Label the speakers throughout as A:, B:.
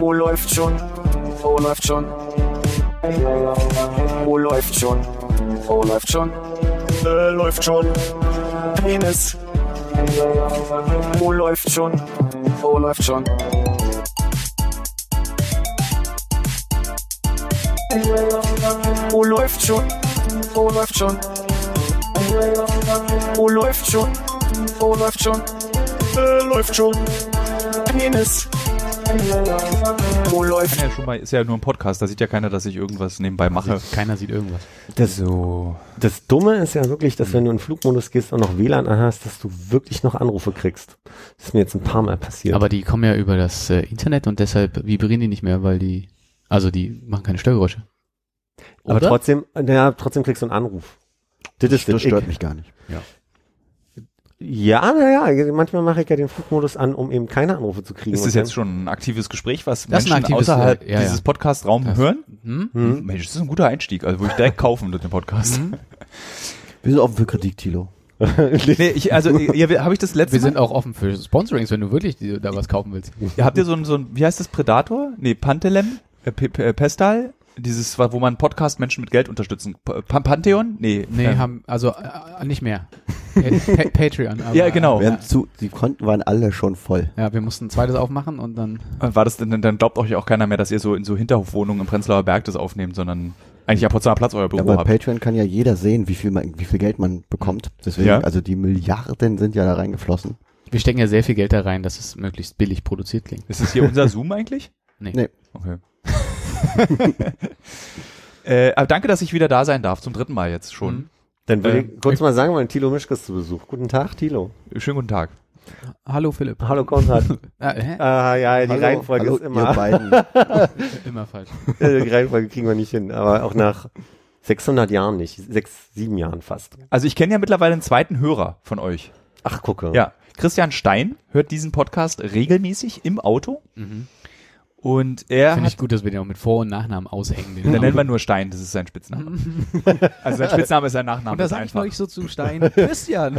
A: Oh, läuft schon. Oh, läuft schon. Oh, läuft schon. Oh, läuft schon. Äh, läuft schon. Penis. Oh, läuft schon. Oh, läuft schon. Oh, läuft schon. Oh, läuft schon. Oh, läuft schon. Oh, läuft schon. Äh, läuft schon. Penis. Oh, läuft
B: Ja, schon mal, ist ja nur ein Podcast, da sieht ja keiner, dass ich irgendwas nebenbei mache.
C: Keiner sieht irgendwas.
D: Das,
B: So. Hm.
D: das Dumme ist ja wirklich, dass wenn du in den Flugmodus gehst und noch WLAN anhast, dass du wirklich noch Anrufe kriegst. Das ist mir jetzt ein paar Mal passiert.
C: Aber die kommen ja über das äh, Internet und deshalb vibrieren die nicht mehr, weil die, also die machen keine Störgeräusche.
D: Aber
C: Oder?
D: trotzdem, naja, trotzdem kriegst du einen Anruf. Das, eh ist
E: das
D: ich-
E: stört mich gar nicht.
D: Ja, naja, manchmal mache ich ja den Flugmodus an, um eben keine Anrufe zu kriegen.
B: Ist das
D: Und
B: jetzt schon ein aktives Gespräch, was
C: Das ist ein
B: Menschen
C: aktives,
B: außerhalb
C: äh, ja, ja.
B: dieses Podcast-Raums hören?
C: Hm?
D: dann- Hm?
B: Mensch, das ist ein guter Einstieg, also wo ich direkt kaufen würde den Podcast.
E: Wir sind offen für Kritik, Tilo.
B: nee, ich, also ja, habe ich das letzte
C: Wir sind
B: Mal,
C: auch offen für Sponsorings, wenn du wirklich die- da was kaufen willst.
B: habt ihr so ein, so ein, wie heißt das, Predator? Nee, Pantelem, äh, P P äh, Pestal, dieses, wo man Podcast-Menschen mit Geld unterstützen. P Pan- Pantheon? Nee.
C: Nee,
B: ähm,
C: haben, also äh, nicht mehr. Pa Pa- Patreon. aber- äh,
B: Ja, genau.
E: Wir haben zu, die Konten waren alle schon voll.
C: Ja, wir mussten ein zweites aufmachen und dann.
B: War das denn, dann glaubt euch auch keiner mehr, dass ihr so in so Hinterhofwohnungen im Prenzlauer Berg das aufnehmt, sondern eigentlich am Potsdamer Platz euer
E: Ja,
B: Büro
E: bei
B: habt.
E: Patreon kann ja jeder sehen, wie viel, man, wie viel Geld man bekommt. Deswegen,
B: Ja.
E: also die Milliarden sind ja da reingeflossen.
C: Wir stecken ja sehr viel Geld da rein, dass es möglichst billig produziert klingt.
B: Ist das hier unser Zoom eigentlich?
C: Nee.
E: Nee.
B: Okay. äh, aber danke, dass ich wieder da sein darf, zum dritten Mal jetzt schon.
D: Dann würde
B: Ähm,
D: ich kurz mal sagen, weil Thilo Mischke ist zu Besuch. Guten Tag, Thilo.
C: Mhm.
B: Schönen guten Tag.
C: Hallo Philipp.
D: Hallo Konrad.
C: Ah, hä?
D: ah, ja, die
E: Hallo,
D: Reihenfolge
E: hallo,
D: ist immer.
E: Ihr beiden.
C: Immer falsch.
D: Äh, die Reihenfolge kriegen wir nicht hin, aber auch nach 600 Jahren nicht, sechs, sieben Jahren fast.
B: Also ich kenne ja mittlerweile einen zweiten Hörer von euch.
D: Ach, gucke.
B: Ja. Christian Stein hört diesen Podcast regelmäßig im Auto. Und er
C: Finde Mhm. ich
B: hat,
C: gut, dass wir den auch mit Vor- und Nachnamen aushängen. Den
B: dann nennen wir
C: Namen.
B: nur Stein, das ist sein Spitzname. also sein Spitzname ist sein Nachname.
C: und da
B: ist
C: sage ich
B: einfach.
C: neulich so zu Stein, Christian.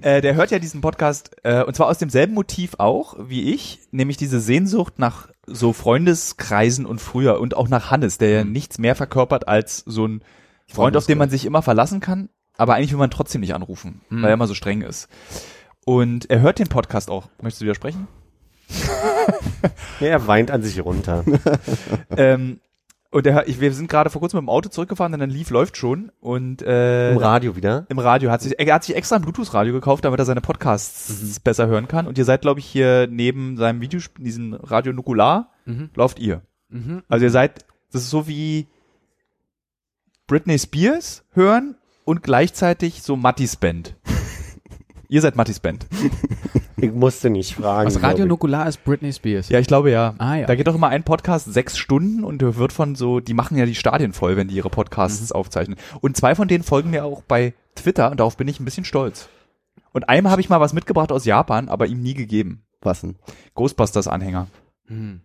B: äh, der hört ja diesen Podcast äh, und zwar aus demselben Motiv auch wie ich, nämlich diese Sehnsucht nach so Freundeskreisen und früher und auch nach Hannes, der ja nichts mehr verkörpert als so ein Freund, auf den man sich immer verlassen kann, aber eigentlich will man trotzdem nicht anrufen, weil er immer so streng ist. Und er hört den Podcast auch. Möchtest du widersprechen?
D: Ja, er weint an sich runter.
B: ähm, und er, ich, wir sind gerade vor kurzem mit dem Auto zurückgefahren, denn dann lief läuft schon und äh,
D: Im Radio wieder.
B: im Radio. Hat sich, er hat sich extra ein Bluetooth-Radio gekauft, damit er seine Podcasts besser hören kann. Und ihr seid, glaube ich, hier neben seinem Video, diesem Radio Nukular,
C: Mhm.
B: lauft ihr.
C: Mhm.
B: Also ihr seid, das ist so wie Britney Spears hören und gleichzeitig so Mattis Band. ihr seid Mattis Band.
D: Ich musste nicht fragen.
C: Was Radio
D: glaub
C: Nukular ist Britney Spears.
B: Ja, ich glaube ja.
C: Ah, ja.
B: Da geht doch immer ein Podcast sechs Stunden und der wird von so, die machen ja die Stadien voll, wenn die ihre Podcasts
C: Mhm.
B: aufzeichnen. Und zwei von denen folgen mir auch bei Twitter und darauf bin ich ein bisschen stolz. Und einem habe ich mal was mitgebracht aus Japan, aber ihm nie gegeben.
E: Was denn?
B: Ghostbusters-Anhänger.
C: Hm.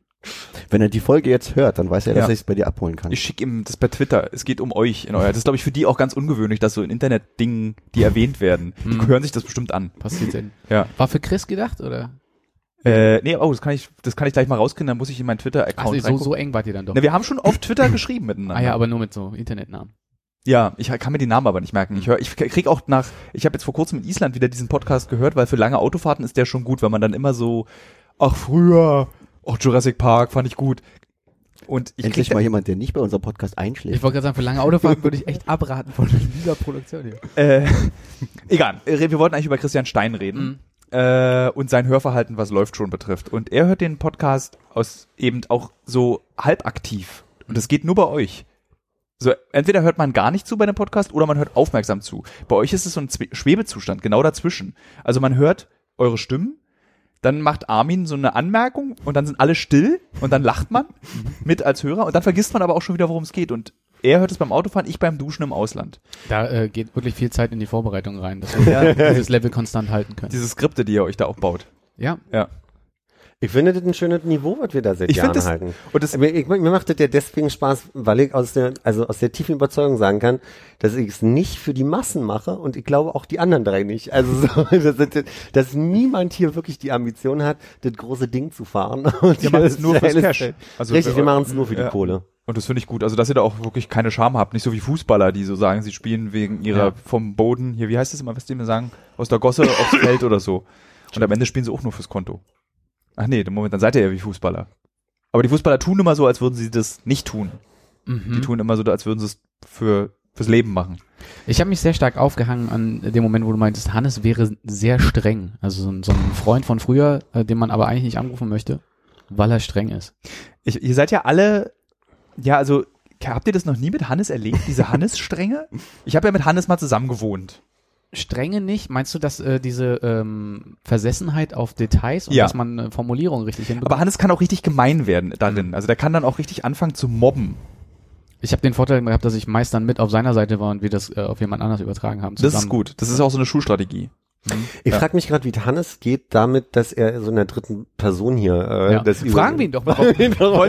E: Wenn er die Folge jetzt hört, dann weiß er, dass
B: Ja.
E: ich es bei dir abholen kann.
B: Ich schicke ihm das per Twitter. Es geht um euch in euer. Das ist, glaube ich, für die auch ganz ungewöhnlich, dass so in Internet-Dingen, die
C: Hm.
B: erwähnt werden, die
C: Mhm.
B: hören sich das bestimmt an.
C: Passiert denn?
B: Ja.
C: War für Chris gedacht, oder?
B: Äh, nee, oh, das kann ich, das kann ich gleich mal rauskriegen, dann muss ich in meinen
C: Ach,
B: Twitter-Account
C: nee, so,
B: reingucken.
C: so eng wart ihr dann doch.
B: Na, wir haben schon auf Twitter geschrieben miteinander.
C: ah ja, aber nur mit so Internetnamen.
B: Ja, ich kann mir die Namen aber nicht merken. Ich höre, ich krieg auch nach, ich habe jetzt vor kurzem in Island wieder diesen Podcast gehört, weil für lange Autofahrten ist der schon gut, weil man dann immer so, ach früher, ach Jurassic Park fand ich gut. Und ich
E: Endlich
B: krieg,
E: mal jemand, der nicht bei unserem Podcast
C: Ich
E: einschläft.
C: wollte gerade sagen, für lange Autofahrten würde ich echt abraten von dieser Produktion hier.
B: äh, egal, Äh, wir wollten eigentlich über Christian Stein reden äh, und sein Hörverhalten, was läuft schon betrifft. Und er hört den Podcast aus eben auch so halbaktiv. Und das geht nur bei euch. So, entweder hört man gar nicht zu bei einem Podcast oder man hört aufmerksam zu. Bei euch ist es so ein Zwe- Schwebezustand, genau dazwischen. Also man hört eure Stimmen, dann macht Armin so eine Anmerkung und dann sind alle still und dann lacht man mit als Hörer und dann vergisst man aber auch schon wieder, worum es geht. Und er hört es beim Autofahren, ich beim Duschen im Ausland.
C: Da äh, geht wirklich viel Zeit in die Vorbereitung rein, dass wir dieses Level konstant halten können.
B: Diese Skripte, die ihr euch da auch baut.
C: Ja,
B: Ja.
D: Ich finde das ein schönes Niveau, was wir da seit
B: Ich
D: Jahren
B: finde das-
D: halten. Also,
B: und das-
D: mir, ich, mir macht das ja deswegen Spaß, weil ich aus der, also aus der tiefen Überzeugung sagen kann, dass ich es nicht für die Massen mache und ich glaube auch die anderen drei nicht. Also so, dass, das- dass niemand hier wirklich die Ambition hat, das große Ding zu fahren. Und
B: Ihr macht es
D: hier
B: nur
D: das
B: fürs
D: alles-
B: Cash. Also
D: Richtig, wir
B: wir-
D: machen es nur für die
B: ja.
D: Kohle.
B: Und das finde ich gut. Also, dass ihr da auch wirklich keine Scham habt. Nicht so wie Fußballer, die so sagen, sie spielen wegen ihrer
C: Ja.
B: vom Boden, hier, wie heißt das immer, was die mir sagen, aus der Gosse aufs Feld oder so. Und am Ende spielen sie auch nur fürs Konto. Ach nee, Moment, dann seid ihr ja wie Fußballer. Aber die Fußballer tun immer so, als würden sie das nicht tun.
D: Mhm.
B: Die
C: mhm.
B: tun immer so, als würden sie es für, fürs Leben machen.
C: Ich habe mich sehr stark aufgehangen an dem Moment, wo du meintest, Hannes wäre sehr streng. Also so ein, so ein Freund von früher, äh, den man aber eigentlich nicht anrufen möchte, weil er streng ist.
B: Ich, ihr seid ja alle, ja, also, habt ihr das noch nie mit Hannes erlebt, diese Hannes-Strenge? Ich habe ja mit Hannes mal zusammen gewohnt.
C: Strenge nicht? Meinst du, dass äh, diese ähm, Versessenheit auf Details und
B: Ja.
C: dass man äh, Formulierungen richtig hinbekommt?
B: Aber Hannes kann auch richtig gemein werden darin. Also der kann dann auch richtig anfangen zu mobben.
C: Ich habe den Vorteil gehabt, dass ich meist dann mit auf seiner Seite war und wir das äh, auf jemand anders übertragen haben.
B: Das
C: zusammen.
B: ist gut. Das ist auch so eine Schulstrategie.
D: Ich
B: Ja.
D: frage mich gerade, wie es Hannes geht damit, dass er so in der dritten Person hier äh,
C: Ja.
D: das
C: Fragen wir ihn doch mal.
B: Wollt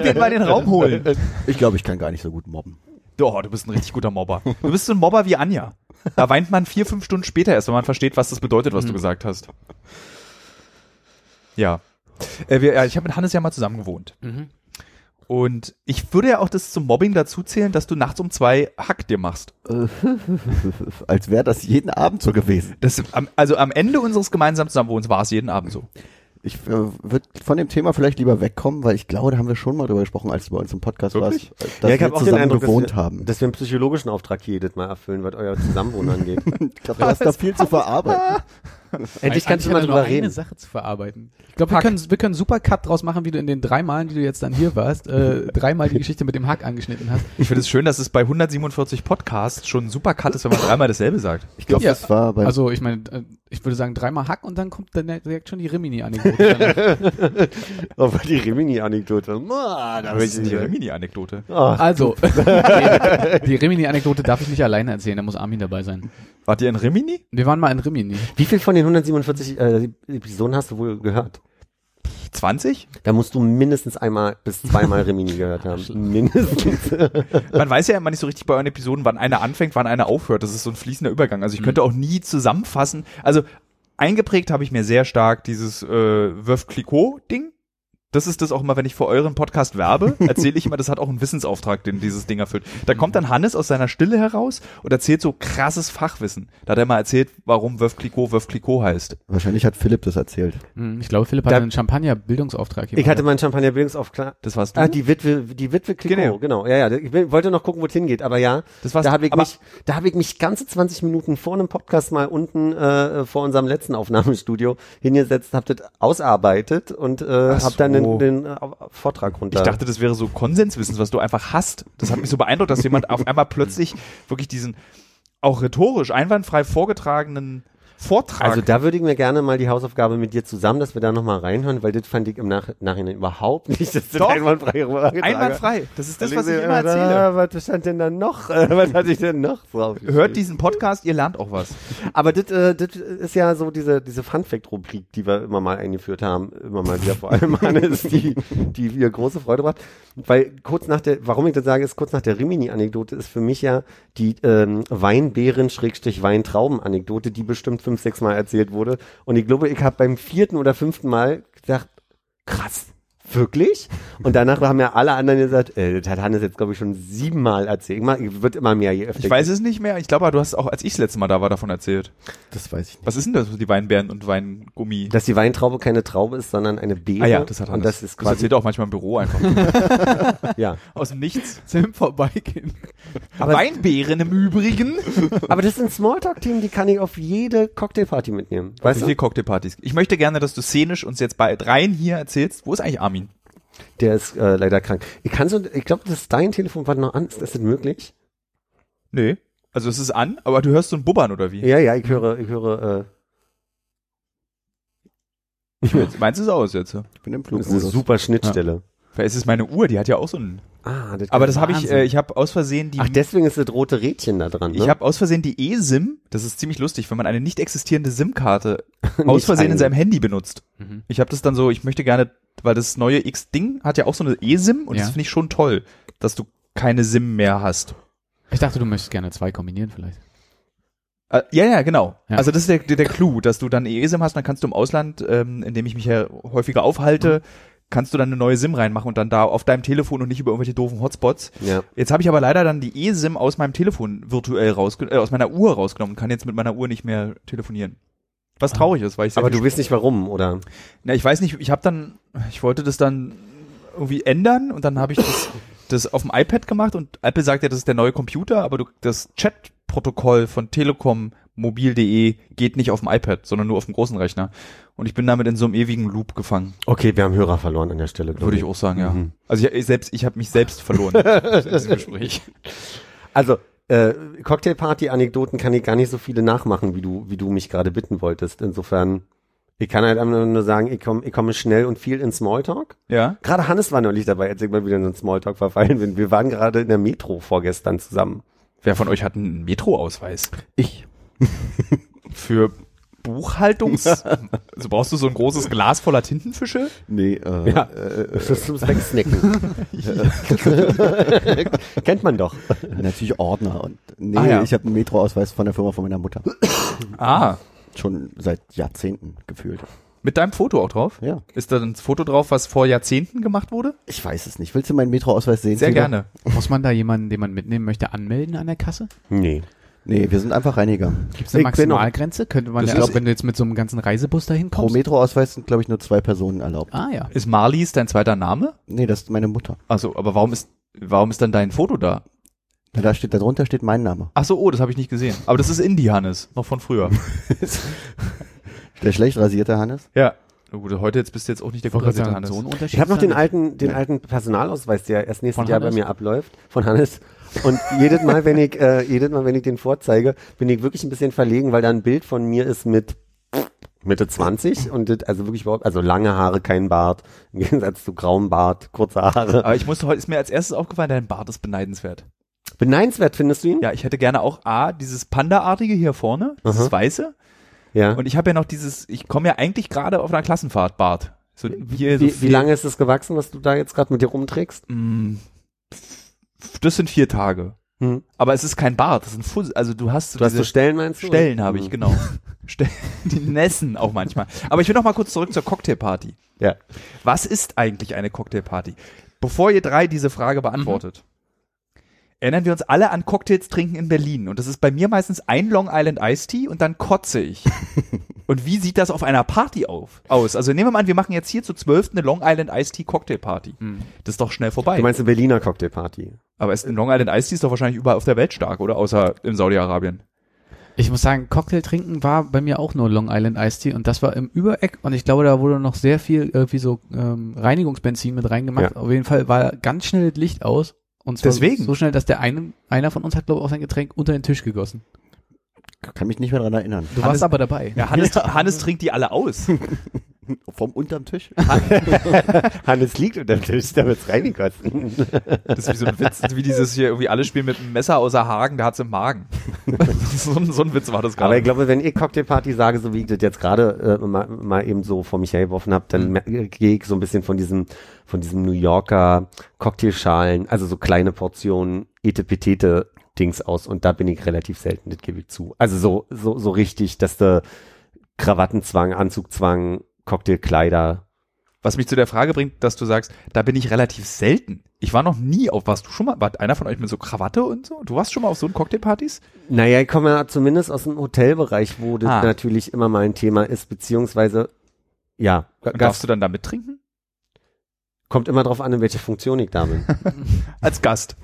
B: ihr ihn mal in den Raum holen?
E: Ich glaube, ich kann gar nicht so gut mobben.
B: Doch, du bist ein richtig guter Mobber. Du bist so ein Mobber wie Anja. Da weint man vier, fünf Stunden später erst, wenn man versteht, was das bedeutet, was du gesagt hast. Ja. Äh, wir, ja ich habe mit Hannes ja mal zusammen gewohnt.
C: Mhm.
B: Und ich würde ja auch das zum Mobbing dazu zählen, dass du nachts um zwei Hack dir machst.
E: Als wäre das jeden Abend so gewesen.
B: Das, am, also am Ende unseres gemeinsamen Zusammenwohnens war es jeden Abend so.
E: Ich äh, würde von dem Thema vielleicht lieber wegkommen, weil ich glaube, da haben wir schon mal drüber gesprochen, als du bei uns im Podcast
B: Wirklich?
E: warst, äh, dass
D: Ja, ich
E: wir
D: habe auch den
E: zusammen
D: Eindruck,
E: gewohnt
D: dass wir,
E: haben.
D: dass wir einen psychologischen Auftrag hier jedes Mal erfüllen, was euer Zusammenwohnen angeht.
E: ich glaube, du hast da viel zu verarbeiten.
D: Endlich kannst
C: Eigentlich
D: du mal
C: hat er
D: drüber
C: nur eine
D: reden.
C: Sache zu verarbeiten. Ich glaube, wir können, wir können super Cut draus machen, wie du in den drei Malen, die du jetzt dann hier warst, äh, dreimal die Geschichte mit dem Hack angeschnitten hast.
B: Ich finde es schön, dass es bei 147 Podcasts schon ein super Cut ist, wenn man dreimal dasselbe sagt.
E: Ich glaube,
C: Ja.
E: das war bei
C: Also ich meine, äh, ich würde sagen dreimal Hack und dann kommt dann direkt schon die Rimini-Anekdote.
D: Aber Oh, die Rimini-Anekdote. Ma, da
B: Das
D: will
B: ist
D: ich
B: eine
D: nicht.
B: Mini-Anekdote.
C: also, die, die Rimini-Anekdote darf ich nicht alleine erzählen, da muss Armin dabei sein.
B: Wart ihr in Rimini?
C: Wir waren mal in Rimini.
D: Wie viel von den 147 äh, Episoden hast du wohl gehört?
B: 20?
D: Da musst du mindestens einmal bis zweimal Rimini gehört haben. Mindestens.
B: Man weiß ja immer nicht so richtig bei euren Episoden, wann einer anfängt, wann einer aufhört. Das ist so ein fließender Übergang. Also ich könnte auch nie zusammenfassen. Also eingeprägt habe ich mir sehr stark dieses äh, Wöf Clicot-Ding. Das ist das auch immer, wenn ich für euren Podcast werbe, erzähle ich immer, das hat auch einen Wissensauftrag, den dieses Ding erfüllt. Da kommt dann Hannes aus seiner Stille heraus und erzählt so krasses Fachwissen. Da hat er mal erzählt, warum Wöf Clicot Wöf Clicot heißt.
E: wahrscheinlich hat Philipp das erzählt.
C: Hm, Ich glaube, Philipp hatte
D: Mhm. Da-
C: einen Champagner-Bildungsauftrag hier.
D: Ich hatte meinen Champagner-Bildungsauftrag.
B: Das warst du.
D: Ah, die Witwe, die Witwe Clicquot,
B: Genau.
D: genau. Ja, ja, ich bin, wollte noch gucken, wo es hingeht, aber ja,
B: Das war's.
D: da habe ich,
B: Aber-
D: mich, da hab ich mich ganze 20 Minuten vor einem Podcast mal unten äh, vor unserem letzten Aufnahmestudio hingesetzt, hab das ausarbeitet und äh,
B: Ach
D: hab dann
B: so.
D: den, den äh, Vortrag runter.
B: Ich dachte, das wäre so Konsenswissen, was du einfach hast. Das hat mich so beeindruckt, dass jemand auf einmal plötzlich wirklich diesen auch rhetorisch einwandfrei vorgetragenen Vortrag.
D: also da würde ich mir gerne mal die Hausaufgabe mit dir zusammen, dass wir da nochmal reinhören, weil das fand ich im Nach Nachhinein überhaupt nicht, dass das
B: Doch.
D: einwandfrei vorgetragen
B: einwandfrei. Das ist das,
D: hat.
B: was ich immer
D: Ah,
B: erzähle.
D: Was stand denn da noch? Äh, Was hatte ich denn noch? drauf?
B: Hört diesen Podcast, ihr lernt auch was.
D: Aber das äh, das ist ja so diese, diese Fun-Fact-Rubrik, die wir immer mal eingeführt haben, immer mal wieder vor allem Hannes, die, die mir große Freude macht. Weil kurz nach der, warum ich das sage, ist kurz nach der Rimini-Anekdote ist für mich ja die ähm, Weinbeeren-Weintrauben-Anekdote, die bestimmt fünf, sechs Mal erzählt wurde. Und ich glaube, ich habe beim vierten oder fünften Mal gedacht, krass. Wirklich? Und danach haben ja alle anderen gesagt, äh, das hat Hannes jetzt, glaube ich, schon siebenmal erzählt. Ich mach- Ich wird immer mehr, je öfter
B: Ich weiß es nicht mehr. Ich glaube, du hast auch, als ich das letzte Mal da war, davon erzählt.
E: Das weiß ich nicht.
B: Was ist denn das, die Weinbeeren und Weingummi?
D: Dass die Weintraube keine Traube ist, sondern eine Beere.
B: ah ja, das hat
D: Und
B: Hannes.
D: das ist
B: das
D: quasi,
B: erzählt er auch manchmal im Büro einfach.
D: ja.
B: Aus dem Nichts.
C: Sim vorbeigehen.
D: Aber-
B: Weinbeeren im Übrigen.
D: Aber das sind Smalltalk-Themen, die kann ich auf jede Cocktailparty mitnehmen. Weißt
B: Wie
D: du?
B: viele Cocktailpartys? Ich möchte gerne, dass du szenisch uns jetzt bei dreien hier erzählst. Wo ist eigentlich Armin?
D: Der ist äh, leider krank. Ich kann so, ich glaube, das ist dein Telefon war noch an. Ist das denn möglich?
B: Nee. Also es ist an, aber du hörst so ein Bubbern oder wie?
D: Ja, ja, ich höre, ich höre, äh,
B: Ich will jetzt, meins ist aus jetzt.
E: Ich bin im
D: äh, das ist eine
E: Flugmodus.
D: super Schnittstelle.
B: Vielleicht ist es meine Uhr, die hat ja auch so einen.
D: Ah, das
B: Aber das habe ich,
D: Wahnsinn.
B: äh, ich habe aus Versehen die.
D: Ach, deswegen ist das rote Rädchen da dran. Ne?
B: ich habe aus Versehen die eSIM, das ist ziemlich lustig, wenn man eine nicht existierende SIM-Karte aus Versehen in
D: ein-
C: Mhm.
B: seinem Handy benutzt. Ich habe das dann so, ich möchte gerne weil das neue X-Ding hat ja auch so eine E-SIM und
C: Ja.
B: das finde ich schon toll, dass du keine SIM mehr hast.
C: Ich dachte, du möchtest gerne zwei kombinieren vielleicht.
B: Äh, ja, ja, genau.
C: Ja.
B: Also das ist der, der, der Clou, dass du dann eine E-SIM hast, dann kannst du im Ausland, ähm, in dem ich mich ja häufiger aufhalte,
D: Mhm.
B: kannst du dann eine neue SIM reinmachen und dann da auf deinem Telefon und nicht über irgendwelche doofen Hotspots.
D: Ja.
B: Jetzt habe ich aber leider dann die E-SIM aus meinem Telefon virtuell rausgenommen, äh, aus meiner Uhr rausgenommen, und kann jetzt mit meiner Uhr nicht mehr telefonieren. Was traurig ist, weil ich sehr
D: Ah. Aber
B: viel
D: du weißt nicht warum, oder?
B: na, ich weiß nicht, ich habe dann, ich wollte das dann irgendwie ändern und dann habe ich das, das auf dem iPad gemacht und Apple sagt ja, das ist der neue Computer, aber du, das Chatprotokoll von Telekom mobil.de geht nicht auf dem iPad, sondern nur auf dem großen Rechner. Und ich bin damit in so einem ewigen Loop gefangen,
D: Okay, wir haben Hörer verloren an der Stelle. glaub
B: würde ich auch sagen, ja.
D: Mhm.
B: Also ich, ich selbst, ich habe mich selbst verloren in diesem Gespräch.
D: Also, äh, Cocktailparty-Anekdoten kann ich gar nicht so viele nachmachen, wie du, wie du mich gerade bitten wolltest. Insofern, ich kann halt einfach nur sagen, ich komme ich komme schnell und viel in Smalltalk.
B: Ja.
D: Gerade Hannes war neulich dabei, als ich mal wieder in so einen Smalltalk verfallen bin. Wir waren gerade in der Metro vorgestern zusammen.
B: Wer von euch hat einen Metro-Ausweis?
E: Ich.
B: Für Buchhaltungs... also brauchst du so ein großes Glas voller Tintenfische?
E: Nee, äh,
D: Ja.
E: äh,
D: Das ist zum Wegsnacken. Kennt man doch.
E: natürlich Ordner. Und, nee,
B: Ah, ja.
E: ich habe einen Metroausweis von der Firma von meiner Mutter.
B: Ah.
E: Schon seit Jahrzehnten gefühlt.
B: Mit deinem Foto auch drauf?
E: Ja.
B: Ist da ein Foto drauf, was vor Jahrzehnten gemacht wurde?
E: Ich weiß es nicht. Willst du meinen Metroausweis sehen?
B: Sehr
E: Tilo?
B: gerne.
C: Muss man da jemanden, den man mitnehmen möchte, anmelden an der Kasse?
D: Nee.
E: Nee, wir sind einfach Reiniger.
C: Gibt es eine
D: Ich bin noch-
C: Maximalgrenze? Könnte man
B: Das
C: ja,
B: ist-
C: auch, wenn du jetzt mit so einem ganzen Reisebus dahin
E: Pro
C: kommst?
E: Metroausweis sind, glaube ich, nur zwei Personen erlaubt.
C: ah ja.
B: Ist Marlies dein zweiter Name?
E: Nee, das ist meine Mutter.
B: Also, aber warum ist warum ist dann dein Foto da?
E: Na, Da steht, darunter steht mein Name.
B: Ach so, oh, das habe ich nicht gesehen. Aber das ist Indie Hannes, noch von früher.
E: Der schlecht rasierte Hannes.
B: ja. Na gut, heute jetzt bist du jetzt auch nicht der
C: Wollte
B: korrekte
C: gerade sagen,
B: Hannes.
C: so ein Unterschied
D: Ich habe noch
C: ist da
D: den
C: nicht.
D: alten, den alten Personalausweis, der erst nächstes
C: Von
D: Jahr bei
C: Hannes?
D: mir abläuft, von Hannes. Und jedes Mal, wenn ich, äh, jedes Mal, wenn ich den vorzeige, bin ich wirklich ein bisschen verlegen, weil da ein Bild von mir ist mit Mitte 20 und das, also wirklich überhaupt, also lange Haare, kein Bart, im Gegensatz zu grauem Bart, kurze Haare.
B: Aber ich musste heute ist mir als erstes aufgefallen, dein Bart ist beneidenswert.
D: Beneidenswert findest du ihn?
B: Ja, ich hätte gerne auch A, dieses Panda-artige hier vorne, dieses
D: Aha.
B: weiße.
D: ja.
B: Und ich habe ja noch dieses, ich komme ja eigentlich gerade auf einer Klassenfahrt, Bart. So, hier so
D: Wie, wie
B: viel-
D: lange ist es gewachsen, was du da jetzt gerade mit dir rumträgst?
B: Mm, Das sind vier Tage.
D: Hm.
B: Aber es ist kein Bart, das sind Fuß, also du hast, so
D: Du hast so
B: diese
D: Stellen, meinst du?
B: Stellen habe ich,
D: Hm.
B: genau. Stellen, die Nessen auch manchmal. Aber ich will noch mal kurz zurück zur Cocktailparty.
D: Ja.
B: Was ist eigentlich eine Cocktailparty? Bevor ihr drei diese
D: Mhm.
B: Frage beantwortet, erinnern wir uns alle an Cocktails trinken in Berlin. Und das ist bei mir meistens ein Long Island Iced Tea und dann kotze ich. und wie sieht das auf einer Party auf, aus? Also nehmen wir mal an, wir machen jetzt hier zu zwölf eine Long Island Iced Tea Cocktailparty. Das ist doch schnell vorbei.
D: Mhm. Du meinst eine Berliner Cocktailparty.
B: Aber ist ein Long Island Iced Tea ist doch wahrscheinlich überall auf der Welt stark, oder? Außer in Saudi-Arabien.
C: Ich muss sagen, Cocktail trinken war bei mir auch nur Long Island Iced Tea und das war im Übereck und ich glaube, da wurde noch sehr viel irgendwie so ähm, Reinigungsbenzin mit reingemacht.
D: Ja.
C: Auf jeden Fall war ganz schnell das Licht aus und zwar
B: Deswegen.
C: so schnell, dass der eine, einer von uns hat, glaube ich, auch sein Getränk unter den Tisch gegossen.
E: Kann mich nicht mehr dran erinnern.
C: Du
B: Hannes-
C: warst aber dabei.
B: Ja, Hannes, Hannes trinkt die alle aus.
E: Vom unterm Tisch?
D: Hannes liegt unter dem Tisch, da wird's reingegossen.
B: Das ist wie so ein Witz, wie dieses hier irgendwie alle spielen mit einem Messer außer Hagen, der hat's im Magen. so, ein- so ein Witz war das
D: Aber
B: gerade.
D: ich glaube, wenn ich Cocktailparty sage, so wie ich das jetzt gerade äh, mal, mal eben so vor mich hergeworfen habe,
B: Mhm.
D: dann mer- gehe ich so ein bisschen von diesem, von diesem New Yorker Cocktailschalen, also so kleine Portionen etepetete Dings aus und da bin ich relativ selten, das gebe ich zu. Also so, so, so richtig, dass der Krawattenzwang, Anzugzwang, Cocktailkleider.
B: Was mich zu der Frage bringt, dass du sagst, da bin ich relativ selten. Ich war noch nie auf, warst du schon mal, war einer von euch mit so Krawatte und so? Du warst schon mal auf so einen Cocktailpartys?
D: Naja, ich komme ja zumindest aus dem Hotelbereich, wo das
B: Ah.
D: natürlich immer mal ein Thema ist, beziehungsweise ja,
B: Und darfst du dann da mittrinken?
D: kommt immer drauf an, in welcher Funktion ich da bin.
B: Als Gast.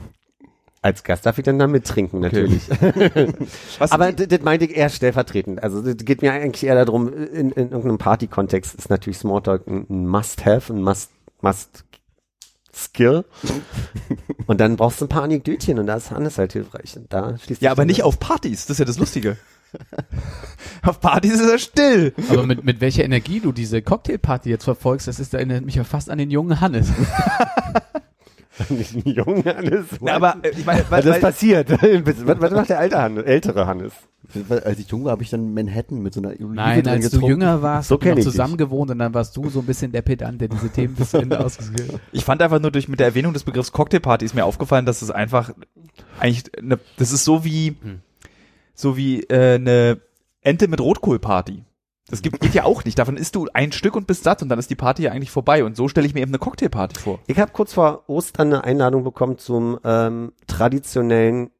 D: Als Gast darf ich dann da mittrinken, natürlich.
B: Was
D: Aber
B: sind die-
D: d- das meinte ich eher stellvertretend. Also das geht mir eigentlich eher darum, in, in irgendeinem Party-Kontext ist natürlich Smalltalk ein ein Must-Have, ein Must- Must-Skill. und dann brauchst du ein paar Anekdötchen und da ist Hannes halt hilfreich. Und da schließt
B: ja,
D: sich
B: aber
D: dann
B: nicht
D: das-
B: auf Partys, das ist ja das Lustige. auf Partys ist er still.
C: Aber mit, mit welcher Energie du diese Cocktailparty jetzt verfolgst, das ist erinnert mich ja fast an den jungen Hannes.
D: Nicht ein junger Hannes.
B: Na, aber äh, ich meine, weil,
D: das
B: weil,
D: passiert. was, was macht der alte Hannes, ältere Hannes?
E: Weil Als ich jung war, habe ich dann Manhattan mit so einer Olive
C: Nein,
E: drin
C: als du
E: getrunken.
C: jünger warst,
D: So
C: so noch
D: kenn ich
C: zusammen gewohnt und dann warst du so ein bisschen der Pedant, der diese Themen bis zu Ende ausgesucht hat.
B: ich fand einfach nur durch mit der Erwähnung des Begriffs Cocktailparty ist mir aufgefallen, dass es einfach eigentlich eine, das ist so wie
E: Hm.
B: so wie äh, eine Ente mit Rotkohlparty. Das gibt, geht ja auch nicht. Davon isst du ein Stück und bist satt und dann ist die Party ja eigentlich vorbei. Und so stelle ich mir eben eine Cocktailparty vor.
D: Ich habe kurz vor Ostern eine Einladung bekommen zum ähm, traditionellen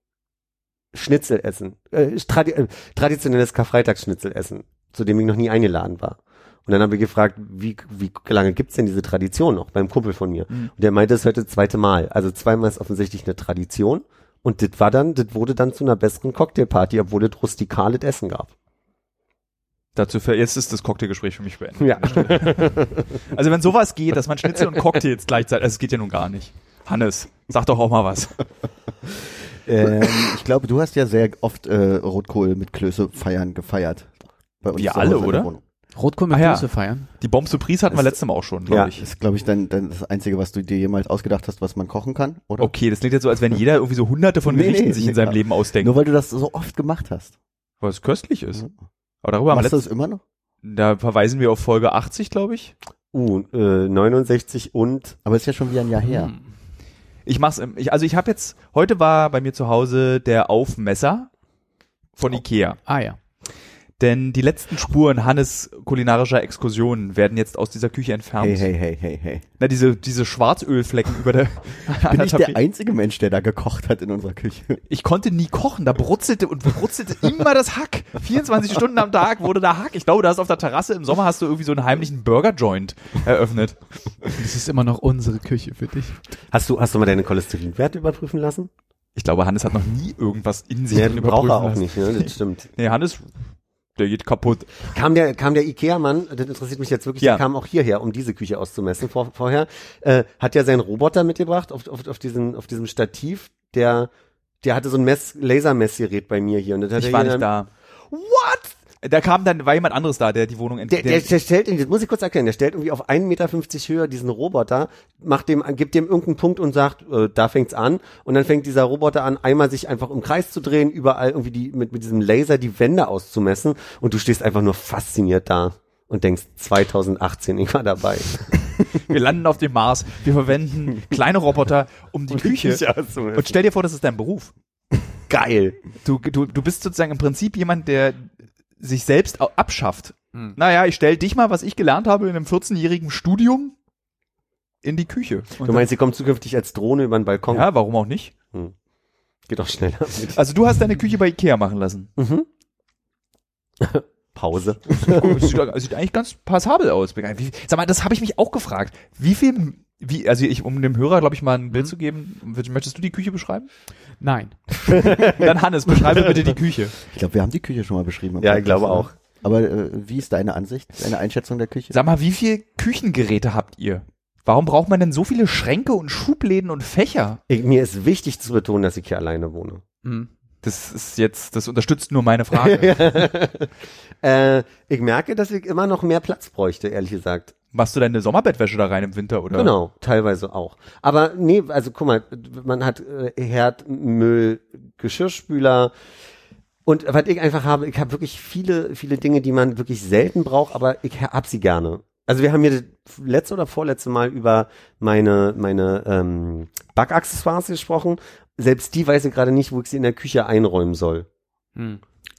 D: Schnitzelessen. Äh, tradi äh, traditionelles Karfreitagsschnitzelessen, zu dem ich noch nie eingeladen war. Und dann habe ich gefragt, wie, wie lange gibt's denn diese Tradition noch beim Kumpel von mir? Und der meinte, es ist heute das zweite Mal. Also zweimal ist offensichtlich eine Tradition. Und das war dann, das wurde dann zu einer besseren Cocktailparty, obwohl es rustikales Essen gab.
B: Dazu für, jetzt ist das Cocktailgespräch für mich beendet.
D: Ja.
B: Also wenn sowas geht, dass man Schnitzel und Cocktails gleichzeitig, also es geht ja nun gar nicht. Hannes, sag doch auch mal was.
E: Ähm, ich glaube, du hast ja sehr oft äh, Rotkohl mit Klöße feiern gefeiert. Bei uns
B: Wir
E: zu Hause
B: alle,
E: in der
B: oder?
E: Wohnung.
C: Rotkohl mit
B: Ah ja.
C: Klöße feiern.
B: Die Bombe Surprise hatten wir
E: Es-
B: letztes Mal auch schon, glaube
D: Ja.
B: ich.
E: Das ist, glaube ich, dein, dein, das Einzige, was du dir jemals ausgedacht hast, was man kochen kann, oder?
B: Okay, das klingt jetzt so, als wenn jeder irgendwie so hunderte von
E: Nee,
B: Gerichten
E: nee,
B: sich
E: nee,
B: in seinem
E: klar.
B: Leben ausdenkt.
E: Nur weil du das so oft gemacht hast.
B: was köstlich ist. Aber darüber haben wir
E: Mhm. Machst du
B: letztes,
E: das immer noch?
B: da verweisen wir auf Folge 80, glaube ich.
D: Uh, äh, 69 und
E: Aber ist ja schon wieder ein Jahr her.
C: Hm,
B: Ich mach's, im- ich, also ich habe jetzt, heute war bei mir zu Hause der Aufmesser von Ikea.
C: Ah ja.
B: Denn die letzten Spuren Hannes kulinarischer Exkursionen werden jetzt aus dieser Küche entfernt.
E: Hey, hey, hey, hey, hey.
B: Na, diese, diese Schwarzölflecken über der,
E: Bin ich
B: anderthalb
E: der
B: Me-
E: einzige Mensch, der da gekocht hat in unserer Küche?
B: ich konnte nie kochen, da brutzelte und brutzelte immer das Hack. 24 Stunden am Tag wurde da Hack. Ich glaube, da ist auf der Terrasse im Sommer hast du irgendwie so einen heimlichen Burger-Joint eröffnet.
C: Das ist immer noch unsere Küche für dich.
D: hast du, hast du mal deine Cholesterinwerte überprüfen lassen?
B: Ich glaube, Hannes hat noch nie irgendwas in sich
D: Ja, den braucht
B: überprüfen
D: er auch
B: lassen.
D: nicht, ne? Das stimmt.
B: Nee, Hannes, der geht kaputt.
D: Kam der, kam der Ikea-Mann, das interessiert mich jetzt wirklich,
B: Ja.
D: der kam auch hierher, um diese Küche auszumessen vor, vorher, äh, hat ja seinen Roboter mitgebracht auf, auf, auf, diesen, auf diesem Stativ, der, der hatte so ein Mess, Lasermessgerät bei mir hier. Und das hat
B: Ich
D: er
B: war
D: hier
B: nicht
D: dann-
B: da.
D: What?
B: Da kam dann, war jemand anderes da, der die Wohnung
D: Der,
B: entdeckt.
D: der, der stellt, ihn- das muss ich kurz erklären, der stellt irgendwie auf 1,50 Meter Höhe diesen Roboter, macht dem, gibt dem irgendeinen Punkt und sagt, äh, da fängt's an. Und dann fängt dieser Roboter an, einmal sich einfach im Kreis zu drehen, überall irgendwie die, mit, mit diesem Laser die Wände auszumessen. Und du stehst einfach nur fasziniert da und denkst, 2018, ich war dabei.
B: Wir landen auf dem Mars. Wir verwenden kleine Roboter um die Küche.
D: auszumessen.
B: Und stell dir vor, das ist dein Beruf.
D: Geil.
B: Du, du, du bist sozusagen im Prinzip jemand, der sich selbst au- abschafft. Naja, ich stell dich mal, was ich gelernt habe in einem 14-jährigen Studium, in die Küche. Und
D: Du meinst, sie kommt zukünftig als Drohne über den Balkon?
B: dann, ja, warum auch nicht?
D: Geht doch schneller. Mit
B: Also du hast deine Küche bei Ikea machen lassen.
D: Pause.
B: Es sieht, es sieht eigentlich ganz passabel aus. Wie- Sag mal, das habe ich mich auch gefragt. Wie viel, wie, also ich, um dem Hörer, glaube ich, mal ein
D: Mhm.
B: Bild zu geben, möchtest du die Küche beschreiben?
C: Nein.
B: Dann Hannes, beschreibe bitte die Küche.
E: Ich glaube, wir haben die Küche schon mal beschrieben. im
D: Ja, ich
E: Podcast,
D: glaube
E: oder?
D: auch.
E: Aber äh, wie ist deine Ansicht, deine Einschätzung der Küche?
B: Sag mal, wie viel Küchengeräte habt ihr? Warum braucht man denn so viele Schränke und Schubläden und Fächer?
D: Ich, mir ist wichtig zu betonen, dass ich hier alleine wohne.
C: Mhm.
B: Das ist jetzt, das unterstützt nur meine Frage.
D: Äh, ich merke, dass ich immer noch mehr Platz bräuchte, ehrlich gesagt.
B: Machst du deine Sommerbettwäsche da rein im Winter, oder?
D: Genau, teilweise auch. Aber nee, also guck mal, man hat äh, Herd, Müll, Geschirrspüler und was ich einfach habe, ich habe wirklich viele, viele Dinge, die man wirklich selten braucht, aber ich ha- hab sie gerne. Also wir haben hier das letzte oder vorletzte Mal über meine, meine ähm, Backaccessoires gesprochen. Selbst die weiß ich gerade nicht, wo ich sie in der Küche einräumen soll. Hm.
C: Mhm.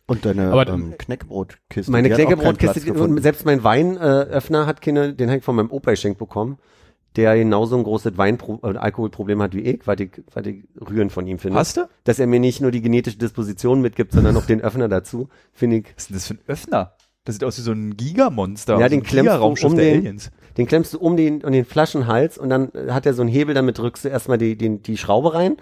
E: Und deine
C: Aber-
E: ähm, Knäckebrotkiste.
D: Meine
E: die hat auch keinen Platz
D: Knäckebrotkiste,
E: gefunden.
D: und selbst mein Weinöffner hat keine, den habe ich von meinem Opa geschenkt bekommen, der genauso ein großes Wein äh, Alkoholproblem hat wie ich, weil ich, weil ich Rühren von ihm finde.
B: Hast du?
D: Dass er mir nicht nur die genetische Disposition mitgibt, sondern auch den Öffner dazu, finde ich.
B: Was ist denn das für ein Öffner? Das sieht aus wie so ein Gigamonster.
D: Ja,
B: so
D: den
B: ein
D: klemmst du
B: Giga-Raumschiff
D: um
B: der
D: den,
B: Aliens.
D: den klemmst du um den, um den Flaschenhals und dann äh, hat er so einen Hebel, damit drückst du erstmal die, den, die Schraube rein.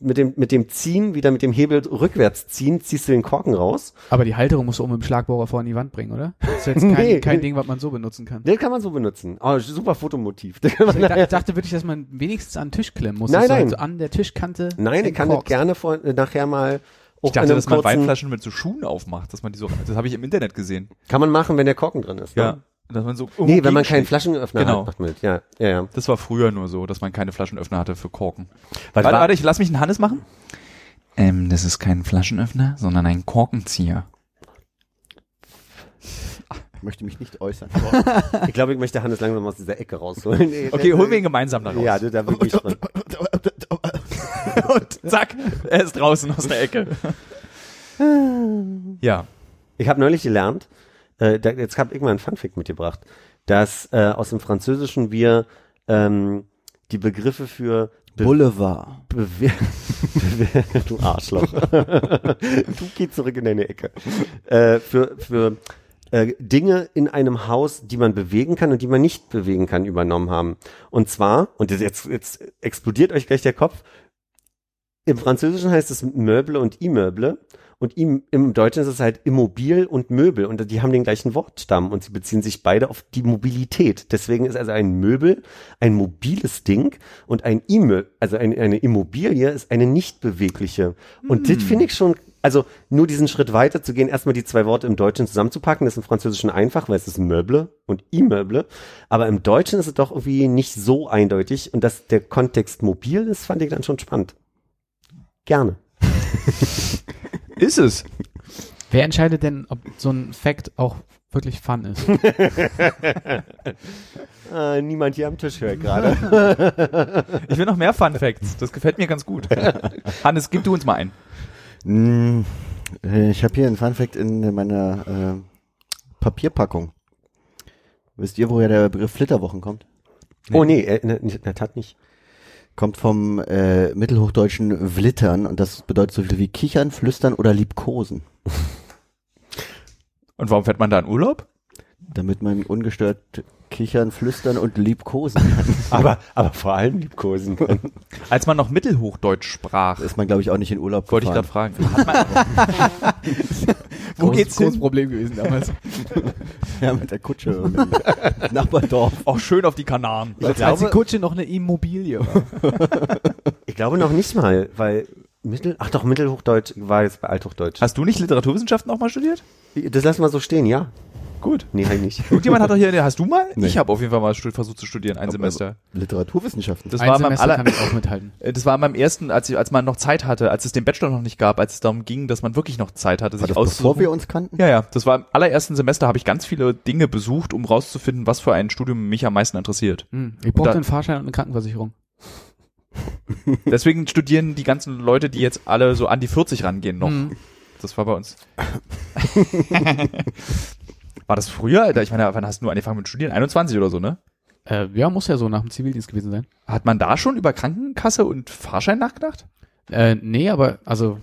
D: Mit dem, mit dem Ziehen, wieder mit dem Hebel rückwärts ziehen, ziehst du den Korken raus.
C: Aber die Halterung musst du oben im Schlagbohrer vor an die Wand bringen, oder? Das ist jetzt kein,
D: Nee.
C: kein Ding, was man so benutzen kann. Also
D: Den kann man so benutzen. Oh, super Fotomotiv. Den kann man
C: Ich da- ich dachte wirklich, dass man wenigstens an den Tisch klemmen muss.
D: Nein,
C: dass du
D: nein.
C: Halt so an der Tischkante.
D: Nein, ich kann das
C: entkorkst.
D: gerne vor, äh, nachher mal. auch
B: Ich dachte,
D: in einem
B: dass man
D: kurzen-
B: Weinflaschen mit so Schuhen aufmacht, dass man die so, das habe ich im Internet gesehen.
D: Kann man machen, wenn der Korken drin ist. Ne?
B: Dass man so
D: Nee, wenn man keinen Flaschenöffner
B: Genau.
D: hat, macht man das. Ja, ja, ja.
B: Das war früher nur so, dass man keine Flaschenöffner hatte für Korken.
D: Warte,
B: Warte,
D: wa-
B: warte, ich lass mich einen Hannes machen. Ähm, das ist kein Flaschenöffner, sondern ein Korkenzieher.
E: Ich möchte mich nicht äußern.
D: Ich glaube, ich möchte Hannes langsam aus dieser Ecke rausholen. Nee,
B: Okay, holen wir ihn gemeinsam da raus.
D: Ja, da- da bin ich dran.
B: Und zack, er ist draußen aus der Ecke. ja.
D: Ich habe neulich gelernt, äh, da, jetzt habe ich mal einen Funfact mitgebracht, dass äh, aus dem Französischen wir ähm, die Begriffe für Be
E: Boulevard.
D: Bewer Bewer du Arschloch. du geh zurück in deine Ecke. Äh, für für äh, Dinge in einem Haus, die man bewegen kann und die man nicht bewegen kann, übernommen haben. Und zwar, und jetzt, jetzt explodiert euch gleich der Kopf, im Französischen heißt es Möble und Immeuble. Und im, im Deutschen ist es halt Immobil und Möbel. Und die haben den gleichen Wortstamm und sie beziehen sich beide auf die Mobilität. Deswegen ist also ein Möbel ein mobiles Ding und ein Immö, also ein, eine Immobilie ist eine nicht bewegliche. Und das finde ich schon, also nur diesen Schritt weiter zu gehen, erstmal die zwei Worte im Deutschen zusammenzupacken, das ist im Französischen einfach, weil es ist Möble und Immeuble. Aber im Deutschen ist es doch irgendwie nicht so eindeutig. Und dass der Kontext mobil ist, fand ich dann schon spannend. Gerne.
B: Ist es.
C: Wer entscheidet denn, ob so ein Fact auch wirklich fun ist?
D: Äh, niemand hier am Tisch hört gerade.
B: Ich will noch mehr Fun Facts. Das gefällt mir ganz gut. Hannes, gib du uns mal einen.
E: Mm, äh, Ich habe hier einen Funfact in meiner äh, Papierpackung. Wisst ihr, woher der Begriff Flitterwochen kommt?
D: Oh nee, äh, in, der- in der Tat nicht.
E: Kommt vom äh, mittelhochdeutschen Wlittern und das bedeutet so viel wie kichern, flüstern oder liebkosen,
B: Und warum fährt man da in Urlaub?
E: damit man ungestört kichern, flüstern und liebkosen kann.
D: Aber, aber vor allem liebkosen.
B: Als man noch Mittelhochdeutsch sprach,
E: Ist man, glaube ich, auch nicht in Urlaub
B: wollte ich gerade
E: gefahren.
B: fragen. Hat man, wo
C: Großes-
B: geht's
C: großes
B: hin?
C: Problem gewesen damals.
E: Ja, mit der Kutsche. irgendwie. Nachbardorf.
B: Auch schön auf die Kanaren.
C: Als die Kutsche noch eine Immobilie war.
D: Ich glaube noch nicht mal, weil Mittel, ach doch, Mittelhochdeutsch war jetzt bei Althochdeutsch.
B: Hast du nicht Literaturwissenschaften auch mal studiert?
D: Das lassen wir so stehen, ja.
B: Gut.
D: Nee, eigentlich nicht.
B: Irgendjemand hat doch hier, hast du mal?
E: Nee.
B: Ich habe auf jeden Fall mal stu- versucht zu studieren, ein Semester.
E: Literaturwissenschaften.
B: Das
C: also Ein
B: war, beim
C: Semester
B: aller,
C: kann ich auch mithalten.
B: äh, das war beim ersten, als, ich- als man noch Zeit hatte, als es den Bachelor noch nicht gab, als es darum ging, dass man wirklich noch Zeit hatte,
E: War
B: sich
E: das bevor
B: auszusuchen.
E: wir uns kannten?
B: Ja, ja, das war im allerersten Semester, habe ich ganz viele Dinge besucht, um rauszufinden, was für ein Studium mich am meisten interessiert.
C: Hm. Ich
B: da-
C: brauchte einen Fahrschein und eine Krankenversicherung.
B: Deswegen studieren die ganzen Leute, die jetzt alle so an die 40 rangehen noch.
C: Mhm.
B: Das war bei uns. war das früher? Alter? Ich meine, wann hast du angefangen mit Studieren? 21 oder so, ne?
C: Äh, ja, muss ja so nach dem Zivildienst gewesen sein.
B: Hat man da schon über Krankenkasse und Fahrschein nachgedacht?
C: Äh, nee, aber also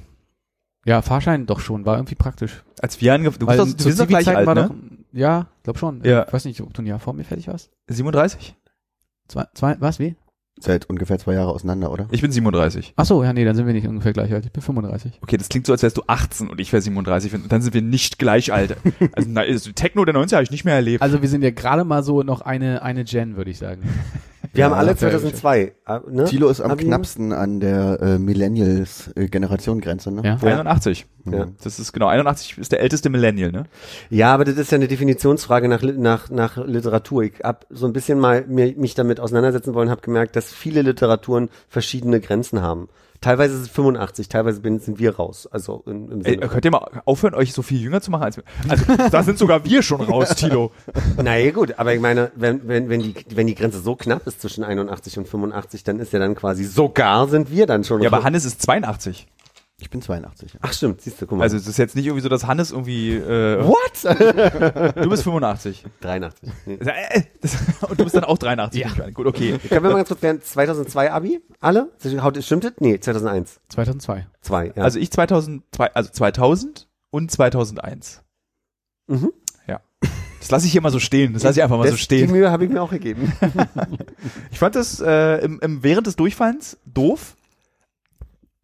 C: ja, Fahrschein doch schon, war irgendwie praktisch.
B: Als wir angefangen du bist doch- wir sind doch gleich
C: Zivilzeiten
B: alt,
C: war
B: ne?
C: doch, ja, glaub schon.
B: Ja.
C: Ich weiß nicht, ob du ein Jahr vor mir fertig warst.
B: 37?
C: Zwei, zwei, was, wie?
E: Seid ungefähr zwei Jahre auseinander, oder?
B: Ich bin 37.
C: Ach so, ja, nee, dann sind wir nicht ungefähr gleich alt. Ich bin 35.
B: Okay, das klingt so, als wärst du 18 und ich wäre 37. Und dann sind wir nicht gleich alt. Also, na, also Techno der 90er habe ich nicht mehr erlebt.
C: Also wir sind ja gerade mal so noch eine, eine Gen, würde ich sagen.
D: Wir haben alle
C: ja,
D: 2002. äh, Ne?
E: Thilo ist am
D: Abi?
E: knappsten an der äh, Millennials-Generationengrenze, ne?
C: Ja.
B: 81.
D: Ja.
B: Das ist genau, 81 ist der älteste Millennial, ne?
D: Ja, aber das ist ja eine Definitionsfrage nach, Li- nach, nach Literatur. Ich hab so ein bisschen mal mir, mich damit auseinandersetzen wollen, habe gemerkt, dass viele Literaturen verschiedene Grenzen haben. Teilweise sind es 85, teilweise bin- sind wir raus. Also in, im
B: Ey,
D: Sinne.
B: könnt ihr mal aufhören, euch so viel jünger zu machen als wir? Also, da sind sogar wir schon raus, Tilo.
D: Naja, gut, aber ich meine, wenn, wenn, wenn, die, wenn die Grenze so knapp ist zwischen 81 und 85, dann ist ja dann quasi sogar sind wir dann schon
B: Ja, aber
D: raus.
B: Hannes ist 82.
E: Ich bin 82.
D: Ach stimmt, siehst du, guck mal.
B: Also, es ist jetzt nicht irgendwie so, dass Hannes irgendwie, äh,
D: What?
B: du bist 85.
D: 83. Nee.
B: Äh, das- Und du bist dann auch 83. Ja. Gut, okay.
D: Können wir mal ganz kurz werden, 2002 Abi? Alle? Haut- Stimmt das? Nee, 2001.
C: 2002.
D: Zwei, ja.
B: Also ich 2002, also 2000 und 2001.
D: Mhm.
B: Ja. Das lasse ich hier mal so stehen. Das lasse ich einfach mal so
D: Das- Die
B: stehen.
D: Mühe habe ich mir auch gegeben.
B: Ich fand das äh, im, im, während des Durchfallens doof.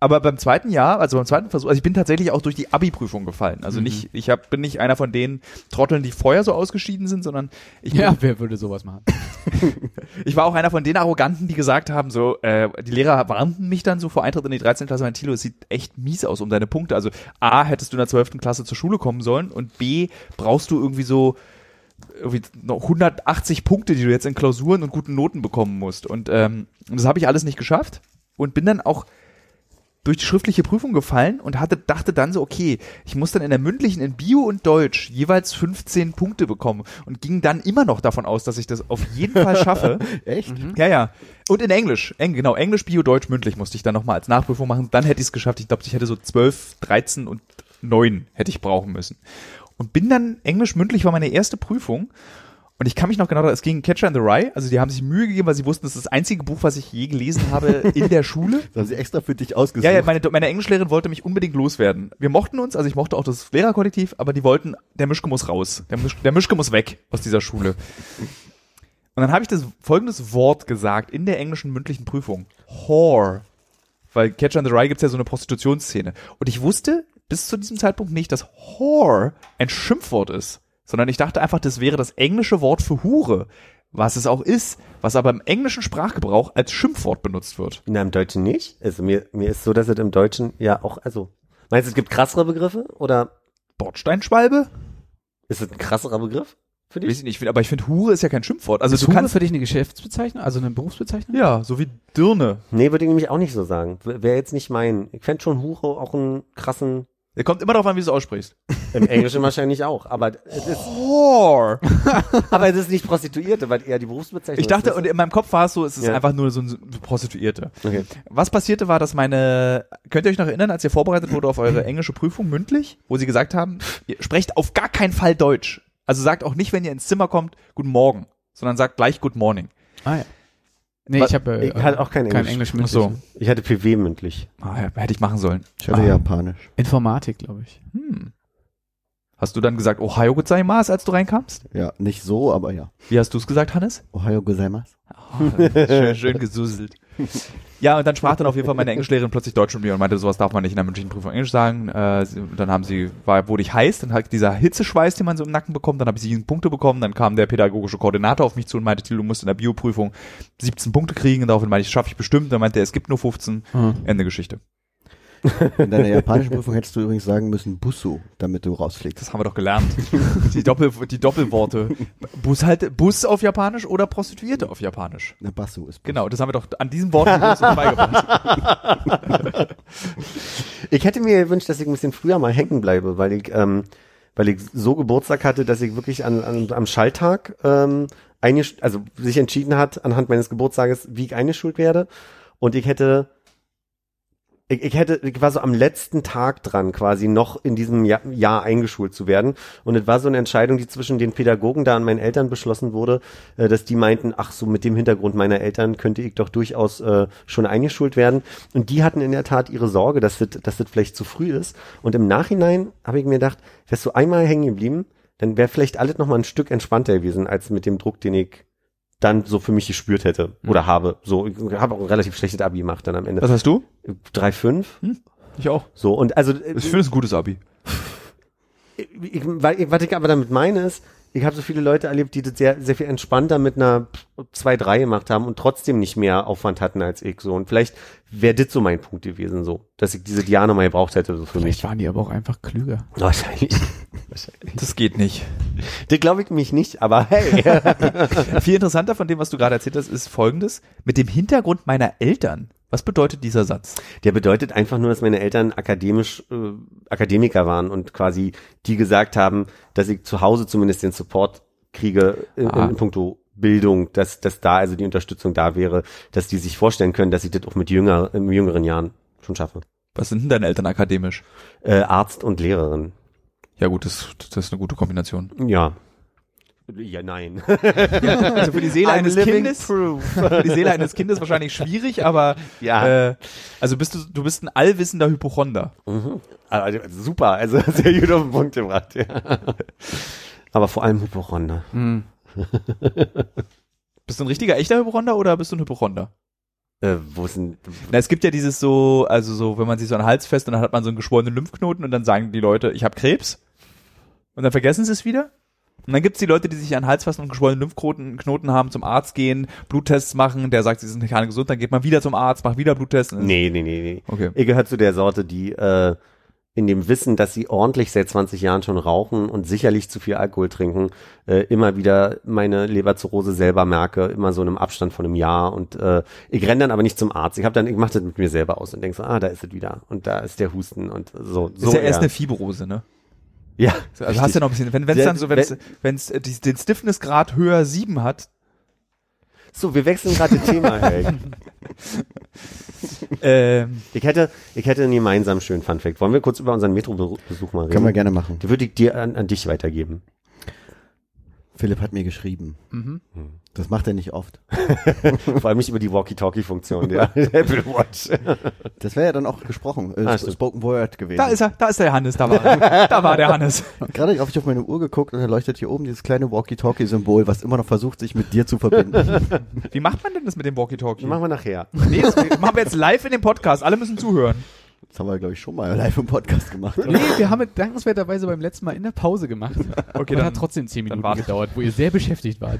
B: Aber beim zweiten Jahr, also beim zweiten Versuch, also ich bin tatsächlich auch durch die Abi-Prüfung gefallen.
D: Mhm.
B: Also nicht, ich hab, bin nicht einer von den Trotteln, die vorher so ausgeschieden sind, sondern ich,
C: Ja, wer würde sowas machen?
B: ich war auch einer von den Arroganten, die gesagt haben, so, äh, die Lehrer warnten mich dann so vor Eintritt in die 13. Klasse, mein Thilo, es sieht echt mies aus um deine Punkte. Also A, hättest du in der 12. Klasse zur Schule kommen sollen und B, brauchst du irgendwie so irgendwie noch 180 Punkte, die du jetzt in Klausuren und guten Noten bekommen musst. Und ähm, das habe ich alles nicht geschafft und bin dann auch durch die schriftliche Prüfung gefallen und hatte, dachte dann so, okay, ich muss dann in der mündlichen in Bio und Deutsch jeweils 15 Punkte bekommen und ging dann immer noch davon aus, dass ich das auf jeden Fall schaffe. Mhm.
E: Echt?
B: Ja, ja. Und in Englisch. Eng, genau, Englisch, Bio, Deutsch, mündlich musste ich dann nochmal als Nachprüfung machen. Dann hätte ich es geschafft. Ich glaube, ich hätte so 12, 13 und 9 hätte ich brauchen müssen. Und bin dann, Englisch mündlich war meine erste Prüfung. Und ich kann mich noch genau, es ging Catcher in the Rye. Also die haben sich Mühe gegeben, weil sie wussten, das ist das einzige Buch, was ich je gelesen habe in der Schule.
E: Das haben sie extra für dich ausgesucht.
B: Ja, ja, meine, meine Englischlehrerin wollte mich unbedingt loswerden. Wir mochten uns, also ich mochte auch das Lehrerkollektiv, aber die wollten, der Mischke muss raus. Der, Misch, der Mischke muss weg aus dieser Schule. Und dann habe ich das folgendes Wort gesagt in der englischen mündlichen Prüfung. Whore. Weil Catch on the Rye gibt's ja so eine Prostitutionsszene. Und ich wusste bis zu diesem Zeitpunkt nicht, dass Whore ein Schimpfwort ist. Sondern ich dachte einfach, das wäre das englische Wort für Hure. Was es auch ist, was aber im englischen Sprachgebrauch als Schimpfwort benutzt wird.
D: Na, im Deutschen nicht. Also mir, mir ist so, dass es im Deutschen ja auch, also. Meinst du, es gibt krassere Begriffe? Oder
B: Bordsteinschwalbe?
D: ist es ein krasserer Begriff für dich?
B: Weiß ich nicht, ich find- aber ich finde Hure ist ja kein Schimpfwort. Also
C: Ist
B: du
C: Hure
B: kannst
C: für dich eine Geschäftsbezeichnung, also eine Berufsbezeichnung?
B: ja, so wie Dirne.
D: Nee, würde ich nämlich auch nicht so sagen. Wäre jetzt nicht mein. Ich fände schon Hure auch einen krassen,
B: Der kommt immer darauf an, wie du es aussprichst.
D: im Englischen wahrscheinlich auch. Aber es ist,
B: Whore.
D: aber es ist nicht Prostituierte, weil eher die Berufsbezeichnung
B: Ich dachte,
D: ist.
B: und in meinem Kopf war es so, es ist
D: Ja.
B: einfach nur so eine Prostituierte.
D: Okay.
B: Was passierte war, dass meine, könnt ihr euch noch erinnern, als ihr vorbereitet wurde auf eure englische Prüfung mündlich, wo sie gesagt haben, ihr sprecht auf gar keinen Fall Deutsch. Also sagt auch nicht, wenn ihr ins Zimmer kommt, guten Morgen, sondern sagt gleich Good Morning.
C: Ah, ja. Nee,
D: Wa-
C: ich habe äh,
D: ich hatte auch kein
C: kein
D: Englisch.
C: Englisch
B: Ach
C: mit.
B: so.
D: Ich hatte PW mündlich.
B: Ah, ja, hätte ich machen sollen.
E: Ich hatte Japanisch.
C: Informatik, glaube ich.
B: Hm. Hast du dann gesagt, oh, Ohio gozaimasu, als du reinkamst?
E: Ja, nicht so, aber ja.
B: Wie hast du es gesagt, Hannes?
E: Ohio gozaimasu.
B: Oh, schön, schön gesuselt. Ja, und dann sprach dann auf jeden Fall meine Englischlehrerin plötzlich Deutsch mit mir und meinte, sowas darf man nicht in der mündlichen Prüfung Englisch sagen. Äh, sie- und dann haben sie, war, wurde ich heiß, dann hat dieser Hitzeschweiß, den man so im Nacken bekommt, dann habe ich sieben Punkte bekommen, dann kam der pädagogische Koordinator auf mich zu und meinte, Thilo, du musst in der Bioprüfung 17 Punkte kriegen. Und daraufhin meinte ich, schaffe ich bestimmt. Dann meinte er, es gibt nur 15. Ende Geschichte.
E: In deiner japanischen Prüfung hättest du übrigens sagen müssen Busu, damit du rausfliegst.
B: Das haben wir doch gelernt. die, Doppel, die Doppelworte. Bus halt, Bus auf Japanisch oder Prostituierte auf Japanisch.
E: Na, Basu ist
B: Genau, das haben wir doch an diesem Wort uns beigebracht.
D: Ich hätte mir gewünscht, dass ich ein bisschen früher mal hängen bleibe, weil ich, ähm, weil ich so Geburtstag hatte, dass ich wirklich an, an, am Schalltag ähm, eine, also sich entschieden hat anhand meines Geburtstages, wie ich eingeschult werde. Und ich hätte, ich, ich hätte, ich war so am letzten Tag dran, quasi noch in diesem Jahr, Jahr eingeschult zu werden. Und es war so eine Entscheidung, die zwischen den Pädagogen da und meinen Eltern beschlossen wurde, äh, dass die meinten, ach so, mit dem Hintergrund meiner Eltern könnte ich doch durchaus äh, schon eingeschult werden. Und die hatten in der Tat ihre Sorge, dass das, dass das vielleicht zu früh ist. Und im Nachhinein habe ich mir gedacht, wärst du einmal hängen geblieben, dann wäre vielleicht alles noch mal ein Stück entspannter gewesen, als mit dem Druck, den ich dann so für mich gespürt hätte oder habe. So, ich habe auch ein relativ schlechtes Abi gemacht dann am Ende.
B: Was hast du?
D: 3,5.
B: Ich auch.
D: So, und also, äh,
B: Ich finde es ein gutes Abi.
D: ich, weil ich, was ich aber damit meine ist, ich habe so viele Leute erlebt, die das sehr, sehr viel entspannter mit einer 2-3 gemacht haben und trotzdem nicht mehr Aufwand hatten als ich so. Und vielleicht wäre das so mein Punkt gewesen, so, dass ich dieses Jahr nochmal gebraucht hätte, so für
C: Vielleicht
D: mich.
C: waren die aber auch einfach klüger.
D: Wahrscheinlich.
B: Das geht nicht.
D: Das glaube ich mich nicht, aber hey.
B: Viel interessanter von dem, was du gerade erzählt hast, ist folgendes. Mit dem Hintergrund meiner Eltern. Was bedeutet dieser Satz?
D: Der bedeutet einfach nur, dass meine Eltern akademisch äh, Akademiker waren und quasi die gesagt haben, dass ich zu Hause zumindest den Support kriege in,
B: Ah.
D: in puncto Bildung, dass, dass da also die Unterstützung da wäre, dass die sich vorstellen können, dass ich das auch mit jünger, in jüngeren Jahren schon schaffe.
B: Was sind denn deine Eltern akademisch?
D: Äh, Arzt und Lehrerin.
B: Ja gut, das, das ist eine gute Kombination.
D: Ja. Ja, nein.
B: Also für die Seele
D: I'm
B: eines
D: living
B: Kindes, für die Seele eines Kindes wahrscheinlich schwierig, aber
D: Ja.
B: äh, also bist du, du bist ein allwissender Hypochonder.
D: Also, super, also sehr gut auf den Punkt gebracht, ja. Aber vor allem Hypochonder.
B: Bist du ein richtiger echter Hypochonder oder bist du ein Hypochonder?
D: Äh, wo ist denn,
B: Na, es gibt ja dieses so, also so, wenn man sich so an den Hals fest und dann hat man so einen geschwollenen Lymphknoten und dann sagen die Leute, ich habe Krebs. Und dann vergessen sie es wieder. Und dann gibt's die Leute, die sich an den Hals fassen und geschwollene Lymphknoten Knoten haben, zum Arzt gehen, Bluttests machen, der sagt, sie sind keine gesund, dann geht man wieder zum Arzt, macht wieder Bluttests.
D: Nee, nee, nee, nee.
B: Okay.
D: Ich gehört zu der Sorte, die äh, in dem Wissen, dass sie ordentlich seit 20 Jahren schon rauchen und sicherlich zu viel Alkohol trinken, äh, immer wieder meine Leberzirrhose selber merke, immer so in einem Abstand von einem Jahr und äh, ich renne dann aber nicht zum Arzt. Ich habe dann, ich mache das mit mir selber aus und denke so, ah, da ist es wieder und da ist der Husten und so. so
B: ist ja erst
D: eher.
B: eine Fibrose, ne?
D: ja,
B: So, Also hast du ja noch ein bisschen, wenn es
D: Ja,
B: dann so, wenn's, wenn's äh, die, den Stiffnessgrad höher 7 hat,
D: So, wir wechseln gerade das Thema, Helg.
B: ähm,
D: Ich hätte, ich hätte einen gemeinsamen schönen Funfact. Wollen wir kurz über unseren Metrobesuch mal reden?
E: Können wir gerne machen.
D: Die würde ich dir an, an dich weitergeben.
E: Philipp hat mir geschrieben.
B: Mhm.
D: Hm.
E: Das macht er nicht oft.
D: Vor allem nicht über die Walkie-Talkie-Funktion der Apple Watch.
E: Das wäre ja dann auch gesprochen, äh,
D: Ah, stimmt.
E: Spoken Word gewesen.
B: da ist er, da ist der Hannes, da war er. da war der Hannes.
E: Gerade habe ich auf meine Uhr geguckt und da leuchtet hier oben dieses kleine Walkie-Talkie-Symbol, was immer noch versucht, sich mit dir zu verbinden.
B: Wie macht man denn das mit dem Walkie-Talkie?
D: Machen wir nachher.
B: Nee, das machen wir jetzt live in dem Podcast, alle müssen zuhören.
E: Das haben wir, glaube ich, schon mal live im Podcast gemacht.
C: Nee, wir haben es dankenswerterweise beim letzten Mal in der Pause gemacht. Okay,
B: dann-
C: hat trotzdem 10 Minuten
B: war's.
C: gedauert, wo ihr sehr beschäftigt wart.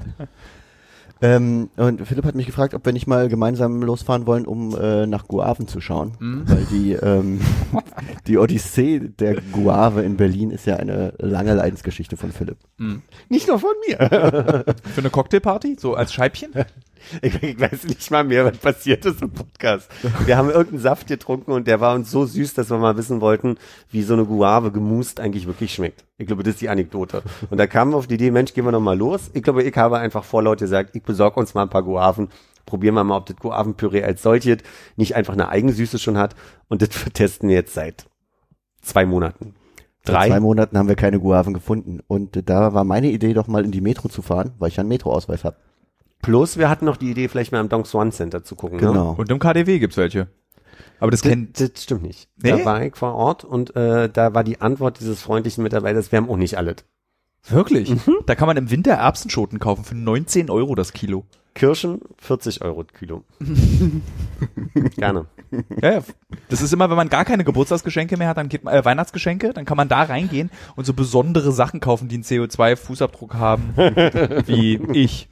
E: ähm, und Philipp hat mich gefragt, ob wir nicht mal gemeinsam losfahren wollen, um äh, nach Guaven zu schauen. Weil die, ähm, die Odyssee der Guave in Berlin ist ja eine lange Leidensgeschichte von Philipp.
D: Nicht nur von mir.
B: Für eine Cocktailparty, so als Scheibchen.
D: Ich, ich weiß nicht mal mehr, was passiert ist im Podcast. Wir haben irgendeinen Saft getrunken und der war uns so süß, dass wir mal wissen wollten, wie so eine Guave gemust eigentlich wirklich schmeckt. Ich glaube, das ist die Anekdote. Und da kamen wir auf die Idee, Mensch, gehen wir noch mal los. Ich glaube, ich habe einfach vorlaut gesagt, ich besorge uns mal ein paar Guaven. Probieren wir mal, ob das Guavenpüree als solches nicht einfach eine Eigensüße schon hat. Und das testen wir jetzt seit zwei Monaten. Drei.
E: Vor zwei Monaten haben wir keine Guaven gefunden. Und äh, da war meine Idee, doch mal in die Metro zu fahren, weil ich ja einen Metroausweis habe.
D: Plus, wir hatten noch die Idee, vielleicht mal am Dong Swan Center zu gucken. Ne?
E: Genau.
B: Und im KDW gibt's welche. Aber das
D: Das,
B: kennt,
D: das stimmt nicht.
B: Nee?
D: Da war ich vor Ort und äh, da war die Antwort dieses freundlichen Mitarbeiters, wir haben auch nicht alles.
B: wirklich.
D: Mhm.
B: Da kann man im Winter Erbsenschoten kaufen für 19 Euro das Kilo.
D: Kirschen 40 Euro Kilo. Gerne.
B: Ja, ja. Das ist immer, wenn man gar keine Geburtstagsgeschenke mehr hat, dann geht man, äh, Weihnachtsgeschenke, dann kann man da reingehen und so besondere Sachen kaufen, die einen CO2-Fußabdruck haben, wie ich.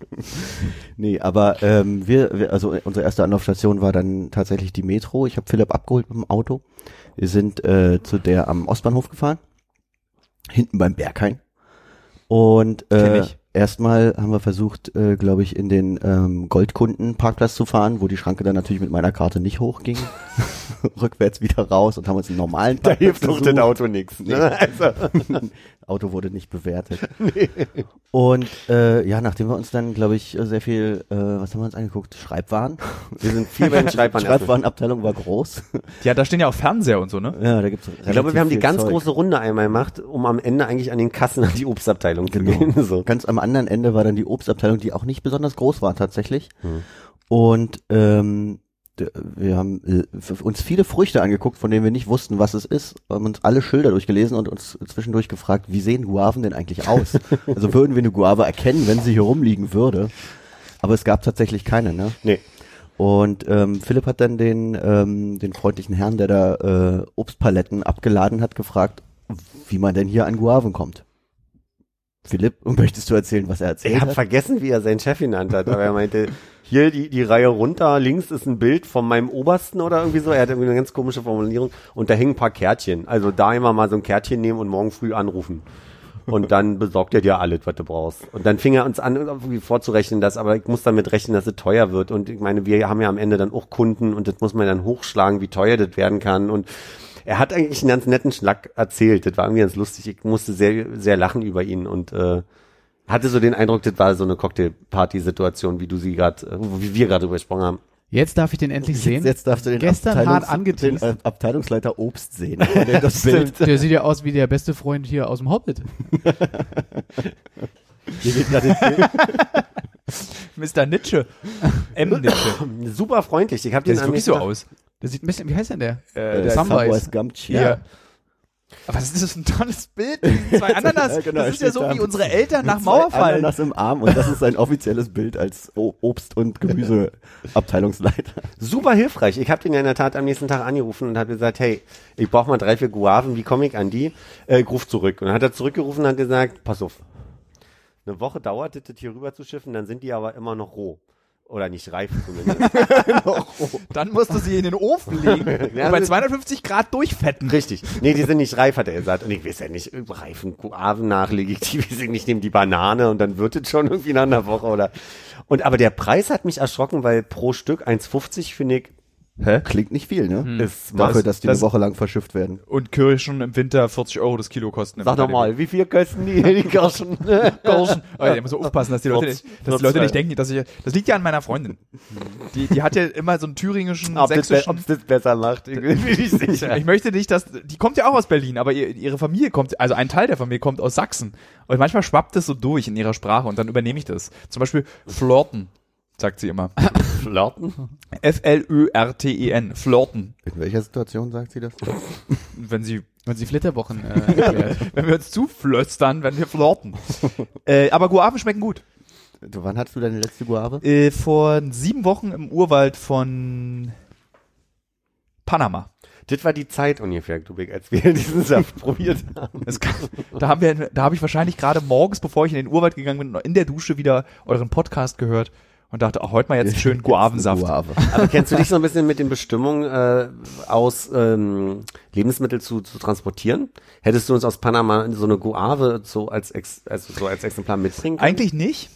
E: Nee, aber ähm, wir, wir, also unsere erste Anlaufstation war dann tatsächlich die Metro. Ich habe Philipp abgeholt mit dem Auto. Wir sind äh, zu der am Ostbahnhof gefahren, hinten beim Berghain. Und
B: Kenn
E: äh,
B: ich.
E: erstmal haben wir versucht, äh, glaube ich, in den ähm, Goldkundenparkplatz zu fahren, wo die Schranke dann natürlich mit meiner Karte nicht hochging. Rückwärts wieder raus und haben uns einen normalen
D: Da
E: Parkplatz
D: hilft doch
E: gesucht.
D: das Auto nichts. Ne? Also,
E: Auto wurde nicht bewertet. Und äh, ja, nachdem wir uns dann, glaube ich, sehr viel, äh, was haben wir uns angeguckt? Schreibwaren.
D: wir sind viel bei den Schreibern.
E: Schreibwarenabteilung war groß.
B: Ja, da stehen ja auch Fernseher und so, ne?
E: Ja, da gibt's
D: Ich glaube, wir haben die ganz große Runde einmal gemacht, um am Ende eigentlich an den Kassen an die Obstabteilung zu gehen. So.
E: Ganz am anderen Ende war dann die Obstabteilung, die auch nicht besonders groß war tatsächlich. Und ähm, d- wir haben äh, f- uns viele Früchte angeguckt, von denen wir nicht wussten, was es ist. Haben uns alle Schilder durchgelesen und uns zwischendurch gefragt, wie sehen Guaven denn eigentlich aus? also würden wir eine Guave erkennen, wenn sie hier rumliegen würde? Aber es gab tatsächlich keine, ne?
D: Nee.
E: Und ähm, Philipp hat dann den, ähm, den freundlichen Herrn, der da äh, Obstpaletten abgeladen hat, gefragt, wie man denn hier an Guaven kommt. Philipp, möchtest du erzählen, was er
D: Ich
E: erzählt
D: habe
E: hat?
D: vergessen, wie er seinen Chef genannt hat, aber er meinte, hier die, die Reihe runter, links ist ein Bild von meinem Obersten oder irgendwie so. Er hatte irgendwie eine ganz komische Formulierung und da hängen ein paar Kärtchen. Also da immer mal so ein Kärtchen nehmen und morgen früh anrufen. Und dann besorgt er dir alles, was du brauchst. Und dann fing er uns an, irgendwie vorzurechnen, dass, aber ich muss damit rechnen, dass es teuer wird. Und ich meine, wir haben ja am Ende dann auch Kunden und das muss man dann hochschlagen, wie teuer das werden kann. Und er hat eigentlich einen ganz netten Schlag erzählt. Das war irgendwie ganz lustig. Ich musste sehr, sehr lachen über ihn und äh, hatte so den Eindruck, das war so eine Cocktailparty-Situation, wie du sie gerade, äh, wie wir gerade übersprungen haben.
C: Jetzt darf ich den endlich sehen.
E: Jetzt, jetzt darfst du den,
C: Gestern hart
E: den
C: angeteased.
E: äh, Abteilungsleiter Obst sehen. Von dem das Bild.
C: Der sieht ja aus wie der beste Freund hier aus dem Hobbit.
E: Hier geht grad das Bild.
B: Mr. Nitsche. M. Nitsche.
D: Super freundlich. Ich habe
B: Der
D: den
B: sieht
D: am
B: wirklich
D: nächsten
B: so
D: Tag-
B: aus.
C: Der sieht ein bisschen, wie heißt denn der?
B: Äh,
E: Der
C: Samwise.
E: Samwise Gamgee.
B: Ja. Aber was ist das für ein tolles Bild? mit diesen Zwei Ananas.
E: Ja, genau,
B: das ist ja
E: steht
B: so
E: da.
B: wie unsere Eltern nach
E: Zwei
B: Mauerfall.
E: Ananas im Arm und das ist sein offizielles Bild als O- Obst- und Gemüseabteilungsleiter.
D: Super hilfreich. Ich habe den ja in der Tat am nächsten Tag angerufen und habe gesagt, hey, ich brauche mal drei, vier Guaven, wie komme ich an die? Äh, ich ruf zurück. Und dann hat er zurückgerufen und hat gesagt, pass auf. Eine Woche dauert es, das hier rüber zu schiffen, dann sind die aber immer noch roh. Oder nicht reif zumindest.
B: Dann musst du sie in den Ofen legen
D: Ja,
B: und bei
D: das-
B: 250 Grad durchfetten.
D: Richtig. Nee, die sind nicht reif, hat er gesagt. Und ich weiß ja nicht, reifen Guaven nachlege ich die, weiß ich nicht, nehme die Banane und dann wird es schon irgendwie in einer Woche oder. Und aber der Preis hat mich erschrocken, weil pro Stück 1,50 finde ich,
B: Hä?
E: Klingt nicht viel, ne?
D: ist
E: Dafür, dass die
B: das-
E: eine Woche lang verschifft werden.
B: Und Kirschen im Winter 40 Euro das Kilo kosten. im
D: Sag doch mal, wie viel kosten die, die Kirschen?
B: Kirschen. Oh, ja, da muss man aufpassen, dass die Leute,
D: Trotz-
B: nicht, dass
D: trotz
B: die Leute
D: allem.
B: nicht denken, dass ich. Das liegt ja an meiner Freundin. Die, die hat ja immer so einen thüringischen,
D: Ob das, be-
B: sächsischen.
D: ob's das besser macht, ich bin mir nicht
B: Ich,
D: sicher.
B: ich möchte nicht, dass die kommt ja auch aus Berlin, aber ihr, ihre Familie kommt, also ein Teil der Familie kommt aus Sachsen. Und manchmal schwappt es so durch in ihrer Sprache und dann übernehme ich das. Zum Beispiel flirten, sagt sie immer.
D: Flirten?
B: F-L-Ö-R-T-E-N, E flirten.
E: In welcher Situation sagt sie das?
B: Wenn sie,
C: Wenn sie Flitterwochen äh, erklärt.
B: wenn wir uns zuflöstern, wenn wir flirten. äh, aber Guaven schmecken gut.
E: Du, wann hattest du deine letzte Guave?
B: Äh, vor sieben Wochen im Urwald von Panama.
D: Das war die Zeit ungefähr, Dubik, als wir diesen Saft probiert haben.
B: Es kann, da haben wir, da habe ich wahrscheinlich gerade morgens, bevor ich in den Urwald gegangen bin, noch in der Dusche wieder euren Podcast gehört und dachte, ach, heute mal jetzt einen schönen Guavensaft.
E: Guave.
D: Aber kennst du dich so ein bisschen mit den Bestimmungen äh, aus, ähm, Lebensmittel zu, zu transportieren? Hättest du uns aus Panama so eine Guave so als, Ex, also so als Exemplar mitbringen können?
B: Eigentlich nicht.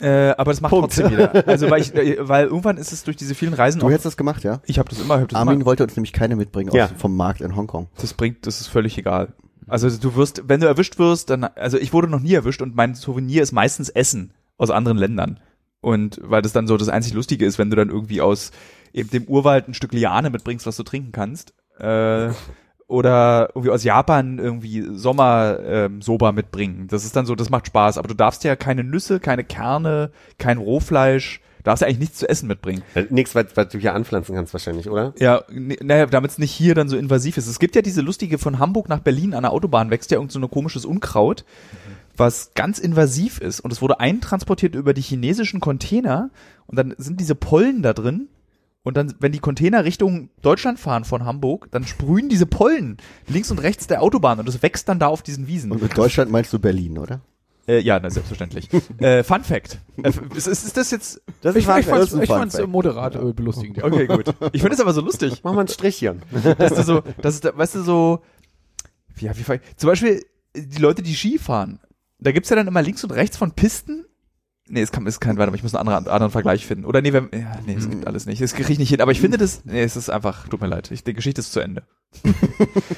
B: Äh, aber das macht
D: Punkt.
B: trotzdem jeder. Also weil, ich, äh, weil irgendwann ist es durch diese vielen Reisen
E: Du
B: auch,
E: hättest das gemacht, ja?
B: ich habe das immer, ich hab das,
E: Armin
B: immer,
E: wollte uns nämlich keine mitbringen
D: Ja.
E: aus, vom Markt in Hongkong.
B: das bringt, das ist völlig egal. Also du wirst, wenn du erwischt wirst, dann, also ich wurde noch nie erwischt und mein Souvenir ist meistens Essen aus anderen Ländern. Und weil das dann so das einzig Lustige ist, wenn du dann irgendwie aus eben dem Urwald ein Stück Liane mitbringst, was du trinken kannst. Äh, oder irgendwie aus Japan irgendwie Sommer-Soba mitbringen. Das ist dann so, das macht Spaß. Aber du darfst ja keine Nüsse, keine Kerne, kein Rohfleisch. Du darfst ja eigentlich nichts zu essen mitbringen.
D: Äh, Nix, was, was du hier anpflanzen kannst wahrscheinlich, oder?
B: Ja, ne- naja, damit es nicht hier dann so invasiv ist. Es gibt ja diese lustige, von Hamburg nach Berlin an der Autobahn wächst ja irgend so ein komisches Unkraut, was ganz invasiv ist. Und es wurde eintransportiert über die chinesischen Container und dann sind diese Pollen da drin. Und dann, wenn die Container Richtung Deutschland fahren von Hamburg, dann sprühen diese Pollen links und rechts der Autobahn und es wächst dann da auf diesen Wiesen.
E: Und mit Deutschland meinst du Berlin, oder?
B: Äh, ja, na, selbstverständlich. äh, Fun Fact. Äh, ist, ist, ist das jetzt.
D: Das
C: Ich, ich fand's,
E: ist ein
C: ich fand's
E: Funfact.
C: moderat äh, belustigend. Ja.
B: Okay, gut. Ich finde es aber so lustig.
D: Mach mal einen Strich hier.
B: dass du so, dass, du- weißt du, so, wie, wie, wie, zum Beispiel äh, die Leute, die Ski fahren, da gibt's ja dann immer links und rechts von Pisten. Nee, es kann, es kann, warte mal, ich muss einen anderen, anderen Vergleich finden. Oder nee, wenn, ja, nee, es
D: Hm.
B: gibt alles nicht. Das kriege ich nicht hin. Aber ich finde das, nee, es ist einfach, tut mir leid. Ich, die Geschichte ist zu Ende.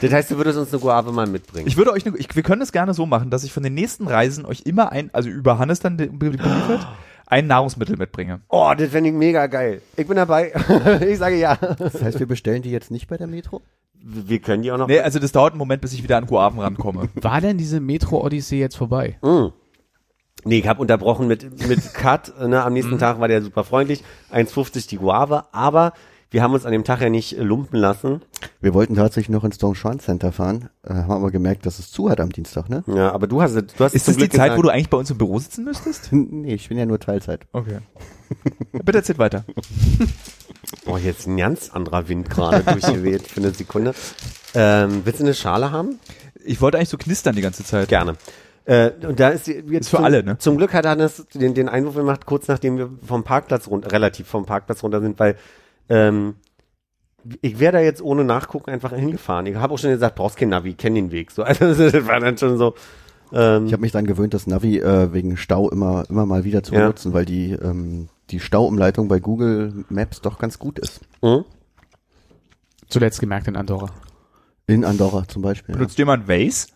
D: Das heißt, du würdest uns eine Guave mal mitbringen.
B: Ich würde euch, ne, ich, wir können es gerne so machen, dass ich von den nächsten Reisen euch immer ein, also über Hannes dann be- be- beliefert, ein Nahrungsmittel mitbringe.
D: oh, das fände ich mega geil. Ich bin dabei. ich sage ja.
E: Das heißt, wir bestellen die jetzt nicht bei der Metro?
D: Wir können die auch noch.
B: Nee, also das dauert einen Moment, bis ich wieder an Guaven rankomme.
C: War denn diese Metro-Odyssee jetzt vorbei?
D: Nee, ich habe unterbrochen mit, mit Cut. Ne? Am nächsten Tag war der super freundlich. 1,50 die Guave. Aber wir haben uns an dem Tag ja nicht lumpen lassen.
E: Wir wollten tatsächlich noch ins Dongshan Center fahren, äh, haben aber gemerkt, dass es zu hat am Dienstag, ne?
D: Ja, aber du hast es- du hast es
B: Ist
D: zum
B: das die
D: Glück
B: Zeit,
D: gesagt.
B: wo du eigentlich bei uns im Büro sitzen müsstest?
E: Nee, ich bin ja nur Teilzeit.
B: Okay. Bitte erzählt weiter.
D: Oh, jetzt ein ganz anderer Wind gerade durchgeweht für eine Sekunde. Ähm, willst du eine Schale haben?
B: Ich wollte eigentlich so knistern die ganze Zeit.
D: Gerne. Äh, und da ist die, jetzt
B: Ist für
D: zum,
B: alle, ne?
D: Zum Glück hat Hannes den, den Einwurf gemacht, kurz nachdem wir vom Parkplatz runter, relativ vom Parkplatz runter sind, weil ähm, ich wäre da jetzt ohne Nachgucken einfach hingefahren. Ich habe auch schon gesagt, brauchst kein Navi, kenn den Weg. So, also das war dann schon so. Ähm,
E: Ich habe mich dann gewöhnt, das Navi äh, wegen Stau immer, immer mal wieder zu
D: Ja.
E: benutzen, weil die, ähm, die Stauumleitung bei Google Maps doch ganz gut ist.
D: hm?
C: Zuletzt gemerkt in Andorra.
E: In Andorra zum Beispiel. Ja.
B: Benutzt jemand Waze?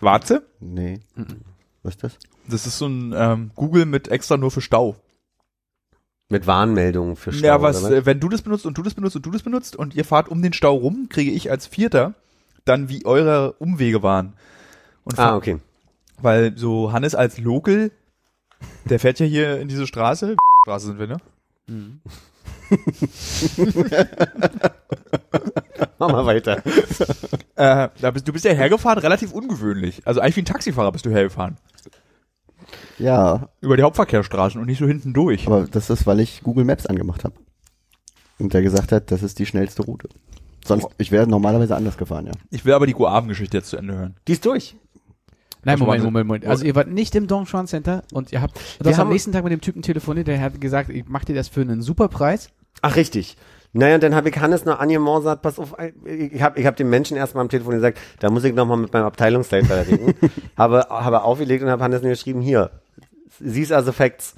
B: Warte.
E: Nee. Was ist das?
B: Das ist so ein ähm, Google mit extra nur für Stau.
D: Mit Warnmeldungen für Stau.
B: ja, was,
D: oder
B: äh, wenn du das benutzt und du das benutzt und du das benutzt und ihr fahrt um den Stau rum, kriege ich als Vierter dann, wie eure Umwege waren. Und
D: Ah,
B: fahr-
D: okay.
B: Weil so Hannes als Local, der fährt ja hier in diese Straße. Straße sind wir, ne?
D: Mach mal weiter.
B: Äh, da bist, du bist ja hergefahren, relativ ungewöhnlich. Also eigentlich wie ein Taxifahrer bist du hergefahren.
E: Ja,
B: Über die Hauptverkehrsstraßen und nicht so hinten durch.
E: aber das ist, weil ich Google Maps angemacht habe. Und der gesagt hat, das ist die schnellste Route. Sonst, ich wäre normalerweise anders gefahren, ja.
B: Ich will aber die Guaven-Geschichte jetzt zu Ende hören.
D: Die ist durch.
C: Nein,
B: Was
C: Moment,
B: war-
C: Moment, Moment. Also ihr wart nicht im Dongchuan Center und ihr habt du
D: Wir
C: hast am
D: haben-
C: nächsten Tag mit dem Typen telefoniert, der hat gesagt, ich mach dir das für einen super Preis.
D: Ach, richtig. Naja, und dann habe ich Hannes noch angemauert, pass auf, äh, ich habe ich hab dem Menschen erstmal am Telefon gesagt, da muss ich nochmal mit meinem Abteilungsleiter reden. habe, habe aufgelegt und habe Hannes nur geschrieben, hier, these are the facts.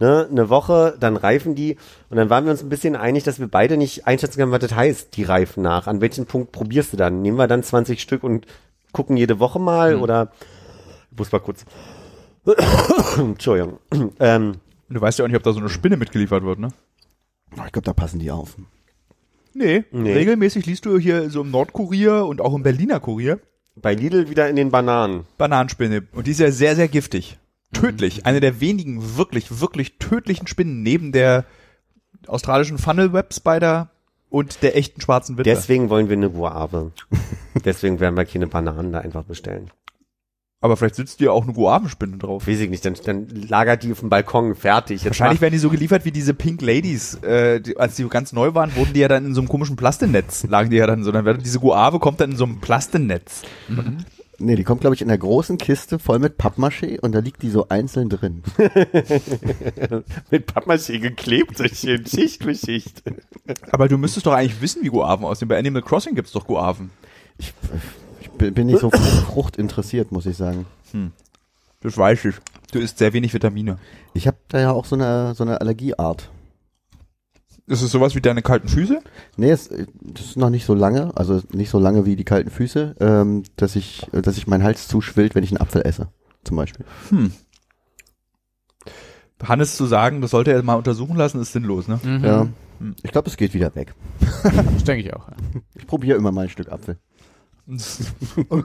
D: Ne, eine Woche, dann reifen die und dann waren wir uns ein bisschen einig, dass wir beide nicht einschätzen können, was das heißt, die reifen nach. An welchem Punkt probierst du dann? Nehmen wir dann 20 Stück und gucken jede Woche mal oder ich muss mal kurz. Entschuldigung. Ähm,
B: Und du weißt ja auch nicht, ob da so eine Spinne mitgeliefert wird, ne?
E: Ich glaube, da passen die auf.
B: Nee,
D: Nee.
B: regelmäßig liest du hier so im Nordkurier und auch im Berliner Kurier
D: bei Lidl wieder in den Bananen.
B: Bananenspinne. Und die ist ja sehr, sehr giftig. Tödlich. Eine der wenigen wirklich, wirklich tödlichen Spinnen neben der australischen Funnel Web Spider und der echten schwarzen Witwe.
D: Deswegen wollen wir eine Guave. Deswegen werden wir keine Bananen da einfach bestellen.
B: Aber vielleicht sitzt dir auch eine Guavenspinne drauf. Ah.
D: Weiß ich nicht, dann, dann lagert die auf dem Balkon fertig. Jetzt
B: Wahrscheinlich werden die so geliefert wie diese Pink Ladies. Äh, die, als die ganz neu waren, wurden die ja dann in so einem komischen Plastennetz, lagen die ja dann so. Dann wird diese Guave kommt dann in so einem Plastennetz.
E: Nee, die kommt, glaube ich, in der großen Kiste voll mit Pappmaché und da liegt die so einzeln drin.
D: mach- mit Pappmaché geklebt, durch die Schicht für Schicht.
B: Aber du müsstest doch eigentlich wissen, wie Guaven aussehen. Bei Animal Crossing gibt's doch Guaven.
E: Ich, ich bin bin nicht so frucht interessiert, muss ich sagen.
B: Das weiß ich. Du isst sehr wenig Vitamine.
E: Ich habe da ja auch so eine, so eine Allergieart.
B: Ist es sowas wie deine kalten Füße?
E: Nee, es, das ist noch nicht so lange, also nicht so lange wie die kalten Füße, ähm, dass ich, dass ich mein Hals zuschwillt, wenn ich einen Apfel esse, zum Beispiel.
B: Hannes zu sagen, das sollte er mal untersuchen lassen, ist sinnlos, ne?
C: Mhm.
E: Ja.
C: Hm.
E: Ich glaube, es geht wieder weg.
C: Das denke ich auch. Ja.
E: Ich probiere immer mal ein Stück Apfel.
B: Und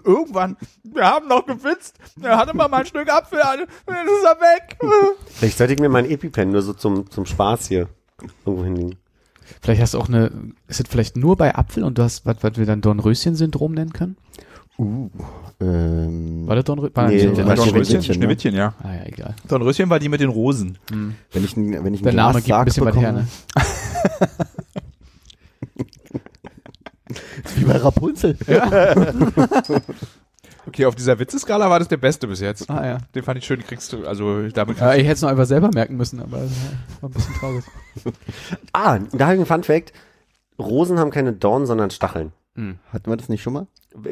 B: irgendwann, wir haben noch gewitzt, er hatte mal mein Stück Apfel an, dann ist er weg.
D: Vielleicht sollte ich mir mal ein EpiPen nur so zum, zum Spaß hier irgendwo hinlegen.
C: Vielleicht hast du auch eine, ist das vielleicht nur bei Apfel und du hast, was, was wir dann Dornröschen-Syndrom nennen können? Uh.
E: Ähm,
C: War das Dornröschen? War
D: Nee,
C: das
D: das
C: Dornröschen?
E: war
B: Dornröschen,
E: Schneewittchen,
B: Schneewittchen,
E: ne?
B: ja.
C: Ah ja, egal.
B: Dornröschen war die mit den Rosen.
E: wenn ich ein, wenn ich ein
C: Der Name gibt ein
E: Glassarg
C: bisschen was her,
E: bekomme,
C: ne?
E: ist wie bei Rapunzel.
B: Okay, auf dieser Witzeskala war das der beste bis jetzt.
C: Ah ja.
B: Den fand ich schön, kriegst du, also damit
C: Ja, ich hätte es noch einfach selber merken müssen, aber das war ein bisschen traurig.
D: Ah, da habe ich einen Fun Fact. Rosen haben keine Dornen, sondern Stacheln.
E: Hatten wir das nicht schon mal?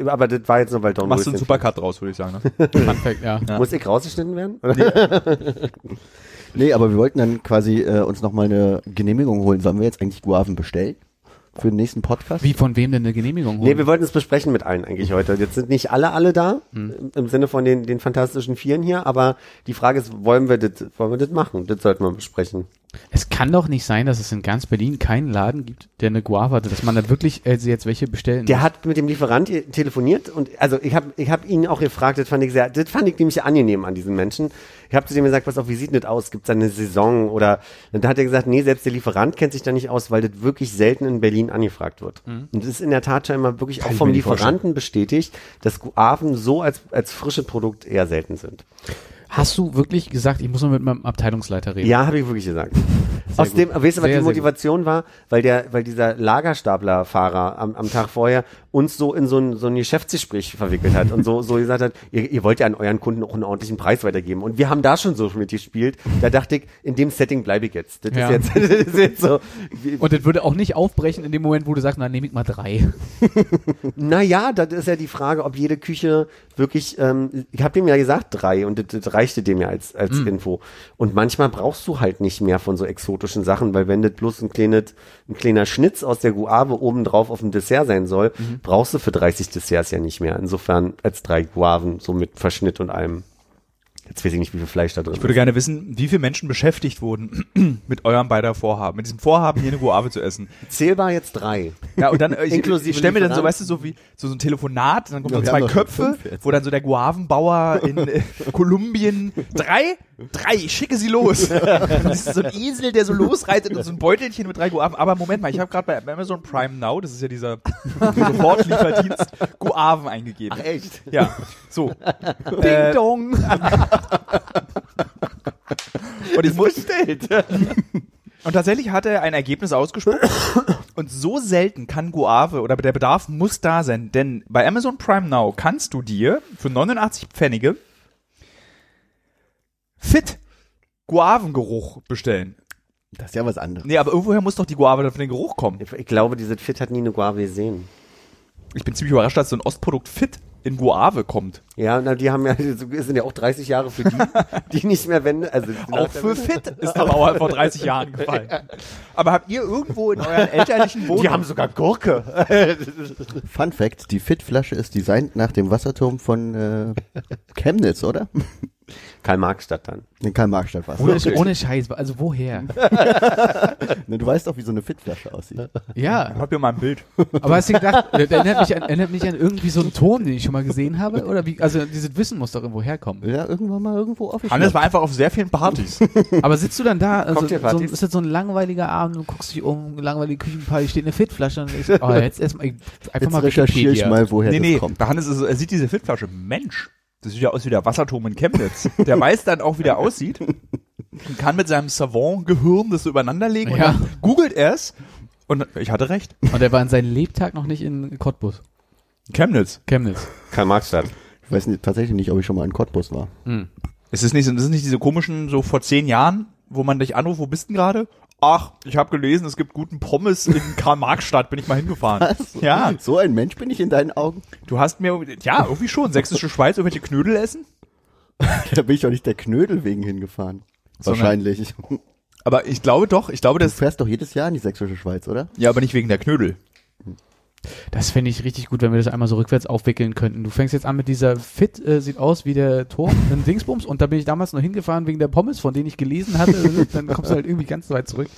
D: Aber das war jetzt nur, weil Dornen
B: machst du einen
D: Röschen-
B: Supercut draus, würde ich sagen. Ne?
C: Perfekt, ja.
D: Muss ich rausgeschnitten werden?
E: Nee, aber wir wollten dann quasi äh, uns nochmal eine Genehmigung holen. Sollen wir jetzt eigentlich Guaven bestellen? Für den nächsten Podcast?
C: Wie, von wem denn eine Genehmigung holen?
D: Nee, wir wollten es besprechen mit allen eigentlich heute. Jetzt sind nicht alle alle da, im- im Sinne von den, den fantastischen Vieren hier, aber die Frage ist, wollen wir das, wollen wir das machen? Das sollten wir besprechen.
C: Es kann doch nicht sein, dass es in ganz Berlin keinen Laden gibt, der eine Guava hat, dass man da wirklich äh, sie jetzt welche bestellen
D: Der
C: muss.
D: hat mit dem Lieferant i- telefoniert und also ich habe ich hab ihn auch gefragt, das fand ich sehr, das fand ich nämlich angenehm an diesen Menschen. Ich habe zu dem gesagt, pass auf, wie sieht denn das aus? Gibt es eine Saison? Oder und da hat er gesagt, nee, selbst der Lieferant kennt sich da nicht aus, weil das wirklich selten in Berlin angefragt wird. Und das ist in der Tat scheinbar wirklich auch
B: ich
D: vom
B: mir nicht
D: Lieferanten bestätigt, dass Guaven so als, als frische Produkt eher selten sind.
C: Hast du wirklich gesagt, ich muss mal mit meinem Abteilungsleiter reden?
D: Ja, habe ich wirklich gesagt. Aus dem, weißt du, was
C: Sehr,
D: die
C: sehr
D: Motivation war? Weil der, weil dieser Lagerstaplerfahrer am, am Tag vorher uns so in so ein, so ein Geschäftsgespräch verwickelt hat und so, so gesagt hat, ihr, ihr wollt ja an euren Kunden auch einen ordentlichen Preis weitergeben. Und wir haben da schon so mitgespielt. Da dachte ich, in dem Setting bleibe ich jetzt. Das
C: Ja.
D: ist jetzt, das ist jetzt so.
C: Und das würde auch nicht aufbrechen in dem Moment, wo du sagst, na, nehme ich mal drei.
D: Naja, das ist ja die Frage, ob jede Küche wirklich, ähm, ich habe dem ja gesagt drei und das, das reichte dem ja als, als
B: Mhm.
D: Info. Und manchmal brauchst du halt nicht mehr von so exotischen Sachen, weil wenn das bloß ein, kleines, ein kleiner Schnitz aus der Guave obendrauf auf dem Dessert sein soll,
B: Mhm.
D: brauchst du für 30 Desserts ja nicht mehr. Insofern als drei Guaven, so mit Verschnitt und allem. Jetzt weiß ich nicht, wie viel Fleisch da drin
B: Ich würde gerne wissen, wie viele Menschen beschäftigt wurden mit eurem beider Vorhaben, mit diesem Vorhaben, hier eine Guave zu essen.
D: ist. Zählbar jetzt drei.
B: Ja, und dann, äh, ich,
D: Inklusive
B: ich stelle mir dann so,
D: Lieferanten.
B: weißt du, so wie so, so ein Telefonat, dann kommen
E: Ja,
B: so
E: wir
B: zwei
E: haben doch schon
B: Köpfe,
E: fünf jetzt.
B: wo dann so der Guavenbauer in äh, Kolumbien, drei, drei, ich schicke sie los. Und das ist so ein Esel, der so losreitet und so ein Beutelchen mit drei Guaven. Aber Moment mal, ich habe gerade bei Amazon Prime Now, das ist ja dieser Sofortlieferdienst, Guaven eingegeben. Ach
D: echt?
B: Ja, so. Äh,
C: Ding
E: Äh,
C: dong!
B: Und jetzt muss Und tatsächlich hat er ein Ergebnis ausgesprochen. Und so selten kann Guave oder der Bedarf muss da sein, denn bei Amazon Prime Now kannst du dir für 89 Pfennige Fit Guavengeruch bestellen.
E: Das ist ja was anderes.
B: Nee, aber irgendwoher muss doch die Guave dann von den Geruch kommen.
D: Ich glaube, diese Fit hat nie eine Guave gesehen.
B: Ich bin ziemlich überrascht, dass so ein Ostprodukt Fit in Guave kommt.
D: Ja, na, die haben ja, die sind ja auch 30 Jahre für die, die nicht mehr wenden. Also
B: Auch für Fit ist der Mauer vor 30 Jahren gefallen. Aber habt ihr irgendwo in euren elterlichen Wohnungen...
D: Die haben sogar Gurke.
E: Fun Fact, die Fit-Flasche ist designt nach dem Wasserturm von äh, Chemnitz, oder?
D: Karl-Marx-Stadt dann.
E: In Karl-Marx-Stadt war
C: Ohne, ohne Scheiß, also woher?
E: Du weißt doch, wie so eine Fit-Flasche aussieht.
C: Ja,
B: Habt ihr mal ein Bild?
C: aber hast du gedacht, äh, erinnert mich, an, erinnert mich an irgendwie so einen Ton, den ich schon mal gesehen habe? Oder wie, also dieses Wissen muss doch irgendwo herkommen.
E: Ja, irgendwann mal irgendwo
B: Hannes
E: offiziell.
B: war einfach auf sehr vielen Partys.
C: Aber sitzt du dann da, also so,
D: Cocktailpartys.
C: ist das so ein langweiliger Abend und guckst dich um, eine langweilige Küchenparty, steht eine Fitflasche und ich so, oh, jetzt erstmal, ich- einfach
E: Jetzt
C: mal
E: recherchiere ich
C: Wikipedia.
E: mal, woher
B: nee,
E: das
B: nee,
E: kommt.
B: bei Hannes ist, so- er sieht diese Fitflasche. Mensch, das sieht ja aus wie der Wasserturm in Chemnitz. Der weiß dann auch, wie der aussieht. Und kann mit seinem Savant-Gehirn das so übereinanderlegen
C: Ja.
B: und dann googelt er es. Und ich hatte recht.
C: Und er war an seinem Lebtag noch nicht in Cottbus,
B: Chemnitz.
C: Chemnitz.
D: Karl-Marx-Stadt.
E: Ich weiß nicht, tatsächlich nicht, ob ich schon mal in Cottbus war.
B: Es ist nicht, so- das ist nicht diese komischen, so vor zehn Jahren, wo man dich anruft, wo bist denn gerade? Ach, ich habe gelesen, es gibt guten Pommes in Karl-Marx-Stadt, bin ich mal hingefahren. Ja,
E: So ein Mensch bin ich in deinen Augen.
B: du hast mir, ja, irgendwie schon, sächsische Schweiz, irgendwelche Knödel essen.
E: Da bin ich doch nicht der Knödel wegen hingefahren. Wahrscheinlich. Du
B: Aber ich glaube doch, ich glaube, das,
E: fährst doch jedes Jahr in die sächsische Schweiz, oder?
B: ja, aber nicht wegen der Knödel.
C: Das fände ich richtig gut, wenn wir das einmal so rückwärts aufwickeln könnten. Du fängst jetzt an mit dieser Fit, äh, sieht aus wie der Turm im Dingsbums und da bin ich damals nur hingefahren wegen der Pommes, von denen ich gelesen hatte. Dann kommst du halt irgendwie ganz weit zurück.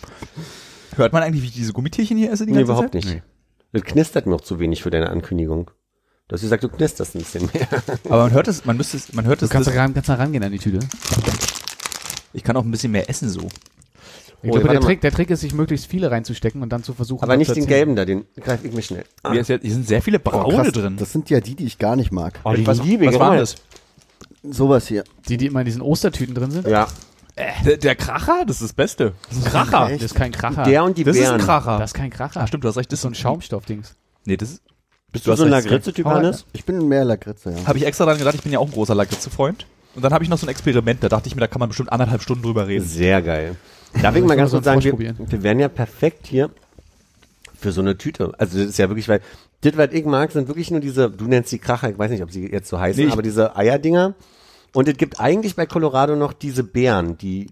B: Hört man eigentlich, wie ich diese Gummitierchen hier esse die
D: Nee,
B: ganze
D: überhaupt
B: Zeit?
D: nicht. Das knistert mir auch zu wenig für deine Ankündigung. Du hast gesagt, du knisterst ein bisschen mehr.
B: Aber man hört es, man müsste es, man hört
C: Du
B: es.
C: kannst
B: das-
C: da ran, kannst da rangehen an die Tüte.
B: Ich kann auch ein bisschen mehr essen so.
C: Ich
D: Oh,
C: glaube,
D: warte
C: der
D: mal.
C: Trick, der Trick ist, sich möglichst viele reinzustecken und dann zu versuchen.
D: Aber nicht den
C: abzuerzielen.
D: gelben da, den greife ich mir schnell. Ah,
B: Hier, ist ja, hier sind sehr viele Braune
E: krass,
B: Oh, drin.
E: Das sind ja die, die ich gar nicht mag.
D: oh, die
B: was
D: liebe
B: was
D: ich
B: war
D: auch.
B: das?
E: Sowas hier.
C: Die, die immer in diesen Ostertüten drin sind.
D: Ja,
B: Der, der Kracher, das ist das Beste. Das ist ein Kracher.
C: Ah, Das ist kein Kracher.
D: der und die
B: Ah, Das ist
D: Bären.
B: ein Kracher.
C: das ist kein Kracher.
B: Ah, stimmt, du hast recht, das ist so ein Schaum.
C: Schaumstoffdings.
B: Nee, das ist
D: Bist
B: Du
D: du
B: hast
D: so ein
B: recht.
D: Lagritze-Typ, Hannes?
E: Ich bin mehr Lakritze, ja.
B: habe ich extra dran gedacht, ich bin ja auch ein großer Lakritze-Freund. Und dann habe ich noch so ein Experiment, da dachte ich mir, da kann man bestimmt anderthalb Stunden drüber reden.
D: Sehr geil. Darf ich mal ganz
C: so
D: kurz
C: einen
D: sagen, wir,
C: Frosch probieren.
D: wir wären ja perfekt hier für so eine Tüte. Also das ist ja wirklich, weil das, was ich mag, sind wirklich nur diese, du nennst die Kracher, ich weiß nicht, ob sie jetzt so heißen,
B: Nee, ich-
D: aber diese Eierdinger. Und es gibt eigentlich bei Colorado noch diese Beeren, die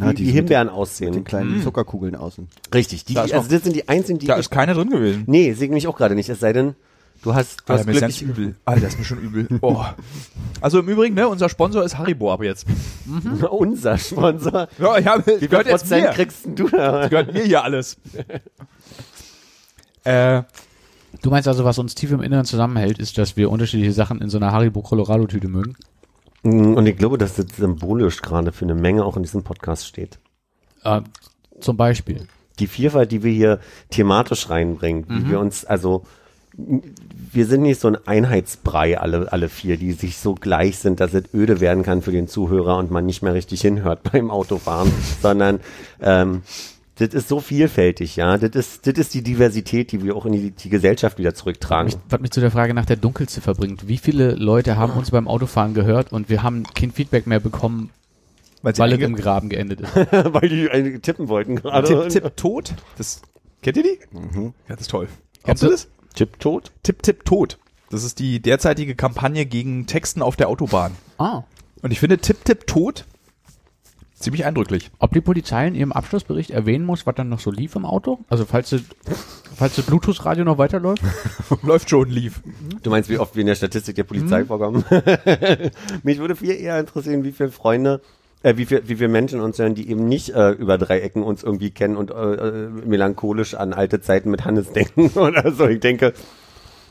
E: Ja,
D: wie,
E: die
D: wie
E: sind-
D: Himbeeren
E: Mit den
D: aussehen.
B: Mhm.
E: kleinen Zuckerkugeln außen.
D: Richtig, die,
B: Da ist
D: also
B: noch-
D: das sind die einzigen, die
B: Da
D: ich,
B: ist keine drin gewesen.
D: Nee, sehe ich mich auch gerade nicht, es sei denn, du hast, du hast
B: Alter, mir ist ganz
D: glücklich.
B: übel. Alter, ist mir schon übel. Oh. Also im Übrigen, ne, unser Sponsor ist Haribo ab jetzt.
D: Mhm. Unser Sponsor.
B: Ja, ich hab,
D: Wie viel Prozent kriegst denn du da?
B: gehört mir hier alles. äh,
C: Du meinst also, was uns tief im Inneren zusammenhält, ist, dass wir unterschiedliche Sachen in so einer Haribo Colorado-Tüte mögen.
D: Mhm, Und ich glaube, dass das symbolisch gerade für eine Menge auch in diesem Podcast steht.
C: Äh, zum Beispiel.
D: die Vielfalt, die wir hier thematisch reinbringen,
B: Mhm.
D: wie wir uns, also wir sind nicht so ein Einheitsbrei, alle, alle vier, die sich so gleich sind, dass es öde werden kann für den Zuhörer und man nicht mehr richtig hinhört beim Autofahren, sondern ähm, das ist so vielfältig, ja. Das ist, das ist die Diversität, die wir auch in die, die Gesellschaft wieder zurücktragen.
C: Was mich zu der Frage nach der Dunkelziffer bringt. Wie viele Leute haben uns beim Autofahren gehört und wir haben kein Feedback mehr bekommen,
B: weil
C: weil es im Graben geendet ist?
D: Weil die einen tippen wollten gerade.
B: Tipp, Tipp, Tot. Das, kennt ihr die? Ja, das ist toll. Kennst du
C: du-
B: das?
D: Mhm. Tipp tot?
B: Tipp, Tipp, Tot. Das ist die derzeitige Kampagne gegen Texten auf der Autobahn.
C: Ah.
B: Und ich finde Tipp, Tipp, Tot ziemlich eindrücklich.
C: Ob die Polizei in ihrem Abschlussbericht erwähnen muss, was dann noch so lief im Auto? Also falls das, falls das Bluetooth-Radio noch weiterläuft?
B: Läuft schon, lief.
D: Du meinst, wie oft wir in der Statistik der Polizei
B: Mhm.
D: vorkommen? Mich würde viel eher interessieren, wie viele Freunde, äh, wie, viel, wie viele Menschen uns hören, die eben nicht äh, über drei Ecken uns irgendwie kennen und äh, äh, melancholisch an alte Zeiten mit Hannes denken oder so. Ich denke,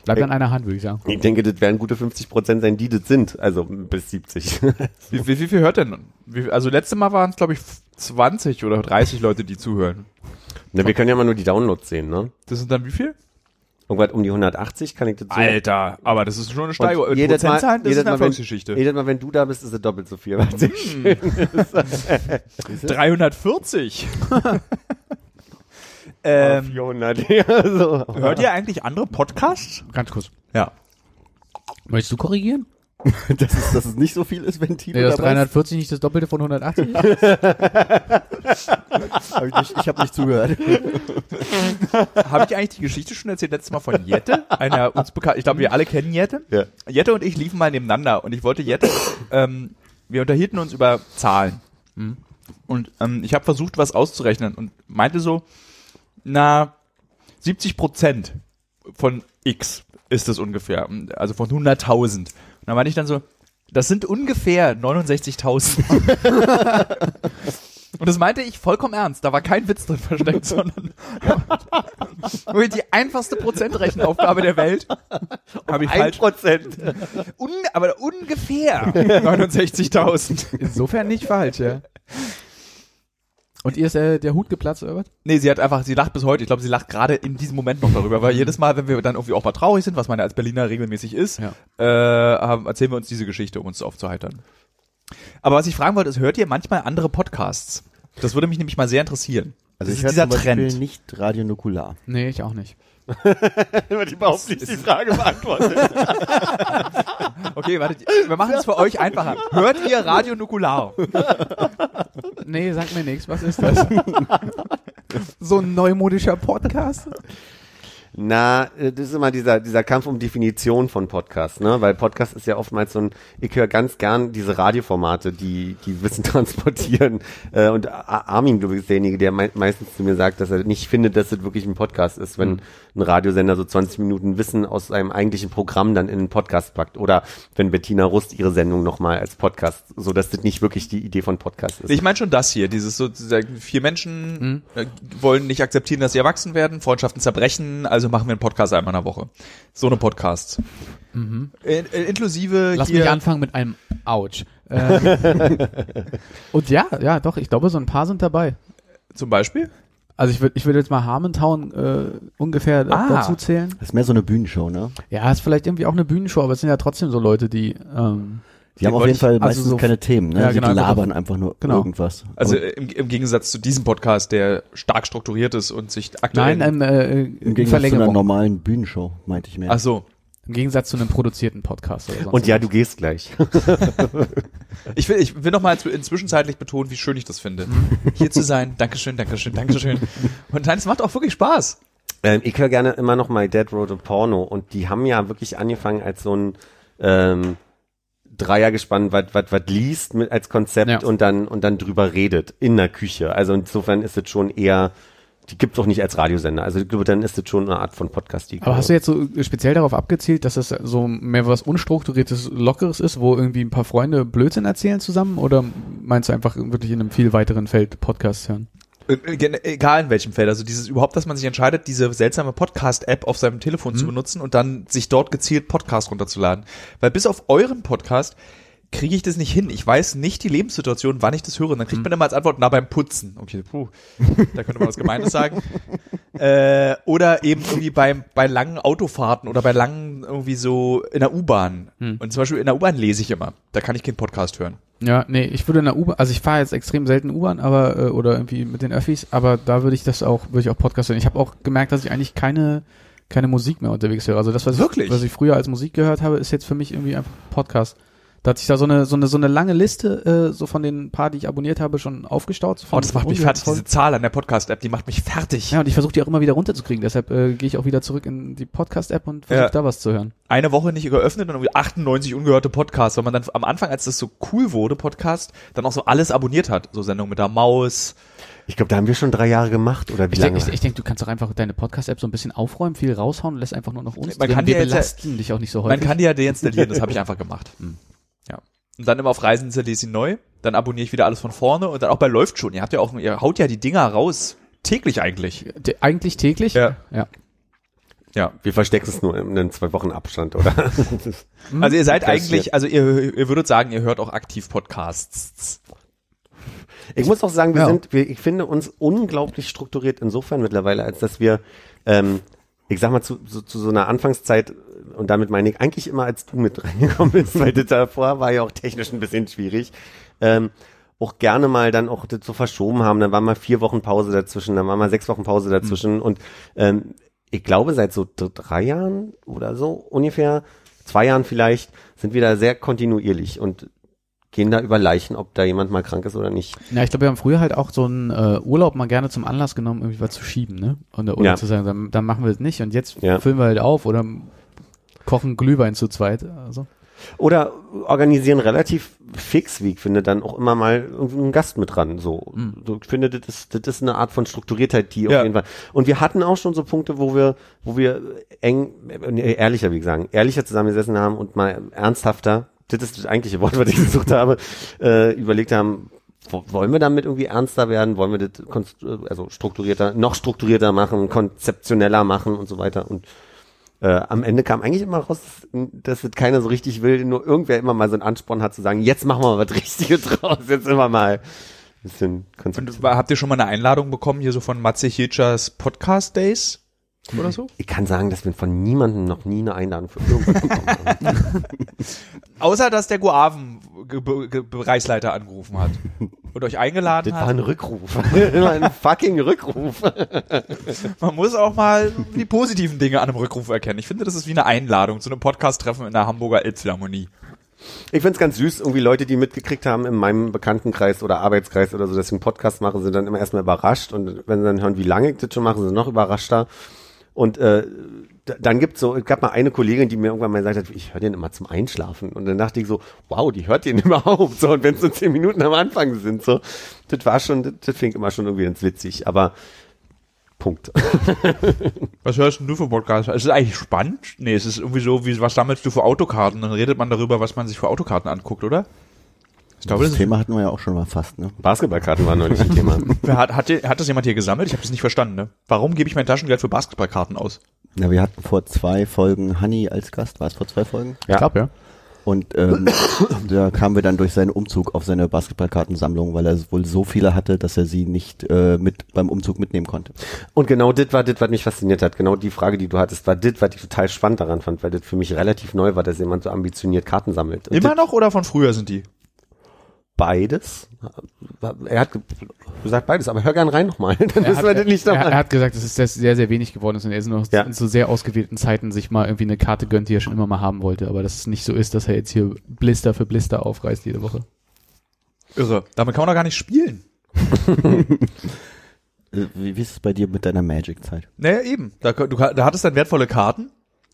C: Bleibt an einer Hand, würde ich sagen.
D: ich denke, das werden gute 50 Prozent sein, die das sind. Also bis 70.
B: Wie, wie, wie viel hört denn? Wie, also letzte Mal waren es, glaube ich, 20 oder 30 Leute, die zuhören.
D: Na, wir können ja mal nur die Downloads sehen, ne?
B: Das sind dann wie viel?
D: Irgendwas um die 180 kann ich das so.
B: Alter, aber das ist schon eine
D: Und
B: Steigerung. In
D: jedes Mal,
B: Prozentzahlen, das
D: jedes,
B: ist eine
D: mal wenn,
B: Erfolgsgeschichte. Mhm.
D: jedes Mal, wenn du da bist, ist es doppelt so viel. was ich-
B: 340. ähm,
D: 400. Ja, so.
B: hört ihr eigentlich andere Podcasts?
C: Ganz kurz.
B: Ja.
C: Möchtest du korrigieren?
E: dass, es, dass es nicht so viel ist, wenn Tilo
C: Nee, dass
E: dabei ist.
C: 340 nicht das Doppelte von 180 ist?
E: Hab ich nicht- ich habe nicht zugehört.
B: Habe ich eigentlich die Geschichte schon erzählt letztes Mal von Jette, einer uns bekannten, ich glaube, wir alle kennen Jette.
E: Ja.
B: Jette und ich liefen mal nebeneinander und ich wollte Jette, ähm, wir unterhielten uns über Zahlen. Mhm. Und ähm, ich habe versucht, was auszurechnen und meinte so, na, 70 Prozent von X ist es ungefähr, also von 100.000. Und da meinte ich dann so, das sind ungefähr 69.000. Und das meinte ich vollkommen ernst. Da war kein Witz drin versteckt, sondern Wirklich die einfachste Prozentrechenaufgabe der Welt. Habe ich falsch.
D: Prozent.
B: Un, aber ungefähr 69.000.
C: Insofern nicht falsch, ja. Und ihr ist äh, der Hut geplatzt, Herbert?
B: Nee, sie hat einfach, sie lacht bis heute. Ich glaube, sie lacht gerade in diesem Moment noch darüber, weil jedes Mal, wenn wir dann irgendwie auch mal traurig sind, was man ja als Berliner regelmäßig ist,
C: Ja.
B: äh, haben, erzählen wir uns diese Geschichte, um uns aufzuheitern. Aber was ich fragen wollte, ist, hört ihr manchmal andere Podcasts? Das würde mich nämlich mal sehr interessieren. das
E: Also ich
B: ist
E: höre
B: dieser
E: zum Beispiel
B: Trend.
E: nicht Radio Nukular.
C: Nee, ich auch nicht.
D: Wird überhaupt nicht die Frage beantwortet.
B: Okay, wartet, wir machen es für euch einfacher. Hört ihr Radio Nukular?
C: Nee, sag mir nichts. Was ist das? so ein neumodischer Podcast?
D: Na, äh, das ist immer dieser, dieser Kampf um Definition von Podcast, ne? Weil Podcast ist ja oftmals so ein, ich höre ganz gern diese Radioformate, die, die Wissen transportieren. Äh, Und A- Armin, glaube ich, ist derjenige, der mei- meistens zu mir sagt, dass er nicht findet, dass das wirklich ein Podcast ist, wenn ein Radiosender so 20 Minuten Wissen aus seinem eigentlichen Programm dann in einen Podcast packt. Oder wenn Bettina Rust ihre Sendung nochmal als Podcast, so dass das nicht wirklich die Idee von Podcast ist.
B: Ich meine schon das hier, dieses sozusagen, vier
C: Mhm.
B: Menschen äh, wollen nicht akzeptieren, dass sie erwachsen werden, Freundschaften zerbrechen, also machen wir einen Podcast einmal in der Woche. So eine Podcast. In, äh, inklusive
C: Mhm. Lass
B: hier,
C: mich anfangen mit einem Autsch. Ähm, Und ja, ja, doch, ich glaube, so ein paar sind dabei.
B: zum Beispiel.
C: Also ich würde ich würd jetzt mal Harmontown äh, ungefähr
B: Ah.
C: dazu zählen.
E: Das ist mehr so eine Bühnenshow, ne?
C: Ja, ist vielleicht irgendwie auch eine Bühnenshow, aber es sind ja trotzdem so Leute, die ähm,
E: Die haben auf
B: wollte
E: jeden
B: ich-
E: Fall
C: also
E: meistens
C: so-
E: keine Themen, ne?
C: Ja,
E: die
C: genau, einfach
E: labern einfach nur
C: Genau.
E: irgendwas.
B: Also
E: Aber
B: äh, im, im Gegensatz zu diesem Podcast, der stark strukturiert ist und sich aktuell.
C: Nein, ähm, äh,
E: im
C: in
E: Gegensatz zu einer
C: Verlängerung.
E: normalen Bühnenshow, meinte ich mir.
B: Ach so.
C: Im Gegensatz zu einem produzierten Podcast oder sonst
D: Und ja, du gehst gleich.
B: Ich will, ich will nochmal inzwischenzeitlich betonen, wie schön ich das finde.
C: Mhm.
B: Hier zu sein. Dankeschön, Dankeschön, Dankeschön. Und nein, es macht auch wirklich Spaß.
D: Ähm, ich höre gerne immer noch mal Dead Road und Porno und die haben ja wirklich angefangen als so ein ähm, Dreier gespannt, was was was liest mit, als Konzept
C: Ja.
D: und dann und dann drüber redet in der Küche. Also insofern ist es schon eher die gibt's auch nicht als Radiosender. Also ich glaube, dann ist es schon eine Art von Podcast. Die
C: Aber hast du jetzt so speziell darauf abgezielt, dass das so mehr was unstrukturiertes, lockeres ist, wo irgendwie ein paar Freunde Blödsinn erzählen zusammen? Oder meinst du einfach wirklich in einem viel weiteren Feld Podcasts hören?
B: Äh, äh, gen- Egal in welchem Feld. Also dieses überhaupt, dass man sich entscheidet, diese seltsame Podcast-App auf seinem Telefon zu benutzen und dann sich dort gezielt Podcast runterzuladen. Weil bis auf euren Podcast kriege ich das nicht hin. Ich weiß nicht die Lebenssituation, wann ich das höre. Und dann kriegt man immer als Antwort, na beim Putzen. Okay, puh, da könnte man was Gemeines sagen. Äh, oder eben irgendwie beim, bei langen Autofahrten oder bei langen irgendwie so in der U-Bahn. Und zum Beispiel in der U-Bahn lese ich immer. Da kann ich keinen Podcast hören.
C: Ja, nee, ich würde in der U-Bahn, also ich fahre jetzt extrem selten U-Bahn, aber äh, oder irgendwie mit den Öffis, aber da würde ich das auch, würde ich auch Podcast hören. Ich habe auch gemerkt, dass ich eigentlich keine keine Musik mehr unterwegs höre. Also das was
B: Wirklich?
C: ich, was ich früher als Musik gehört habe, ist jetzt für mich irgendwie einfach Podcast. Da hat sich da so eine so eine so eine lange Liste äh, so von den paar, die ich abonniert habe, schon aufgestaut. So von
B: Oh, das macht mich
C: ungehört
B: fertig.
C: voll.
B: Diese Zahl an der Podcast-App, die macht mich fertig.
C: Ja, und ich versuche die auch immer wieder runterzukriegen. Deshalb äh, gehe ich auch wieder zurück in die Podcast-App und versuche
B: Ja.
C: da was zu hören.
B: eine Woche nicht geöffnet und irgendwie 98 ungehörte Podcasts, weil man dann am Anfang, als das so cool wurde, Podcast, dann auch so alles abonniert hat. So Sendung mit der Maus.
D: ich glaube, da haben wir schon drei Jahre gemacht oder wie
C: Ich
D: lange?
C: denke, ich, ich denk, du kannst doch einfach deine Podcast-App so ein bisschen aufräumen, viel raushauen und lässt einfach nur noch uns.
B: Man
C: drin.
B: kann
C: wir
B: die jetzt-
C: belasten dich auch nicht so
B: Man
C: häufig.
B: kann die ja deinstallieren, das habe ich einfach gemacht. Ja. Und dann immer auf Reisen installiere ich sie neu, dann abonniere ich wieder alles von vorne und dann auch bei läuft schon. Ihr habt ja auch, ihr haut ja die Dinger raus. Täglich eigentlich.
C: D- eigentlich täglich?
B: Ja.
C: ja.
B: Ja.
D: wir verstecken es nur in einem zwei Wochen Abstand, oder?
B: Also ihr seid
D: Podcast
B: eigentlich, also ihr, ihr würdet sagen, ihr hört auch aktiv Podcasts.
D: Ich muss auch sagen, wir
C: Ja.
D: sind, wir, ich finde uns unglaublich strukturiert insofern mittlerweile, als dass wir, ähm, ich sag mal, zu, so, zu so einer Anfangszeit, und damit meine ich eigentlich immer, als du mit reingekommen bist, weil das davor war ja auch technisch ein bisschen schwierig, ähm, auch gerne mal dann auch das so verschoben haben, dann war mal vier Wochen Pause dazwischen, dann war mal sechs Wochen Pause dazwischen und ähm, ich glaube seit so dr- drei Jahren oder so ungefähr zwei Jahren vielleicht, sind wir da sehr kontinuierlich und gehen da über Leichen, ob da jemand mal krank ist oder nicht.
C: Ja, ich glaube, wir haben früher halt auch so einen äh, Urlaub mal gerne zum Anlass genommen, irgendwie was zu schieben, ne? Und oder
D: Ja.
C: zu sagen, dann, dann machen wir das nicht und jetzt
D: Ja.
C: füllen wir halt auf oder kochen Glühwein zu zweit. Also.
D: Oder organisieren relativ fix, wie ich finde, dann auch immer mal irgendeinen Gast mit ran. So. so ich finde, das ist, das ist eine Art von Strukturiertheit, die
B: Ja.
D: auf jeden Fall. Und wir hatten auch schon so Punkte, wo wir, wo wir eng, äh, nee, ehrlicher, wie gesagt, ehrlicher zusammengesessen haben und mal ernsthafter, das ist das eigentliche Wort, was ich gesucht habe, äh, überlegt haben, wo- wollen wir damit irgendwie ernster werden? Wollen wir das konstru- also strukturierter, noch strukturierter machen, konzeptioneller machen und so weiter? Und äh, am Ende kam eigentlich immer raus, dass das keiner so richtig will, nur irgendwer immer mal so einen Ansporn hat zu sagen, jetzt machen wir mal was Richtiges draus, jetzt immer mal ein bisschen
B: Und
D: konzentriert.
B: habt ihr schon mal eine Einladung bekommen hier so von Matze Hitschers Podcast Days oder so?
D: Ich kann sagen, dass wir von niemandem noch nie eine Einladung für irgendwas bekommen haben.
B: Außer dass der Guaven-Bereichsleiter angerufen hat und euch eingeladen
D: Das war
B: hat.
D: ein Rückruf. Das war ein fucking Rückruf.
B: Man muss auch mal die positiven Dinge an einem Rückruf erkennen. Ich finde, das ist wie eine Einladung zu einem Podcast-Treffen in der Hamburger Elbphilharmonie.
D: Ich find's ganz süß, irgendwie Leute, die mitgekriegt haben in meinem Bekanntenkreis oder Arbeitskreis oder so, dass ich einen Podcast mache, sind dann immer erstmal überrascht und wenn sie dann hören, wie lange ich das schon mache, sind sie noch überraschter. Und äh, d- dann gibt's so, es gab mal eine Kollegin, die mir irgendwann mal gesagt hat, ich höre den immer zum Einschlafen. Und dann dachte ich so, wow, die hört den überhaupt so. Und wenn es nur zehn Minuten am Anfang sind, so, das war schon, das, das fing immer schon irgendwie ganz witzig. Aber Punkt.
B: Was hörst denn du für Podcasts? Ist es eigentlich spannend? Nee, es ist irgendwie so, wie, was sammelst du für Autokarten? Dann redet man darüber, was man sich für Autokarten anguckt, oder? Ich glaube,
E: Das
B: das ist,
E: Thema hatten wir ja auch schon mal fast, ne?
D: Basketballkarten waren neulich ein Thema.
B: hat, hat, hat das jemand hier gesammelt? Ich habe das nicht verstanden, ne? Warum gebe ich mein Taschengeld für Basketballkarten aus?
E: Na, wir hatten vor zwei Folgen Hanni als Gast, war es vor zwei Folgen?
D: Ja.
C: Ich glaube, ja.
E: Und ähm, da kamen wir dann durch seinen Umzug auf seine Basketballkartensammlung, weil er wohl so viele hatte, dass er sie nicht äh, mit beim Umzug mitnehmen konnte.
D: Und genau das war das, was mich fasziniert hat. Genau die Frage, die du hattest, war das, was ich total spannend daran fand, weil das für mich relativ neu war, dass jemand so ambitioniert Karten sammelt. Und
B: Immer
D: das
B: noch oder von früher sind die?
D: beides. Er hat ge- gesagt beides, aber hör gern rein nochmal. Dann
C: Er
D: wissen
C: hat,
D: wir das nicht
C: er,
D: nochmal.
C: er hat gesagt, dass es sehr, sehr, sehr wenig geworden ist und er ist nur
D: Ja.
C: in so sehr ausgewählten Zeiten sich mal irgendwie eine Karte gönnt, die er schon immer mal haben wollte. Aber dass es nicht so ist, dass er jetzt hier Blister für Blister aufreißt jede Woche.
B: Irre. Damit kann man doch gar nicht spielen.
E: Äh, wie, wie ist es bei dir mit deiner Magic-Zeit?
B: Naja, eben. Da, du, da hattest dann wertvolle Karten,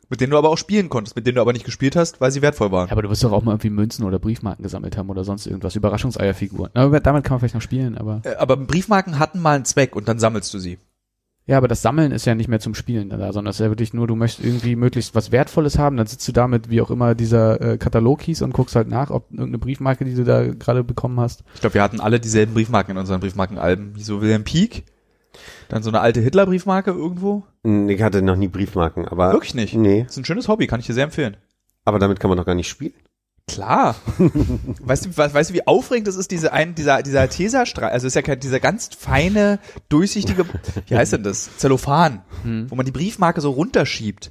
B: mit denen du aber auch spielen konntest, mit denen du aber nicht gespielt hast, weil sie wertvoll waren.
C: Ja, aber du wirst doch auch mal irgendwie Münzen oder Briefmarken gesammelt haben oder sonst irgendwas. Überraschungseierfiguren. Aber damit kann man vielleicht noch spielen, aber.
B: Äh, Aber Briefmarken hatten mal einen Zweck und dann sammelst du sie.
C: Ja, aber das Sammeln ist ja nicht mehr zum Spielen da, sondern es ist ja wirklich nur, du möchtest irgendwie möglichst was Wertvolles haben, dann sitzt du da mit, wie auch immer, dieser äh, Katalog hieß und guckst halt nach, ob irgendeine Briefmarke, die du da gerade bekommen hast.
B: Ich glaube, wir hatten alle dieselben Briefmarken in unseren Briefmarkenalben. Wie so Wilhelm Pieck, dann so eine alte Hitler-Briefmarke irgendwo.
D: Ich hatte noch nie Briefmarken, aber.
B: Wirklich nicht.
D: Nee.
B: Ist ein schönes Hobby, kann ich dir sehr empfehlen.
D: Aber damit kann man doch gar nicht spielen.
B: Klar. weißt, du, we- weißt du, wie aufregend es ist, diese ein, dieser, dieser Tesastreifen, also es ist ja kein, dieser ganz feine, durchsichtige, wie heißt denn das? Zellophan, wo man die Briefmarke so runterschiebt.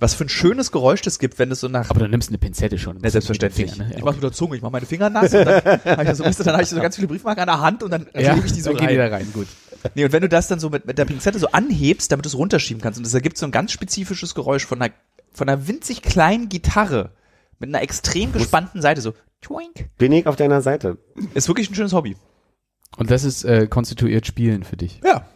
B: Was für ein schönes Geräusch das gibt, wenn es so nach
C: Aber du nimmst eine Pinzette schon.
B: Ja, selbstverständlich.
C: Finger, ne?
B: Ich mache mit der Zunge, ich mache meine Finger nass und dann habe ich, das so, weißt du, dann hab ich so ganz viele Briefmarken an der Hand und dann
C: Ja,
B: klebe ich die so
C: dann gehen die
B: rein.
C: da rein, gut.
B: Nee, und wenn du das dann so mit, mit der Pinzette so anhebst, damit du es runterschieben kannst und das ergibt so ein ganz spezifisches Geräusch von einer, von einer winzig kleinen Gitarre mit einer extrem gespannten Seite, so twink.
D: Bin ich auf deiner Seite.
B: Ist wirklich ein schönes Hobby.
C: Und das ist äh, konstituiert Spielen für dich.
B: Ja.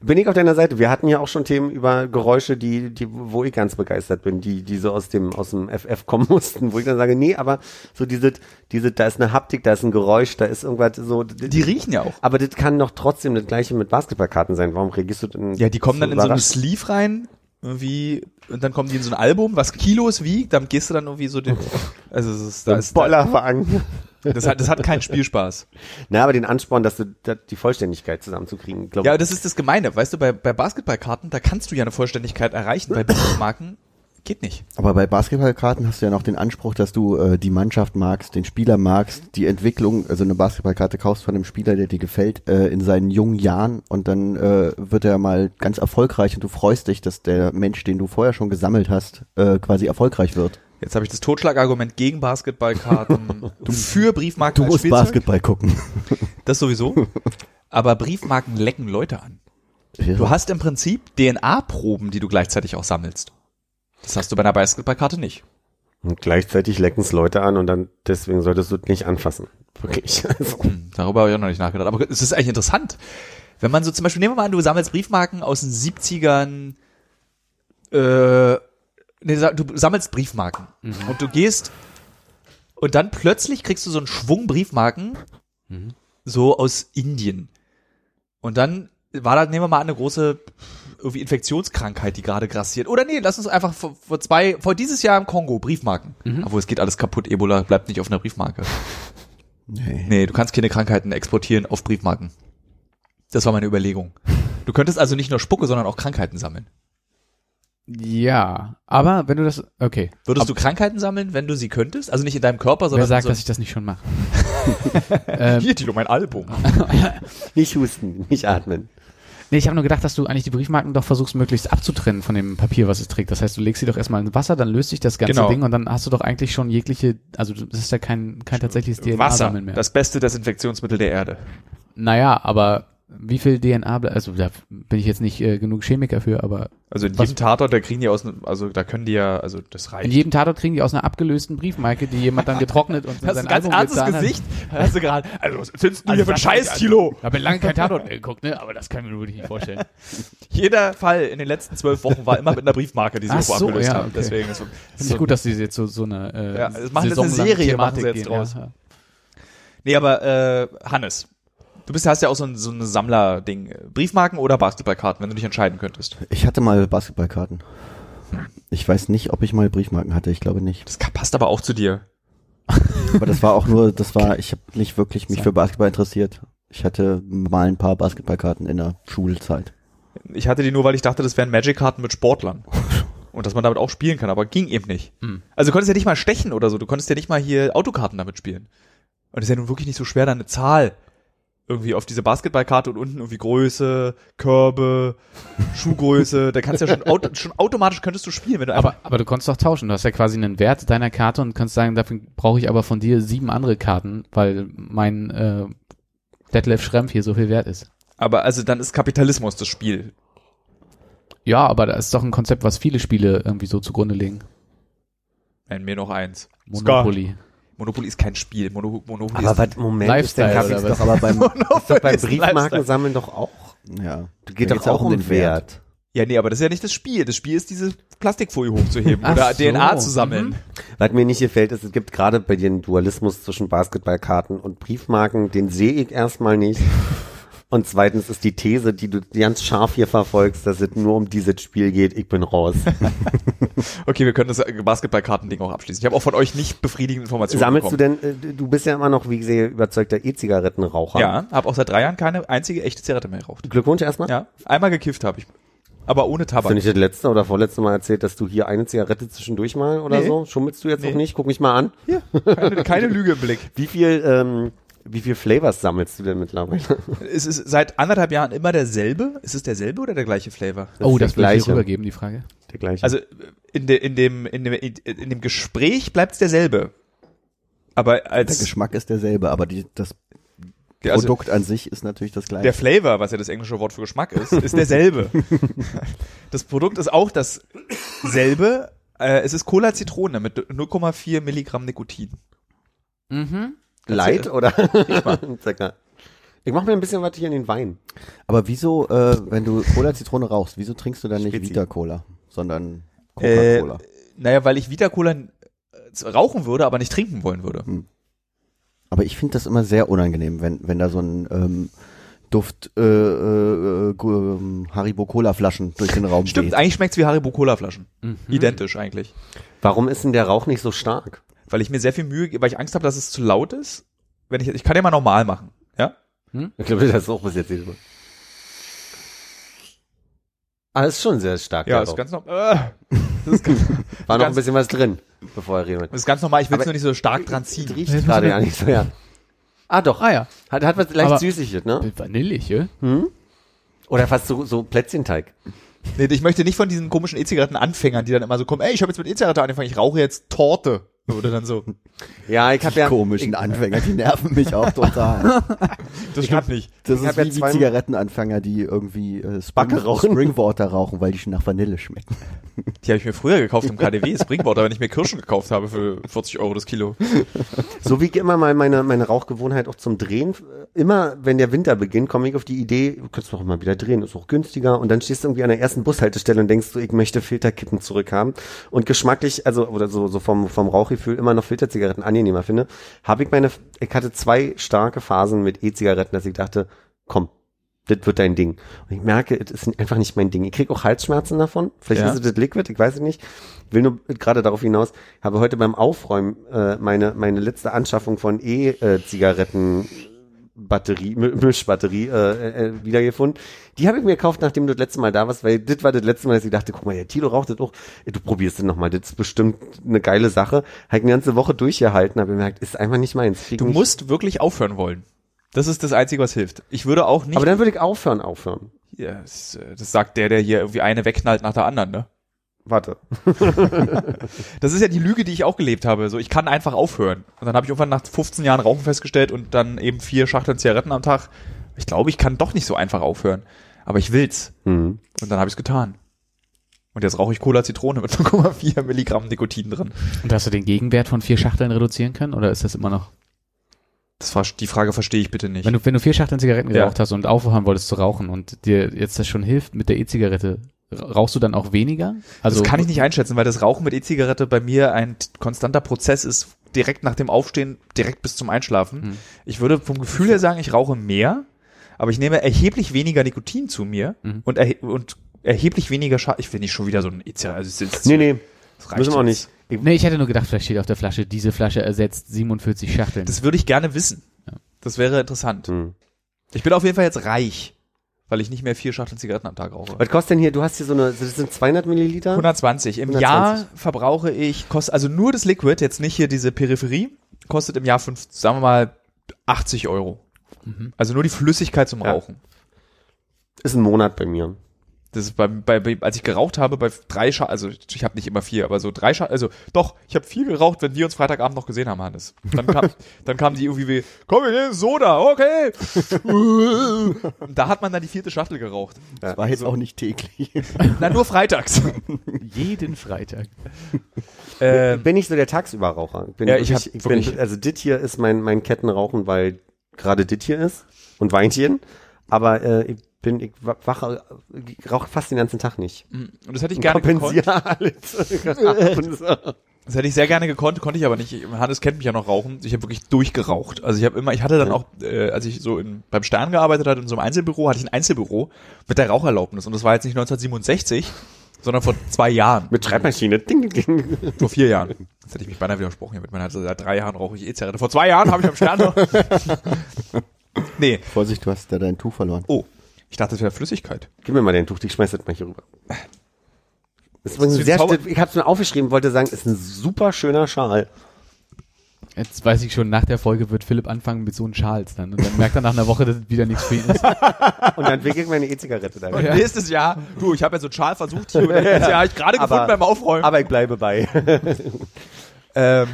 D: Bin ich auf deiner Seite. Wir hatten ja auch schon Themen über Geräusche, die, die, wo ich ganz begeistert bin, die, die so aus dem, aus dem FF kommen mussten, wo ich dann sage, nee, aber so diese, diese, da ist eine Haptik, da ist ein Geräusch, da ist irgendwas so.
B: Die riechen ja auch.
D: Aber das kann doch trotzdem das gleiche mit Basketballkarten sein. Warum reagierst du denn?
B: Ja, die kommen dann in so einen
D: überrascht?
B: Sleeve rein, irgendwie, und dann kommen die in so ein Album, was Kilos wiegt, damit gehst du dann irgendwie so den, also es ist, da ist,
D: Bollerwagen.
B: das hat, das hat keinen Spielspaß.
D: Na, aber den Ansporn, dass du dass die Vollständigkeit zusammenzukriegen, glaube
B: Ja, aber das ist das Gemeine. Weißt du, bei, bei Basketballkarten, da kannst du ja eine Vollständigkeit erreichen. Bei Briefmarken geht nicht.
E: Aber bei Basketballkarten hast du ja noch den Anspruch, dass du äh, die Mannschaft magst, den Spieler magst, die Entwicklung, also eine Basketballkarte kaufst von einem Spieler, der dir gefällt, äh, in seinen jungen Jahren und dann äh, wird er mal ganz erfolgreich und du freust dich, dass der Mensch, den du vorher schon gesammelt hast, äh, quasi erfolgreich wird.
B: Jetzt habe ich das Totschlagargument gegen Basketballkarten für Briefmarken
E: Du
B: als
E: musst
B: Spielzeug.
E: Basketball gucken.
B: Das sowieso. Aber Briefmarken lecken Leute an. Du hast im Prinzip DNA-Proben, die du gleichzeitig auch sammelst. Das hast du bei einer Basketballkarte nicht.
D: Und gleichzeitig lecken es Leute an und dann deswegen solltest du es nicht anfassen. Wirklich. Also,
B: Hm, Darüber habe ich auch noch nicht nachgedacht. Aber es ist eigentlich interessant. Wenn man so zum Beispiel, nehmen wir mal an, du sammelst Briefmarken aus den 70ern, äh, nee, sa- du sammelst Briefmarken und du gehst und dann plötzlich kriegst du so einen Schwung Briefmarken, so aus Indien. Und dann war da, nehmen wir mal an, eine große irgendwie Infektionskrankheit, die gerade grassiert. Oder nee, lass uns einfach vor, vor zwei, vor dieses Jahr im Kongo Briefmarken. Obwohl es geht alles kaputt, Ebola bleibt nicht auf einer Briefmarke.
E: Nee.
B: Nee, du kannst keine Krankheiten exportieren auf Briefmarken. Das war meine Überlegung. Du könntest also nicht nur Spucke, sondern auch Krankheiten sammeln.
C: Ja, aber wenn du das, okay.
B: Würdest du Krankheiten sammeln, wenn du sie könntest? Also nicht in deinem Körper, sondern
C: Wer sagt,
B: so
C: dass ich das nicht schon mache?
B: hier, Tilo, mein Album.
D: nicht husten, nicht atmen.
C: Nee, ich habe nur gedacht, dass du eigentlich die Briefmarken doch versuchst, möglichst abzutrennen von dem Papier, was es trägt. Das heißt, du legst sie doch erstmal in Wasser, dann löst sich das ganze
B: Genau.
C: Ding und dann hast du doch eigentlich schon jegliche, also du- das ist ja kein, kein tatsächliches
B: Wasser,
C: DNA-Sammeln mehr.
B: das beste Desinfektionsmittel der Erde.
C: naja, aber wie viel DNA, ble- also da bin ich jetzt nicht äh, genug Chemiker für, aber
B: Also in
C: Was-
B: jedem Tatort, da kriegen die aus, also da können die ja, also das reicht.
C: in jedem Tatort kriegen die aus einer abgelösten Briefmarke, die jemand dann getrocknet und in
B: Hast
C: sein
B: ein ganz
C: Album
B: ernstes
C: getan hat.
B: Gesicht? Hast du gerade, also was zündest du
C: Also
B: hier für
C: das-
B: Scheiß, Tilo?
C: Ich habe lange kein Tatort mehr geguckt, ne? aber das kann ich mir wirklich nicht vorstellen.
B: Jeder Fall in den letzten zwölf Wochen war immer mit einer Briefmarke, die sie
C: Ach
B: irgendwo
C: so,
B: abgelöst
C: ja,
B: haben.
C: okay.
B: Deswegen ist,
C: Finde ich gut, dass sie jetzt so, so eine äh,
B: Ja, es machen jetzt eine
C: saisonlange
B: Serie, machen sie
C: Thematik
B: jetzt
C: gehen,
B: draus.
C: Ja.
B: Nee, aber äh, Hannes, du bist, hast ja auch so ein, so ein Sammler-Ding. Briefmarken oder Basketballkarten, wenn du dich entscheiden könntest.
E: Ich hatte mal Basketballkarten. Ich weiß nicht, ob ich mal Briefmarken hatte, ich glaube nicht.
B: Das ka- passt aber auch zu dir.
E: Aber das war auch nur, das war, ich habe nicht wirklich mich für Basketball interessiert. Ich hatte mal ein paar Basketballkarten in der Schulzeit.
B: Ich hatte die nur, weil ich dachte, das wären Magic-Karten mit Sportlern. Und dass man damit auch spielen kann, aber ging eben nicht. Also du konntest ja nicht mal stechen oder so, du konntest ja nicht mal hier Autokarten damit spielen. Und es ist ja nun wirklich nicht so schwer, da eine Zahl irgendwie auf diese Basketballkarte und unten irgendwie Größe, Körbe, Schuhgröße, da kannst du ja schon, auto, schon automatisch könntest du spielen, wenn du einfach
C: Aber, aber du konntest doch tauschen. Du hast ja quasi einen Wert deiner Karte und kannst sagen, dafür brauche ich aber von dir sieben andere Karten, weil mein äh, Detlef Schrempf hier so viel wert ist.
B: aber also dann ist Kapitalismus das Spiel.
C: Ja, aber das ist doch ein Konzept, was viele Spiele irgendwie so zugrunde legen.
B: Nenn mir noch eins.
C: Monopoly.
B: Monopoly ist kein Spiel. Mono Monopoly
D: Aber
B: ist
D: was, Moment,
C: Lifestyle
D: ist
C: oder
D: der Kaffee
E: Das
D: ist
E: aber beim,
D: doch, ist doch beim
B: ist ein Lifestyle.
D: Briefmarken sammeln doch auch.
E: ja,
D: Geht doch auch um den Wert.
B: Ja, nee, aber das ist ja nicht das Spiel. Das Spiel ist, diese Plastikfolie hochzuheben
C: Ach
B: oder
C: so.
B: DNA zu sammeln.
D: Was mir nicht gefällt, ist, es gibt gerade bei den Dualismus zwischen Basketballkarten und Briefmarken, den sehe ich erstmal nicht. Und zweitens ist die These, die du ganz scharf hier verfolgst, dass es nur um dieses Spiel geht, ich bin raus.
B: Okay, wir können das Basketballkartending auch abschließen. Ich habe auch von euch nicht befriedigende Informationen
D: Sammelst du
B: bekommen.
D: denn, äh, du bist ja immer noch, wie ich sehe, überzeugter E-Zigarettenraucher.
B: Ja, habe auch seit drei Jahren keine einzige echte Zigarette mehr geraucht.
D: Glückwunsch erstmal.
B: Ja, einmal gekifft habe ich, aber ohne
D: Hast du
B: Tabak.
D: nicht das letzte oder vorletzte Mal erzählt, dass du hier eine Zigarette zwischendurch mal oder
B: Nee.
D: so? Schummelst du jetzt
B: Nee.
D: noch nicht? Guck mich mal an.
B: Hier, keine, keine Lüge im Blick.
D: Wie viel, ähm, wie viel Flavors sammelst du denn mittlerweile?
B: Es ist seit anderthalb Jahren immer derselbe. Ist es derselbe oder der gleiche Flavor?
D: Das
C: oh, das
D: ist der
C: will ich
D: gleiche.
C: dir rübergeben, die Frage.
D: Der gleiche.
B: Also in, de, in, dem, in, dem, in dem Gespräch bleibt es derselbe. Aber
E: Der
B: als
E: Geschmack ist derselbe, aber die, das
B: also-
E: Produkt an sich ist natürlich das gleiche.
B: Der Flavor, was ja das englische Wort für Geschmack ist, ist derselbe. das Produkt ist auch dasselbe. Äh, es ist Cola Zitrone mit 0,4 Milligramm Nikotin.
D: Light oder? Circa. ich mach mir ein bisschen was hier in den Wein.
E: aber wieso, äh, wenn du Cola Zitrone rauchst, wieso trinkst du dann nicht
D: Spezi. Äh,
E: Vita Cola, sondern Coca-Cola?
B: naja, weil ich Vita Cola äh, rauchen würde, aber nicht trinken wollen würde.
E: Aber ich finde das immer sehr unangenehm, wenn, wenn da so ein ähm, Duft äh, äh, Gu- ähm, Haribo Cola Flaschen durch den Raum
B: Stimmt,
E: geht.
B: eigentlich schmeckt's wie Haribo Cola Flaschen.
D: Mhm.
B: Identisch eigentlich.
D: Warum ist denn der Rauch nicht so stark?
B: Weil ich mir sehr viel Mühe, ge- weil ich Angst habe, dass es zu laut ist. Wenn ich, ich kann ja mal normal machen. Ja?
D: Ich glaube, das ist auch bis jetzt jedes Mal. Ah, ist schon sehr stark.
B: Ja,
D: der
B: ist
D: Rauch.
B: ganz normal. Äh, das, ist ganz-
D: War noch ein
B: ganz-
D: bisschen was drin, bevor er redet.
B: das ist ganz normal, ich will's
D: Aber-
B: nur nicht so stark dran ziehen.
D: Riecht gerade ja nicht so, ja. Ah, doch.
C: Ah ja,
D: Hat, hat was leicht
C: Aber-
D: Süßliches, ne?
C: vanillig, ja?
D: Oder fast so, so Plätzchenteig.
B: Nee, ich möchte nicht von diesen komischen E-Zigaretten-Anfängern, die dann immer so kommen, ey, ich habe jetzt mit E-Zigarette angefangen, ich rauche jetzt Torte. Oder dann so.
D: Ja, ich habe ja,
E: komischen Anfänger, die nerven mich auch total.
B: Das stimmt nicht.
E: Das
D: hab
E: ist
D: ja
E: wie die
D: zwei-
E: Zigarettenanfänger, die irgendwie äh, Spring
D: Backe rauchen.
E: Springwater rauchen, weil die schon nach Vanille schmecken.
B: Die habe ich mir früher gekauft im KDW, Springwater, wenn ich mir Kirschen gekauft habe für 40 Euro das Kilo.
D: so wie ich immer mal meine, meine Rauchgewohnheit auch zum Drehen, äh, immer wenn der Winter beginnt, komme ich auf die Idee, du könntest doch mal wieder drehen, ist auch günstiger. Und dann stehst du irgendwie an der ersten Bushaltestelle und denkst du, ich möchte Filterkippen zurückhaben. Und geschmacklich, also, oder so, so vom, vom Rauchgefühl immer noch Filterzigaretten angenehmer finde, habe ich meine, ich hatte zwei starke Phasen mit E-Zigaretten, dass ich dachte, komm, das wird dein Ding. Und ich merke, es ist einfach nicht mein Ding. Ich krieg auch Halsschmerzen davon. Vielleicht
B: Ja.
D: ist es das Liquid, ich weiß es nicht. Will nur gerade darauf hinaus, habe heute beim Aufräumen äh, meine, meine letzte Anschaffung von E-Zigaretten Batterie, Mi- Mischbatterie äh, äh, wiedergefunden. Die habe ich mir gekauft, nachdem du das letzte Mal da warst, weil das war das letzte Mal, dass ich dachte, guck mal, der Tilo raucht das auch. Ey, Du probierst das nochmal, das ist bestimmt eine geile Sache. Habe ich eine ganze Woche durchgehalten, habe gemerkt, ist einfach nicht meins. Krieg
B: Du
D: nicht-
B: musst wirklich aufhören wollen. Das ist das Einzige, was hilft. Ich würde auch nicht.
D: Aber dann würde ich aufhören, aufhören.
B: ja, das, äh, das sagt der, der hier irgendwie eine wegknallt nach der anderen, ne?
D: Warte.
B: Das ist ja die Lüge, die ich auch gelebt habe. So, ich kann einfach aufhören. Und dann habe ich irgendwann nach 15 Jahren Rauchen festgestellt und dann eben vier Schachteln Zigaretten am Tag. Ich glaube, ich kann doch nicht so einfach aufhören. Aber ich will's.
D: Mhm.
B: Und dann habe ich's getan. Und jetzt rauche ich Cola Zitrone mit 0,4 Milligramm Nikotin drin.
C: Und hast du den Gegenwert von vier Schachteln reduzieren können oder ist das immer noch?
B: Das war, die Frage verstehe ich bitte nicht.
C: Wenn du, wenn du vier Schachteln Zigaretten
B: Ja.
C: geraucht hast und aufhören wolltest zu rauchen und dir jetzt das schon hilft mit der E-Zigarette, ra- rauchst du dann auch weniger? Also
B: das kann ich nicht einschätzen, weil das Rauchen mit E-Zigarette bei mir ein t- konstanter Prozess ist, direkt nach dem Aufstehen, direkt bis zum Einschlafen.
C: Hm.
B: Ich würde vom Gefühl her sagen, ich rauche mehr, aber ich nehme erheblich weniger Nikotin zu mir
C: Mhm.
B: und, erhe und erheblich weniger Schaden. Ich will nicht schon wieder so ein E-Zigarette. Also es ist-
D: Nee, nee,
B: das reicht
D: müssen wir auch
B: jetzt.
D: nicht. Ich,
C: Nee, ich hätte nur gedacht, vielleicht steht auf der Flasche, diese Flasche ersetzt 47 Schachteln.
B: Das würde ich gerne wissen. Das wäre interessant.
D: Hm.
B: Ich bin auf jeden Fall jetzt reich, weil ich nicht mehr vier Schachteln Zigaretten am Tag rauche.
D: Was kostet denn hier? Du hast hier so eine, das sind 200 Milliliter?
B: 120. Im
D: 120.
B: Jahr verbrauche ich, kost, also nur das Liquid, jetzt nicht hier diese Peripherie, kostet im Jahr fünf, sagen wir mal 80 Euro. Also nur die Flüssigkeit zum
D: Ja.
B: Rauchen.
D: Ist ein Monat bei mir.
B: Das ist bei, bei, bei, als ich geraucht habe, bei drei Scha also ich habe nicht immer vier, aber so drei Scha also doch, ich habe viel geraucht, wenn wir uns Freitagabend noch gesehen haben, Hannes. Dann kam, dann kam die irgendwie wie, komm, wir nehmen Soda, okay. Und da hat man dann die vierte Schachtel geraucht.
E: Das war
D: also
E: jetzt auch nicht täglich.
B: Na, nur freitags.
C: jeden Freitag.
B: ähm,
D: Ich bin nicht so der Tagsüberraucher. Ich bin
B: Ja, ich hab
D: ich
B: wirklich-
D: bin, also dit hier ist mein, mein Kettenrauchen, weil gerade dit hier ist und Weinchen. Aber äh, ich bin, ich wa- wache, ich rauche fast den ganzen Tag nicht.
B: und das hätte ich gerne gekonnt.
D: Kompensiere alles. Und, äh,
B: Das hätte ich sehr gerne gekonnt, konnte ich aber nicht. Hannes kennt mich ja noch rauchen. Ich habe wirklich durchgeraucht. Also ich habe immer, ich hatte dann auch, äh, als ich so in, beim Stern gearbeitet hatte, in so einem Einzelbüro, hatte ich ein Einzelbüro mit der Raucherlaubnis. Und das war jetzt nicht 1967, sondern vor zwei Jahren,
D: Mit Schreibmaschine. Ding, ding, ding.
B: vor vier Jahren. Jetzt hätte ich mich beinahe widersprochen hier mit meiner, also seit drei Jahren rauche ich E-Zigarette. Vor zwei Jahren habe ich am Stern noch. nee.
E: Vorsicht, du hast da dein Tuch verloren.
B: Oh, ich dachte, das wäre Flüssigkeit.
D: Gib mir mal den Tuch, ich schmeiß das mal hier rüber. Das ist übrigens
B: Ist
D: ein sehr,
B: Zauber-
D: still- ich habe es mir aufgeschrieben, wollte sagen, ist ein super schöner Schal.
C: Jetzt weiß ich schon, nach der Folge wird Philipp anfangen mit so einem Schals dann. Und dann merkt er nach einer Woche, dass es wieder nichts für ihn ist.
D: Und dann wickel ich meine E-Zigarette da.
B: Und
C: Ja.
B: nächstes Jahr, du, ich habe ja so einen Schal versucht hier und nächstes Jahr habe ich gerade gefunden
D: Aber-
B: beim Aufräumen.
D: Aber ich bleibe bei.
B: ähm,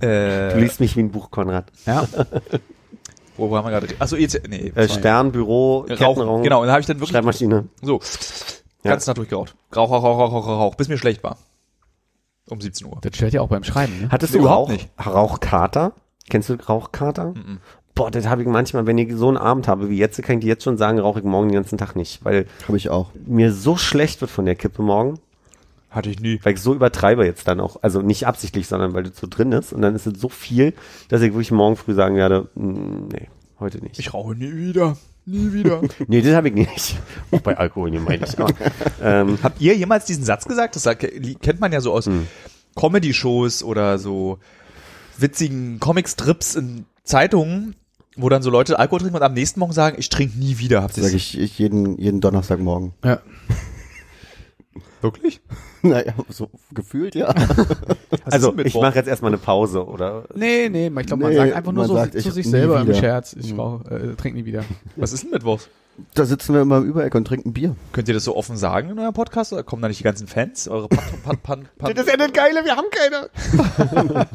B: äh,
D: Du liest mich wie ein Buch, Konrad.
C: Ja.
B: Wo waren wir gerade? Achso, EZ, nee.
D: Äh, Stern, Büro,
B: Rauchen.
D: Kettenrauchen,
B: Genau, und dann habe ich dann wirklich
D: Schreibmaschine.
B: so
D: Ja.
B: ganz nah durchgeraucht. Rauch, rauch, rauch, rauch, rauch, rauch, bis mir schlecht war. Um 17 Uhr.
C: Das stört ja auch beim Schreiben, ne?
D: Hattest
B: Nee,
D: du
B: überhaupt
D: Rauch,
B: nicht.
D: Rauchkater? Kennst du Rauchkater? Boah, das habe ich manchmal, wenn ich so einen Abend habe wie jetzt, kann ich dir jetzt schon sagen, rauche ich morgen den ganzen Tag nicht, weil
E: Habe ich auch.
D: mir so schlecht wird von der Kippe morgen,
B: Hatte ich nie.
D: weil ich so übertreibe jetzt dann auch, also nicht absichtlich, sondern weil das so drin ist und dann ist es so viel, dass ich wirklich morgen früh sagen werde, mm, nee, heute nicht.
B: Ich rauche nie wieder. Nie wieder.
D: nee, das habe ich nicht. Auch bei Alkohol, nee, meine ich. Aber, ähm,
B: Habt ihr jemals diesen Satz gesagt? Das sagt- kennt man ja so aus
D: Hm.
B: Comedy-Shows oder so witzigen Comic-Strips in Zeitungen, wo dann so Leute Alkohol trinken und am nächsten Morgen sagen, ich trinke nie wieder. Habt ihr
E: Sag ich, ich jeden, jeden Donnerstagmorgen.
C: Ja.
B: wirklich?
E: Naja, so gefühlt, ja.
B: Was ist
D: also,
B: denn mit
D: ich
B: Wochen?
D: mache jetzt erstmal eine Pause, oder?
C: Nee, nee, ich glaube, man
E: Nee,
C: sagt einfach nur
E: man
C: so
E: sagt,
C: zu
E: ich
C: sich
E: nie
C: selber im
E: wieder.
C: Scherz, ich rauch, äh, trink nie wieder.
B: Was ist denn Mittwochs?
E: Da sitzen wir immer im Übereck und trinken Bier.
B: Könnt ihr das so offen sagen in eurem Podcast? Oder kommen da nicht die ganzen Fans? Eure Pat Pat Pat Pat
D: Das ist ja das Geile, wir haben keine.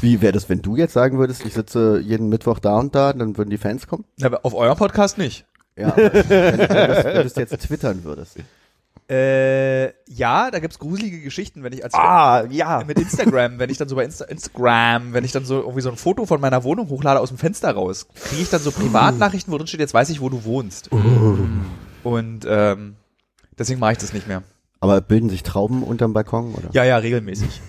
E: Wie wäre das, wenn du jetzt sagen würdest, ich sitze jeden Mittwoch da und da, dann würden die Fans kommen?
B: Na, aber auf eurem Podcast nicht.
E: Ja, aber wenn, wenn du das- wenn du es jetzt twittern würdest.
B: Äh, ja, da gibt's gruselige Geschichten, wenn ich als
D: Ah, ja.
B: mit Instagram, wenn ich dann so bei Insta Instagram, wenn ich dann so irgendwie so ein Foto von meiner Wohnung hochlade aus dem Fenster raus, kriege ich dann so Privatnachrichten, wo drin steht, jetzt weiß ich, wo du wohnst. Und ähm, deswegen mache ich das nicht mehr.
E: Aber bilden sich Trauben unterm Balkon, oder?
B: Ja, ja, regelmäßig.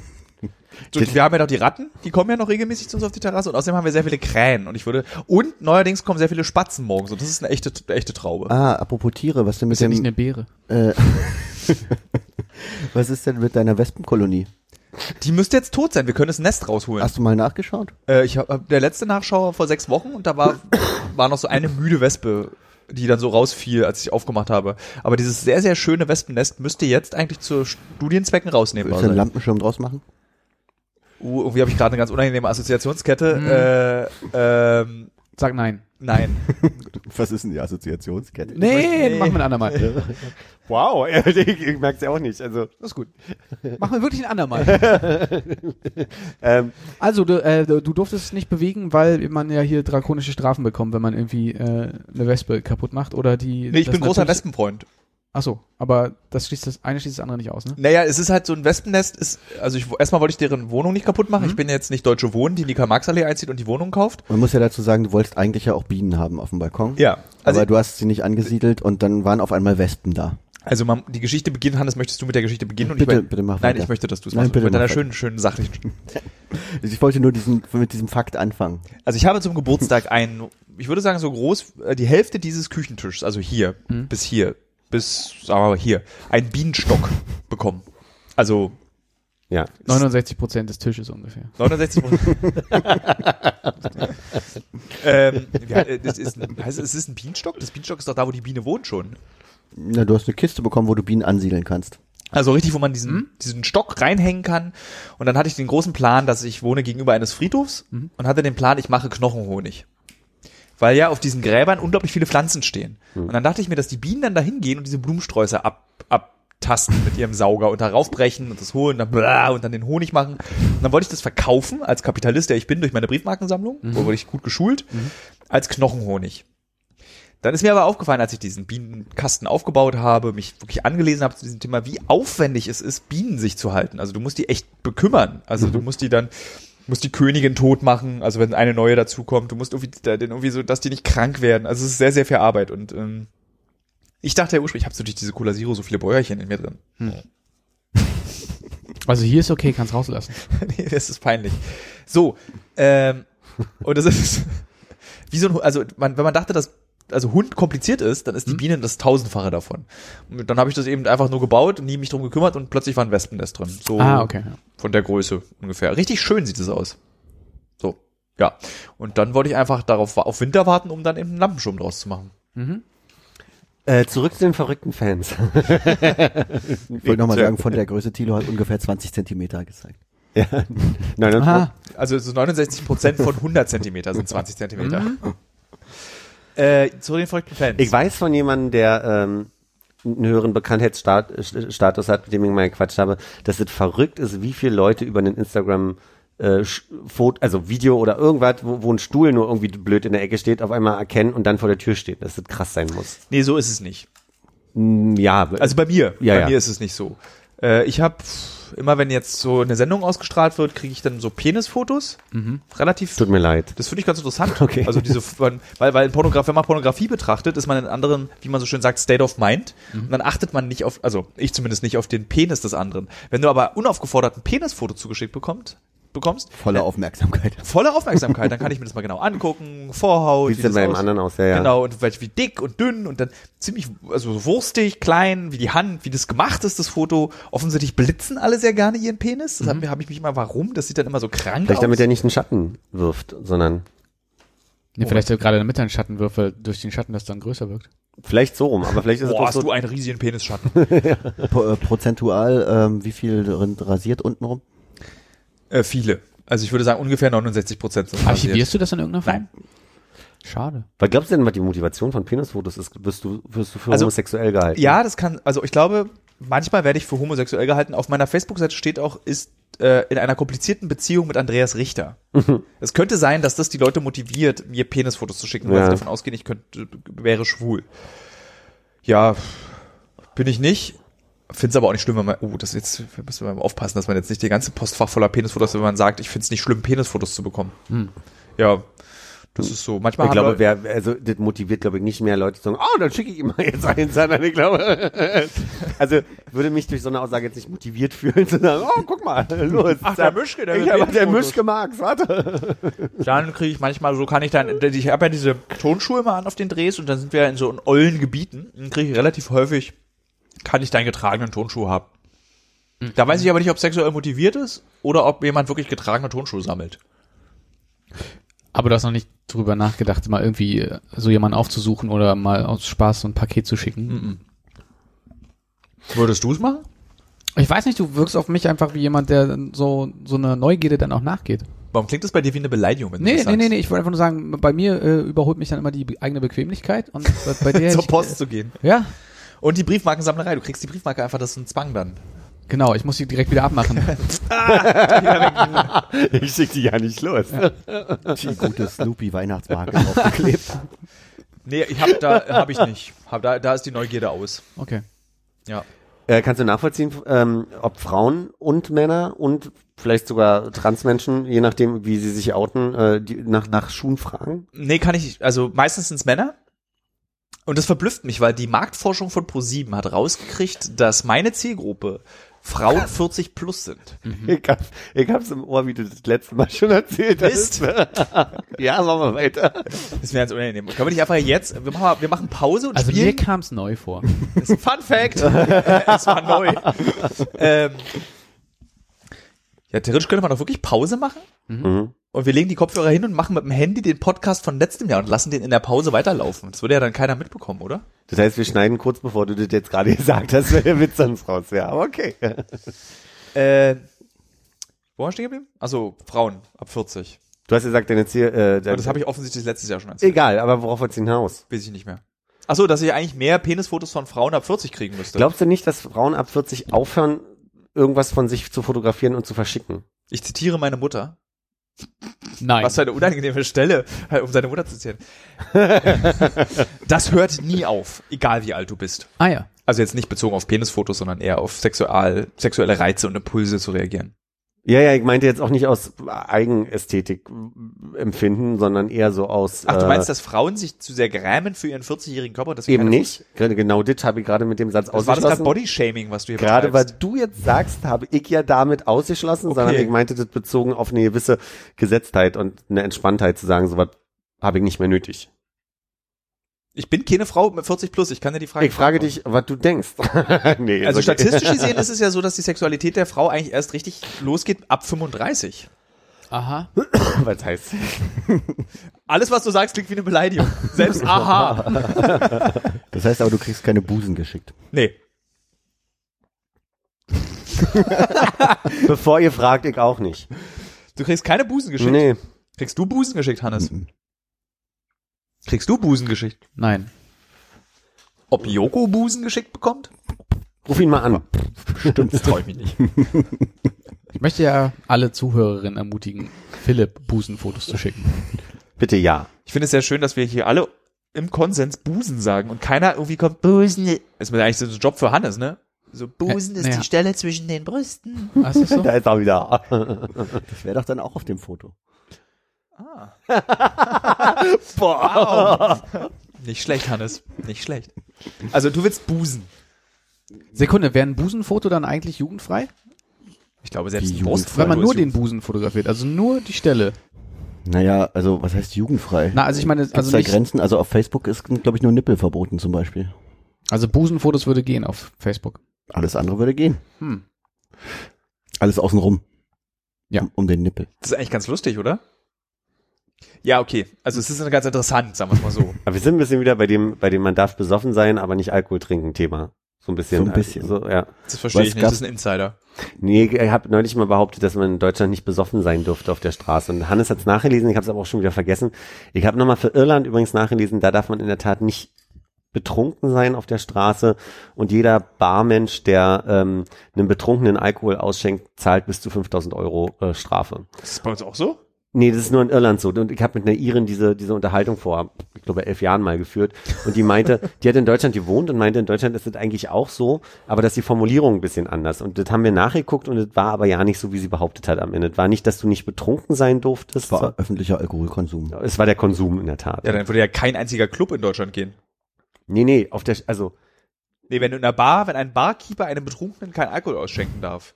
B: So,
E: Das-
B: wir haben ja noch die Ratten, die kommen ja noch regelmäßig zu uns auf die Terrasse und außerdem haben wir sehr viele Krähen und ich würde und neuerdings kommen sehr viele Spatzen morgens und das ist eine echte eine echte Traube.
E: Ah, apropos Tiere, was denn mit
C: Ist ja
E: dem,
C: nicht eine Beere.
E: äh, was ist denn mit deiner Wespenkolonie?
B: Die müsste jetzt tot sein, wir können das Nest rausholen.
E: Hast du mal nachgeschaut?
B: Äh, ich hab, der letzte Nachschauer vor sechs Wochen und da war, war noch so eine müde Wespe, die dann so rausfiel, als ich aufgemacht habe. Aber dieses sehr, sehr schöne Wespennest müsste jetzt eigentlich zu Studienzwecken rausnehmbar
E: Willst du einen
B: sein.
E: Lampenschirm draus machen?
B: Uh, irgendwie habe ich gerade eine ganz unangenehme Assoziationskette.
C: Hm.
B: Äh, ähm,
C: Sag nein.
B: nein.
E: Was ist denn die Assoziationskette?
C: Nee, machen wir ein andermal.
D: Wow, ich, ich merk's ja auch nicht. Also,
C: Das ist gut. Machen wir wirklich ein andermal.
D: ähm,
C: Also, du, äh, du du durftest es nicht bewegen, weil man ja hier drakonische Strafen bekommt, wenn man irgendwie äh, eine Wespe kaputt macht oder die.
B: Nee, ich
C: das
B: bin großer
C: natürlich-
B: Wespenfreund.
C: Achso, aber das schließt das eine schließt das andere nicht aus, ne?
B: Naja, es ist halt so ein Wespennest, ist, also ich, erstmal wollte ich deren Wohnung nicht kaputt
E: Mhm.
B: machen. Ich bin jetzt nicht Deutsche Wohnen, die in die Karl-Marx-Allee einzieht und die Wohnung kauft.
E: Man muss ja dazu sagen, du wolltest eigentlich ja auch Bienen haben auf dem Balkon.
B: Ja, also-
E: aber du hast sie nicht angesiedelt und dann waren auf einmal Wespen da.
B: Also man, die Geschichte beginnt, Hannes, möchtest du mit der Geschichte beginnen? Und
E: Bitte,
B: ich mein-
E: bitte mach
B: Nein,
E: weiter.
B: ich möchte, dass du es
E: Nein,
B: machst.
E: bitte
B: Mit
E: mach
B: einer
E: weiter.
B: schönen, schönen sachlichen
E: Ich wollte nur diesen, mit diesem Fakt anfangen.
B: Also ich habe zum Geburtstag einen, ich würde sagen so groß, äh, die Hälfte dieses Küchentisches, also hier,
E: Mhm.
B: bis hier, bis, sagen wir mal hier, einen Bienenstock bekommen. Also
D: ja.
C: 69 Prozent des Tisches ungefähr.
B: 69 ähm, ja, äh, das ist, ein- heißt, es ist ein Bienenstock? Das Bienenstock ist doch da, wo die Biene wohnt schon.
E: Na, du hast eine Kiste bekommen, wo du Bienen ansiedeln kannst.
B: Also richtig, wo man diesen, diesen Stock reinhängen kann. Und dann hatte ich den großen Plan, dass ich wohne gegenüber eines Friedhofs und hatte den Plan, ich mache Knochenhonig. Weil ja auf diesen Gräbern unglaublich viele Pflanzen stehen. Und dann dachte ich mir, dass die Bienen dann da hingehen und diese Blumensträuße ab, abtasten mit ihrem Sauger und da raufbrechen und das holen und dann, bla, und dann den Honig machen. Und dann wollte ich das verkaufen als Kapitalist, der ich bin, durch meine Briefmarkensammlung, wo wurde ich gut geschult, als Knochenhonig. Dann ist mir aber aufgefallen, als ich diesen Bienenkasten aufgebaut habe, mich wirklich angelesen habe zu diesem Thema, wie aufwendig es ist, Bienen sich zu halten. Also du musst die echt bekümmern. Also du musst die dann, musst die Königin tot machen, also wenn eine neue dazukommt, du musst irgendwie, da- den irgendwie so, dass die nicht krank werden. Also es ist sehr, sehr viel Arbeit. Und ähm, ich dachte ja ursprünglich, ich habe natürlich diese Cola Zero so viele Bäuerchen in mir drin.
C: Also hier ist okay, kannst rauslassen.
B: nee, das ist peinlich. So, ähm, und das ist wie so ein, Hu- also man, wenn man dachte, dass also Hund kompliziert ist, dann ist die Biene das Tausendfache davon. Und dann habe ich das eben einfach nur gebaut und nie mich drum gekümmert und plötzlich war ein Wespennest drin. So
C: Ah, okay. ja.
B: von der Größe ungefähr. Richtig schön sieht es aus. So, ja. Und dann wollte ich einfach darauf wa- auf Winter warten, um dann eben einen Lampenschirm draus zu machen.
D: Äh, zurück zu den verrückten Fans.
E: Ich wollte nochmal
B: Sehr
E: sagen, von der Größe Thilo hat ungefähr 20 Zentimeter gezeigt.
D: ja. 99
C: Aha.
B: Also so 69 Prozent von 100 Zentimeter sind 20 Zentimeter. äh, zu den verrückten Fans.
D: Ich weiß von jemandem, der ähm, einen höheren Bekanntheitsstatus hat, mit dem ich mal gequatscht habe, dass es verrückt ist, wie viele Leute über einen Instagram äh, Sch- Foto, also Video oder irgendwas, wo, wo ein Stuhl nur irgendwie blöd in der Ecke steht, auf einmal erkennen und dann vor der Tür steht, dass das krass sein muss.
B: nee, so ist es nicht.
D: Ja,
B: Also bei mir,
D: Ja,
B: bei
D: ja.
B: mir ist es nicht so. Äh, ich habe immer, wenn jetzt so eine Sendung ausgestrahlt wird, kriege ich dann so Penisfotos. Relativ.
D: Mhm. tut mir leid.
B: Das finde ich ganz interessant.
D: Okay.
B: Also diese, weil, weil in Pornograf, wenn man Pornografie betrachtet, ist man in anderen, wie man so schön sagt, State of Mind.
D: Mhm.
B: Und dann achtet man nicht auf, also ich zumindest nicht auf den Penis des anderen. Wenn du aber unaufgefordert ein Penisfoto zugeschickt bekommst, bekommst,
E: Volle Aufmerksamkeit.
B: volle Aufmerksamkeit, dann kann ich mir das mal genau angucken, Vorhaut,
D: Wie sieht bei dem anderen aus? Ja, ja.
B: Genau, und vielleicht wie dick und dünn und dann ziemlich, also so wurstig, klein, wie die Hand, wie das gemacht ist, das Foto. Offensichtlich blitzen alle sehr gerne ihren Penis. Das mhm. habe ich mich immer, warum? Das sieht dann immer so krank
D: Vielleicht
B: aus.
D: damit er nicht einen Schatten wirft, sondern
C: Nee, vielleicht gerade damit er einen Schatten wirft, weil durch den Schatten das dann größer wirkt.
D: vielleicht so rum, aber vielleicht ist
B: Boah,
D: es
B: hast
D: auch
B: du
D: so.
B: einen riesigen Penisschatten.
E: Po, äh, prozentual, ähm, wie viel drin rasiert untenrum?
B: äh, viele. Also ich würde sagen, ungefähr 69 Prozent sind rasiert.
C: Archivierst du das in irgendeiner Form?
B: Nein.
C: Schade.
D: Was glaubst du denn, was die Motivation von Penisfotos ist? Wirst du, wirst du für
B: Also-
D: homosexuell gehalten?
B: Ja, das kann, also ich glaube, manchmal werde ich für homosexuell gehalten. Auf meiner Facebook-Seite steht auch, ist äh, in einer komplizierten Beziehung mit Andreas Richter.
D: Mhm.
B: es könnte sein, dass das die Leute motiviert, mir Penisfotos zu schicken, weil
D: Ja.
B: sie davon ausgehen, ich könnte, wäre schwul. Ja, bin ich nicht. Find's aber auch nicht schlimm, wenn man, oh, das jetzt, wir müssen wir mal aufpassen, dass man jetzt nicht den ganzen Postfach voller Penisfotos, wenn man sagt, ich find's nicht schlimm, Penisfotos zu bekommen. Ja, das ist so. Manchmal
D: Hm. Ich
B: haben
D: glaube,
B: Leute-
D: wer, also das motiviert, glaube ich, nicht mehr Leute zu sagen, oh, dann schicke ich ihm mal jetzt einen, sondern ich glaube, also würde mich durch so eine Aussage jetzt nicht motiviert fühlen, zu sagen, oh, guck mal, los.
B: Ach, der Mischke, der
D: der,
B: mit
D: ich, aber der
B: Penisfotos.
D: Mischke Marx, warte.
B: dann kriege ich manchmal so, kann ich dann, ich habe ja diese Tonschuhe mal an auf den Drehs und dann sind wir in so ollen Gebieten. Dann kriege ich relativ häufig, kann ich deinen getragenen Tonschuh haben. Da weiß ich aber nicht, ob sexuell motiviert ist oder ob jemand wirklich getragene Tonschuhe sammelt.
C: Aber du hast noch nicht drüber nachgedacht, mal irgendwie äh, so jemanden aufzusuchen oder mal aus Spaß so ein Paket zu
B: Mhm.
C: schicken.
B: Würdest du es machen?
C: Ich weiß nicht, du wirkst auf mich einfach wie jemand, der dann so, so einer Neugierde dann auch nachgeht.
B: Warum klingt das bei dir wie eine Beleidigung? Wenn
C: Nee,
B: das
C: nee, nee,
B: sagst?
C: nee, ich wollte einfach nur sagen, bei mir äh, überholt mich dann immer die be- eigene Bequemlichkeit und bei- bei der
B: Zur
C: ich,
B: Post zu gehen.
C: Äh, ja,
B: Und die Briefmarkensammlerei. Du kriegst die Briefmarke einfach, das ist ein Zwang dann.
C: genau, ich muss die direkt wieder abmachen.
D: Ich schicke die ja nicht los.
E: Die gute Snoopy-Weihnachtsmarke draufgeklebt.
B: Nee, ich hab da, hab ich nicht. Hab da, da ist die Neugierde aus.
C: Okay.
B: Ja.
D: Äh, kannst du nachvollziehen, ähm, ob Frauen und Männer und vielleicht sogar Transmenschen, je nachdem, wie sie sich outen, äh, die, nach, nach Schuhen fragen?
B: Nee, kann ich, also meistens sind's Männer. Und das verblüfft mich, weil die Marktforschung von ProSieben hat rausgekriegt, dass meine Zielgruppe Frauen 40 plus sind.
D: Ich, hab, ich hab's im Ohr, wie du das letzte Mal schon erzählt
B: Mist.
D: Ja, machen wir weiter.
B: Das wäre jetzt unangenehm. Können wir nicht einfach jetzt, wir machen, mal- wir machen Pause und
C: Also mir
B: spielen.
C: kam es neu vor.
B: Das ist ein Fun Fact. es war neu. Ähm, ja, theoretisch könnte man doch wirklich Pause machen. Und wir legen die Kopfhörer hin und machen mit dem Handy den Podcast von letztem Jahr und lassen den in der Pause weiterlaufen. Das würde ja dann keiner mitbekommen, oder?
D: Das heißt, wir schneiden kurz bevor du das jetzt gerade gesagt hast, weil der Witz sonst raus wäre. Aber okay.
B: Äh, wo war ich stehen geblieben? Also Frauen ab 40.
D: Du hast gesagt, deine Ziel, äh,
B: Aber das habe ich offensichtlich letztes Jahr schon erzählt.
D: Egal, aber worauf wir ziehen hinaus?
B: Weiß ich nicht mehr. Ach so, dass ich eigentlich mehr Penisfotos von Frauen ab 40 kriegen müsste.
D: Glaubst du nicht, dass Frauen ab 40 aufhören, irgendwas von sich zu fotografieren und zu verschicken?
B: ich zitiere meine Mutter.
C: Nein.
B: Was für eine unangenehme Stelle, äh, um seine Mutter zu zitieren. das hört nie auf, egal wie alt du bist.
C: ah ja.
B: Also jetzt nicht bezogen auf Penisfotos, sondern eher auf sexual, sexuelle Reize und Impulse zu reagieren.
D: Ja, ja, ich meinte jetzt auch nicht aus Eigenästhetik äh, empfinden, sondern eher so aus.
B: Ach, du
D: äh,
B: meinst, dass Frauen sich zu sehr grämen für ihren 40-jährigen Körper? Dass
D: eben nicht? Gerade- Genau das habe ich gerade mit dem Satz
B: Das war das
D: ausgeschlossen.
B: gerade Bodyshaming, was du hier
D: Gerade weil
B: betreibst?
D: du jetzt sagst, habe ich ja damit ausgeschlossen, sondern ich meinte das bezogen auf eine gewisse Gesetztheit und eine Entspanntheit zu sagen, sowas habe ich nicht mehr nötig.
B: Ich bin keine Frau mit 40 plus, ich kann dir die Frage
D: Ich frage dich, was du denkst. nee,
B: Also
D: ist okay.
B: statistisch gesehen ist es ja so, dass die Sexualität der Frau eigentlich erst richtig losgeht ab 35.
C: Aha.
D: was heißt?
B: Alles, was du sagst, klingt wie eine Beleidigung. Selbst aha.
E: Das heißt aber, du kriegst keine Busen geschickt.
B: Nee.
D: Bevor ihr fragt, ich auch nicht.
B: Du kriegst keine Busen geschickt.
D: Nee. Mhm.
B: Kriegst du Busen geschickt, Hannes? Kriegst du Busen geschickt?
C: Nein.
B: Ob Joko Busen geschickt bekommt?
D: Ruf ihn mal an.
B: Das treu ich mich nicht.
C: Ich möchte ja alle Zuhörerinnen ermutigen, Philipp Busenfotos zu schicken.
D: Bitte ja.
B: Ich finde es sehr schön, dass wir hier alle im Konsens Busen sagen und keiner irgendwie kommt, Busen. Das ist eigentlich so ein Job für Hannes, ne? So, Busen
C: Ja,
B: ist
C: ja.
B: die Stelle zwischen den Brüsten.
C: Ach, ist das so?
D: Da ist er wieder.
E: Das wäre doch dann auch auf dem Foto.
B: Nicht schlecht, Hannes. Nicht schlecht. Also du willst Busen.
C: Sekunde, wäre ein Busenfoto dann eigentlich jugendfrei?
B: Ich glaube, selbst
E: Die
B: ein
E: Jugend-
B: Brustfoto
C: Wenn man
B: ist
C: nur
B: Jugend-
C: den Busen fotografiert, also nur die Stelle.
E: Naja, also was heißt jugendfrei?
C: Na, also ich meine,
E: Gibt's
C: also
E: da
C: nicht,
E: Grenzen? Also auf Facebook ist, glaube ich, nur Nippel verboten zum Beispiel.
C: also Busenfotos würde gehen auf Facebook.
E: Alles andere würde gehen.
C: Hm.
E: Alles außenrum.
C: Ja.
E: Um, um den Nippel.
B: Das ist eigentlich ganz lustig, oder? Ja, okay. Also es ist ganz interessant, sagen wir es mal so.
D: Aber wir sind ein bisschen wieder bei dem, bei dem man darf besoffen sein, aber nicht Alkohol trinken Thema. So ein bisschen.
E: So ein bisschen.
D: Also, so, ja.
F: Das verstehe
E: Was
F: ich nicht,
E: gab-
F: das ist ein Insider.
D: Nee, ich habe neulich mal behauptet, dass man in Deutschland nicht besoffen sein durfte auf der Straße. Und Hannes hat es nachgelesen, ich habe es aber auch schon wieder vergessen. Ich habe nochmal für Irland übrigens nachgelesen, da darf man in der Tat nicht betrunken sein auf der Straße und jeder Barmensch, der ähm, einem Betrunkenen Alkohol ausschenkt, zahlt bis zu 5000 Euro äh, Strafe.
F: Ist das bei uns auch so?
D: Nee, das ist nur in Irland so. Und ich habe mit einer Iren diese, diese Unterhaltung vor, ich glaube, elf Jahren mal geführt. Und die meinte, die hat in Deutschland gewohnt und meinte, in Deutschland ist das eigentlich auch so, aber dass die Formulierung ein bisschen anders. Und das haben wir nachgeguckt und es war aber ja nicht so, wie sie behauptet hat am Ende. Es war nicht, dass du nicht betrunken sein durftest.
E: war öffentlicher Alkoholkonsum.
D: Es war der Konsum in der Tat.
B: Ja, dann würde ja kein einziger Club in Deutschland gehen.
D: nee, nee, auf der, also,
B: Nee, wenn du in einer Bar, wenn ein Barkeeper einem Betrunkenen keinen Alkohol ausschenken darf.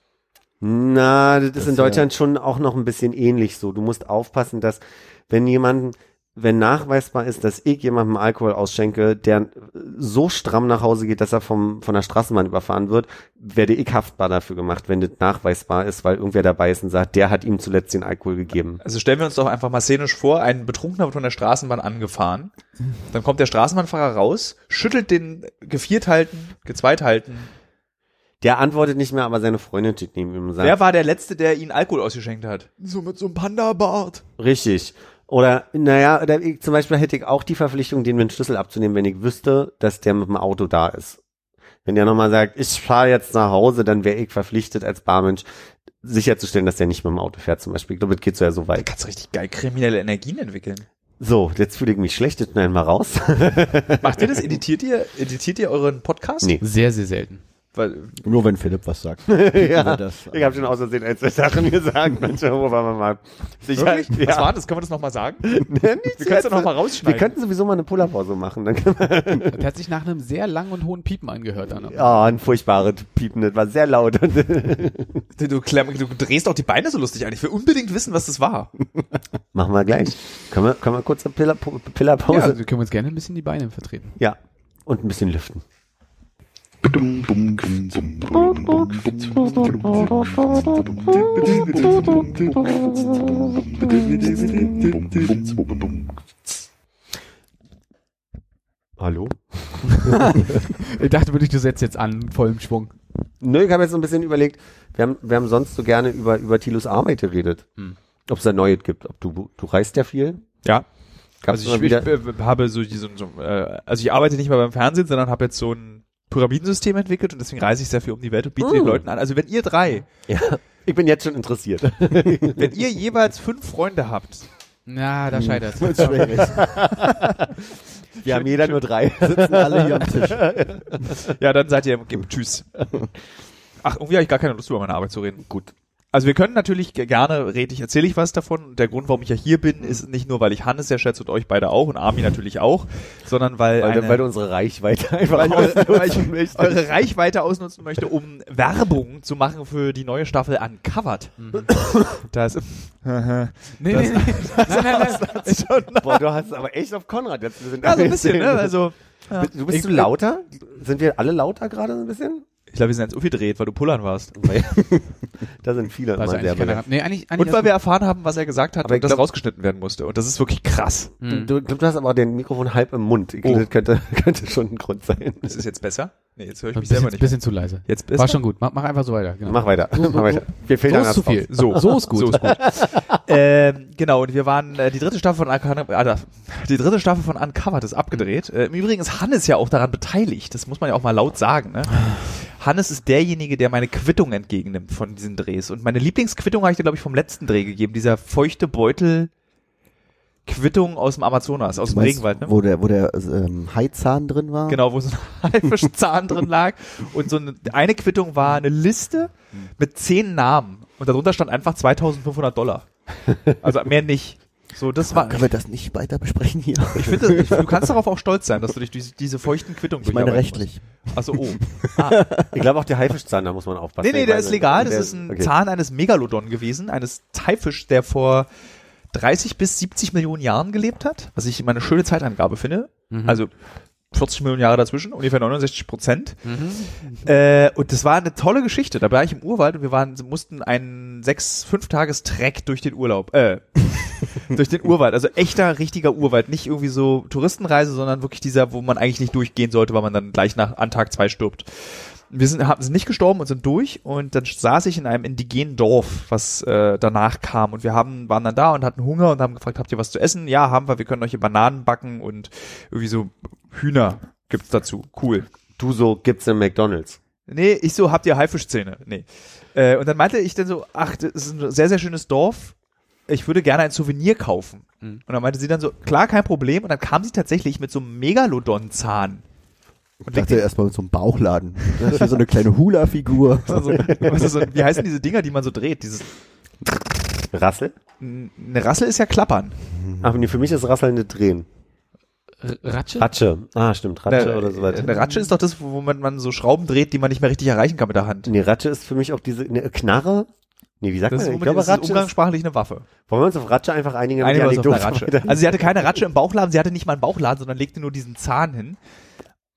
D: Na, das, ist in
E: ist ja-
D: Deutschland schon auch noch ein bisschen ähnlich so. Du musst aufpassen, dass wenn jemand, wenn nachweisbar ist, dass ich jemandem Alkohol ausschenke, der so stramm nach Hause geht, dass er vom, von der Straßenbahn überfahren wird, werde ich haftbar dafür gemacht, wenn das nachweisbar ist, weil irgendwer dabei ist und sagt, der hat ihm zuletzt den Alkohol gegeben.
B: Also stellen wir uns doch einfach mal szenisch vor, ein Betrunkener wird von der Straßenbahn angefahren. Dann kommt der Straßenbahnfahrer raus, schüttelt den Gevierthalten, Gezweithalten.
D: Der antwortet nicht mehr, aber seine Freundin steht neben ihm und sagt,
B: Wer war der Letzte, der ihnen Alkohol ausgeschenkt hat? So mit so einem Panda-Bart.
D: Richtig. Oder, naja, oder ich, zum Beispiel hätte ich auch die Verpflichtung, den mit dem Schlüssel abzunehmen, wenn ich wüsste, dass der mit dem Auto da ist. Wenn der nochmal sagt, ich fahre jetzt nach Hause, dann wäre ich verpflichtet als Barmensch sicherzustellen, dass der nicht mit dem Auto fährt zum Beispiel. Ich glaube, das geht so ja so
B: Da
D: weit.
B: kannst du richtig geil kriminelle Energien entwickeln.
D: So, jetzt fühle ich mich schlecht, jetzt schneiden wir raus.
B: Macht ihr das? Editiert ihr, editiert ihr euren Podcast?
D: Nee.
C: Sehr, sehr selten.
B: Weil,
E: Nur wenn Philipp was sagt. ja, das.
D: ich habe schon aus Versehen ein, zwei Sachen gesagt, Mensch, wo waren wir mal? Sicher,
B: wirklich?
D: Ja.
B: Was war das? Können wir das nochmal sagen? Wir
D: Nee, nicht
B: können es
D: zuletzt.
B: ja nochmal
D: wir
B: rausschneiden.
D: könnten sowieso mal eine Pullerpause machen. Dann können wir,
C: Das hat sich nach einem sehr langen und hohen Piepen angehört. Anna.
D: oh, ein furchtbares Piepen, das war sehr laut.
B: Du, du, klemm- du drehst auch die Beine so lustig an. Ich will unbedingt wissen, was das war.
D: Machen wir gleich. Können wir, können wir kurz eine Piller, Pu- Pillerpause?
C: Ja,
D: Ja,
C: also können wir uns gerne ein bisschen die Beine vertreten.
D: Und ein bisschen lüften. Hallo?
C: Ich dachte wirklich, du setzt jetzt an, voll im Schwung.
D: Nö, ich habe jetzt so ein bisschen überlegt, wir haben, wir haben sonst so gerne über, über Tilos Arbeit geredet.
B: Hm.
D: Ob es da Neues gibt. Ob du, du reist ja viel.
B: Ja.
D: Gab's
B: also
D: mal
B: ich, ich äh, habe so diesen, so, äh, also ich arbeite nicht mehr beim Fernsehen, sondern habe jetzt so ein Pyramidensystem entwickelt und deswegen reise ich sehr viel um die Welt und biete
D: Uh.
B: den Leuten an. Also wenn ihr drei,
D: ich bin jetzt schon interessiert.
B: wenn ihr jeweils fünf Freunde habt,
C: Na, da scheitert
D: Wir haben jeder nur drei.
E: sitzen alle hier am Tisch.
B: ja, dann seid ihr im Game. Tschüss. Ach, irgendwie habe ich gar keine Lust, über meine Arbeit zu reden. Gut. Also wir können natürlich ge- gerne, rede ich, erzähle ich was davon. Und der Grund, warum ich ja hier bin, ist nicht nur, weil ich Hannes sehr schätze und euch beide auch und Armin natürlich auch, sondern weil,
D: Weil,
B: eine,
D: du- weil du unsere Reichweite einfach
B: weil ich eure, weil
D: ausnutzen
B: ich
D: möchtest.
B: eure Reichweite ausnutzen möchte, um Werbung zu machen für die neue Staffel Uncovered.
D: Mhm.
B: Das,
C: Nee, nee, nee. Nein, nein, nein.
D: Boah, du hast aber echt auf Konrad jetzt ein bisschen.
B: ja, so ein bisschen, ne? Also,
D: Du bist du lauter? Sind wir alle lauter gerade so ein bisschen?
B: ich glaube, wir sind jetzt aufgedreht, weil du pullern warst.
D: Da sind viele
C: Also
D: immer
C: eigentlich
D: sehr
C: keine,
D: begeistert.
C: nee, eigentlich, eigentlich
B: Und weil wir erfahren haben, was er gesagt hat
D: Aber ich
B: und das
D: glaub-
B: rausgeschnitten werden musste. Und das ist wirklich krass.
D: Du, du, ich glaub, du hast aber den Mikrofon halb im Mund. Ich,
B: Oh.
D: Das könnte, könnte schon ein Grund sein.
B: Das ist jetzt besser? Nee, jetzt höre ich
C: ein
B: mich
C: bisschen,
B: selber nicht.
C: bisschen zu leise.
B: Jetzt
C: War
B: besser?
C: schon gut. Mach, mach einfach so weiter. Genau.
D: Mach weiter. Mach weiter. Wir
C: so
D: filtern
C: ist
D: das
C: zu viel.
D: raus.
C: So, so ist gut.
B: So ist gut. ähm, genau, und wir waren, äh, die dritte Staffel von Uncovered, äh, die dritte Staffel von Uncovered ist abgedreht. Äh, Im Übrigen ist Hannes ja auch daran beteiligt. Das muss man ja auch mal laut sagen, ne? Hannes ist derjenige, der meine Quittung entgegennimmt von diesen Drehs. Und meine Lieblingsquittung habe ich dir, glaube ich, vom letzten Dreh gegeben. Dieser feuchte Beutel Quittung aus dem Amazonas, aus dem Regenwald, ne?
E: Wo der, wo der ähm, Haizahn drin war.
B: Genau, wo so ein Haifischzahn drin lag. Und so eine, eine Quittung war eine Liste mit zehn Namen. Und darunter stand einfach 2500 Dollar. Also mehr nicht. So, das war.
E: Können wir das nicht weiter besprechen hier?
B: Ich finde, ich- du kannst darauf auch stolz sein, dass du dich diese, diese feuchten Quittung
E: Ich meine
B: durcharbeiten
E: rechtlich.
B: musst. Achso, oh. Ah.
D: Ich glaube auch der Haifischzahn, da muss man aufpassen.
B: Nee, nee,
D: Ich
B: der
D: weiß
B: ist
D: nicht.
B: legal. Das
D: Der-
B: ist ein
D: okay.
B: Zahn eines Megalodon gewesen, eines Taifisch, der vor 30 bis 70 Millionen Jahren gelebt hat, was ich immer eine schöne Zeitangabe finde.
D: Mhm.
B: Also 40 Millionen Jahre dazwischen, ungefähr 69 Prozent.
D: Mhm.
B: Äh, und das war eine tolle Geschichte. Da war ich im Urwald und wir waren, mussten einen sechs, fünf Tages Trek durch den Urlaub, äh, durch den Urwald. Also echter, richtiger Urwald. Nicht irgendwie so Touristenreise, sondern wirklich dieser, wo man eigentlich nicht durchgehen sollte, weil man dann gleich nach, an Tag zwei stirbt. Wir sind, haben, sind nicht gestorben und sind durch und dann saß ich in einem indigenen Dorf, was äh, danach kam und wir haben, waren dann da und hatten Hunger und haben gefragt, habt ihr was zu essen? Ja, haben wir, wir können euch hier Bananen backen und irgendwie so Hühner gibt's dazu. Cool.
D: Du so, gibt's in McDonalds.
B: Nee, ich so, habt ihr Haifischzähne? Nee. Äh, und dann meinte ich dann so, ach, das ist ein sehr, sehr schönes Dorf. Ich würde gerne ein Souvenir kaufen. Und dann meinte sie dann so, klar, kein Problem. Und dann kam sie tatsächlich mit so einem Megalodon-Zahn.
E: Ich dachte erstmal mit so einem Bauchladen. Das ist hier so eine kleine Hula-Figur.
B: Also, was ist so, wie heißen diese Dinger, die man so dreht? Dieses,
D: Rassel?
B: eine Rassel ist ja Klappern.
D: Ach nee, für mich ist Rasseln nicht drehen.
C: R- Ratsche?
D: Ratsche. Ah, stimmt, Ratsche oder so weiter.
B: Eine Ratsche ist doch das, wo man, man so Schrauben dreht, die man nicht mehr richtig erreichen kann mit der Hand.
D: nee, Ratsche ist für mich auch diese, ne, Knarre? Nee, wie sagt
B: Das
D: man?
B: ist,
D: denn? Ich
B: womit-
D: glaube,
B: das ist
D: Ratsche ist,
B: umgangssprachlich eine Waffe.
D: Wollen wir uns auf Ratsche einfach einigen? damit
B: Eine
D: die
B: war es auf einer
D: Anekdote
B: Ratsche.
D: weiter-
B: Also sie hatte keine Ratsche im Bauchladen, sie hatte nicht mal einen Bauchladen, sondern legte nur diesen Zahn hin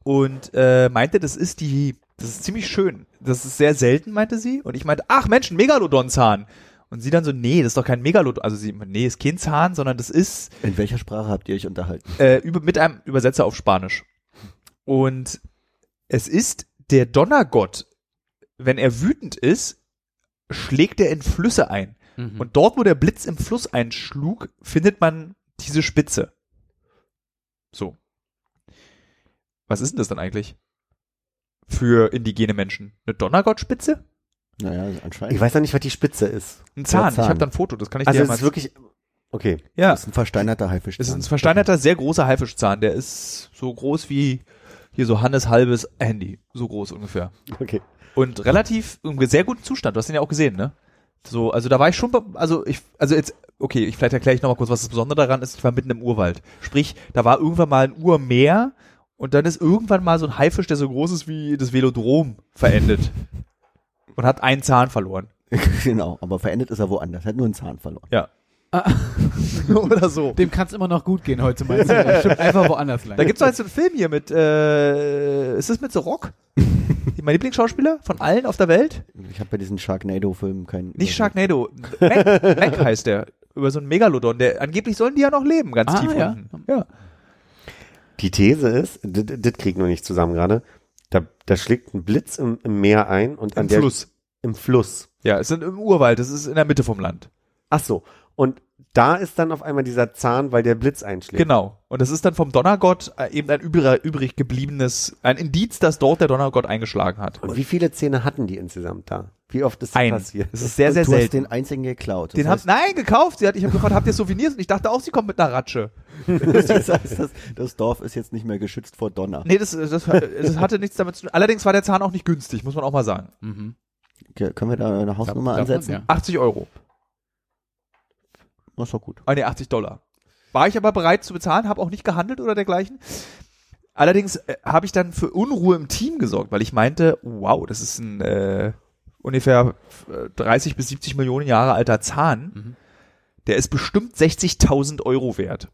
B: und äh, meinte, das ist die, das ist ziemlich schön. Das ist sehr selten, meinte sie. Und ich meinte, ach Mensch, ein Megalodon-Zahn. Und sie dann so, nee, das ist doch kein Megalodon. Also sie, nee, ist kein Zahn, sondern das ist
E: In welcher Sprache habt ihr euch unterhalten?
B: äh, über, mit einem Übersetzer auf Spanisch. Und es ist der Donnergott. Wenn er wütend ist, schlägt er in Flüsse ein.
D: Hm.
C: Mhm.
B: Und dort, wo der Blitz im Fluss einschlug, findet man diese Spitze. So. Was ist denn das dann eigentlich? Für indigene Menschen. Eine Donnergottspitze?
E: Naja,
D: Ich
E: anscheinend.
D: weiß ja nicht, was die Spitze ist.
B: Ein Zahn.
E: Zahn.
B: Ich habe da ein Foto, das kann ich
D: Also
B: dir
D: es
B: mal.
D: ist wirklich, okay.
B: ja,
E: Das ist ein versteinerter Haifisch.
B: es ist ein versteinerter, sehr großer Haifischzahn. Der ist so groß wie hier so Hannes halbes Handy. So groß ungefähr.
D: Okay.
B: Und relativ, im sehr guten Zustand. Du hast ihn ja auch gesehen, ne? So, also da war ich schon, be- also ich, also jetzt, okay, ich, vielleicht erkläre ich nochmal kurz, was das Besondere daran ist. Ich war mitten im Urwald. Sprich, da war irgendwann mal ein Urmeer und dann ist irgendwann mal so ein Haifisch, der so groß ist wie das Velodrom, verendet. und hat einen Zahn verloren.
E: genau, aber verendet ist er woanders. Hat nur einen Zahn verloren.
B: Ja.
C: Ah.
B: Oder so.
C: Dem kann es immer noch gut gehen heute, meinst du? Der schippt einfach woanders lang.
B: Da gibt's doch jetzt so einen Film hier mit, äh, ist das mit The Rock? mein Lieblingsschauspieler von allen auf der Welt?
E: Ich habe bei diesen Sharknado-Filmen keinen.
B: Nicht
E: Überblick.
B: Sharknado. Mac, Mac heißt der. Über so einen Megalodon. Der, angeblich sollen die ja noch leben, ganz
C: Ah,
B: tief
C: ja.
B: unten. Ja.
D: Die These ist, d- d- das kriegt nur nicht zusammen gerade, da, da schlägt ein Blitz im, im Meer ein und an
B: Im
D: der,
B: Fluss.
D: Im Fluss.
B: Ja, es sind im Urwald. Das ist in der Mitte vom Land.
D: Ach so. Und da ist dann auf einmal dieser Zahn, weil der Blitz einschlägt.
B: Genau. Und das ist dann vom Donnergott äh, eben ein übrig, übrig gebliebenes, ein Indiz, dass dort der Donnergott eingeschlagen hat.
D: Und wie viele Zähne hatten die insgesamt da? Wie oft ist das
B: Ein. Es
D: passiert?
B: ist sehr, sehr
E: du hast
B: selten.
E: den einzigen geklaut. Das
B: Den hab,
E: heißt,
B: nein, gekauft. Sie hat, ich habe gefragt, habt ihr Souvenirs? Und ich dachte auch, sie kommt mit einer Ratsche.
E: das, heißt das, das Dorf ist jetzt nicht mehr geschützt vor Donner.
B: Nee, das, das, das hatte nichts damit zu tun. Allerdings war der Zahn auch nicht günstig, muss man auch mal sagen.
C: Mhm.
E: Ge- Können wir da eine Hausnummer
C: Darf man,
E: ansetzen?
C: ja.
B: 80 Euro.
E: Das ist doch gut.
B: Ah, nee, 80 Dollar. War ich aber bereit zu bezahlen, habe auch nicht gehandelt oder dergleichen. Allerdings äh, habe ich dann für Unruhe im Team gesorgt, weil ich meinte, wow, das ist ein äh, ungefähr äh, 30 bis 70 Millionen Jahre alter Zahn. Der ist bestimmt 60.000 Euro wert.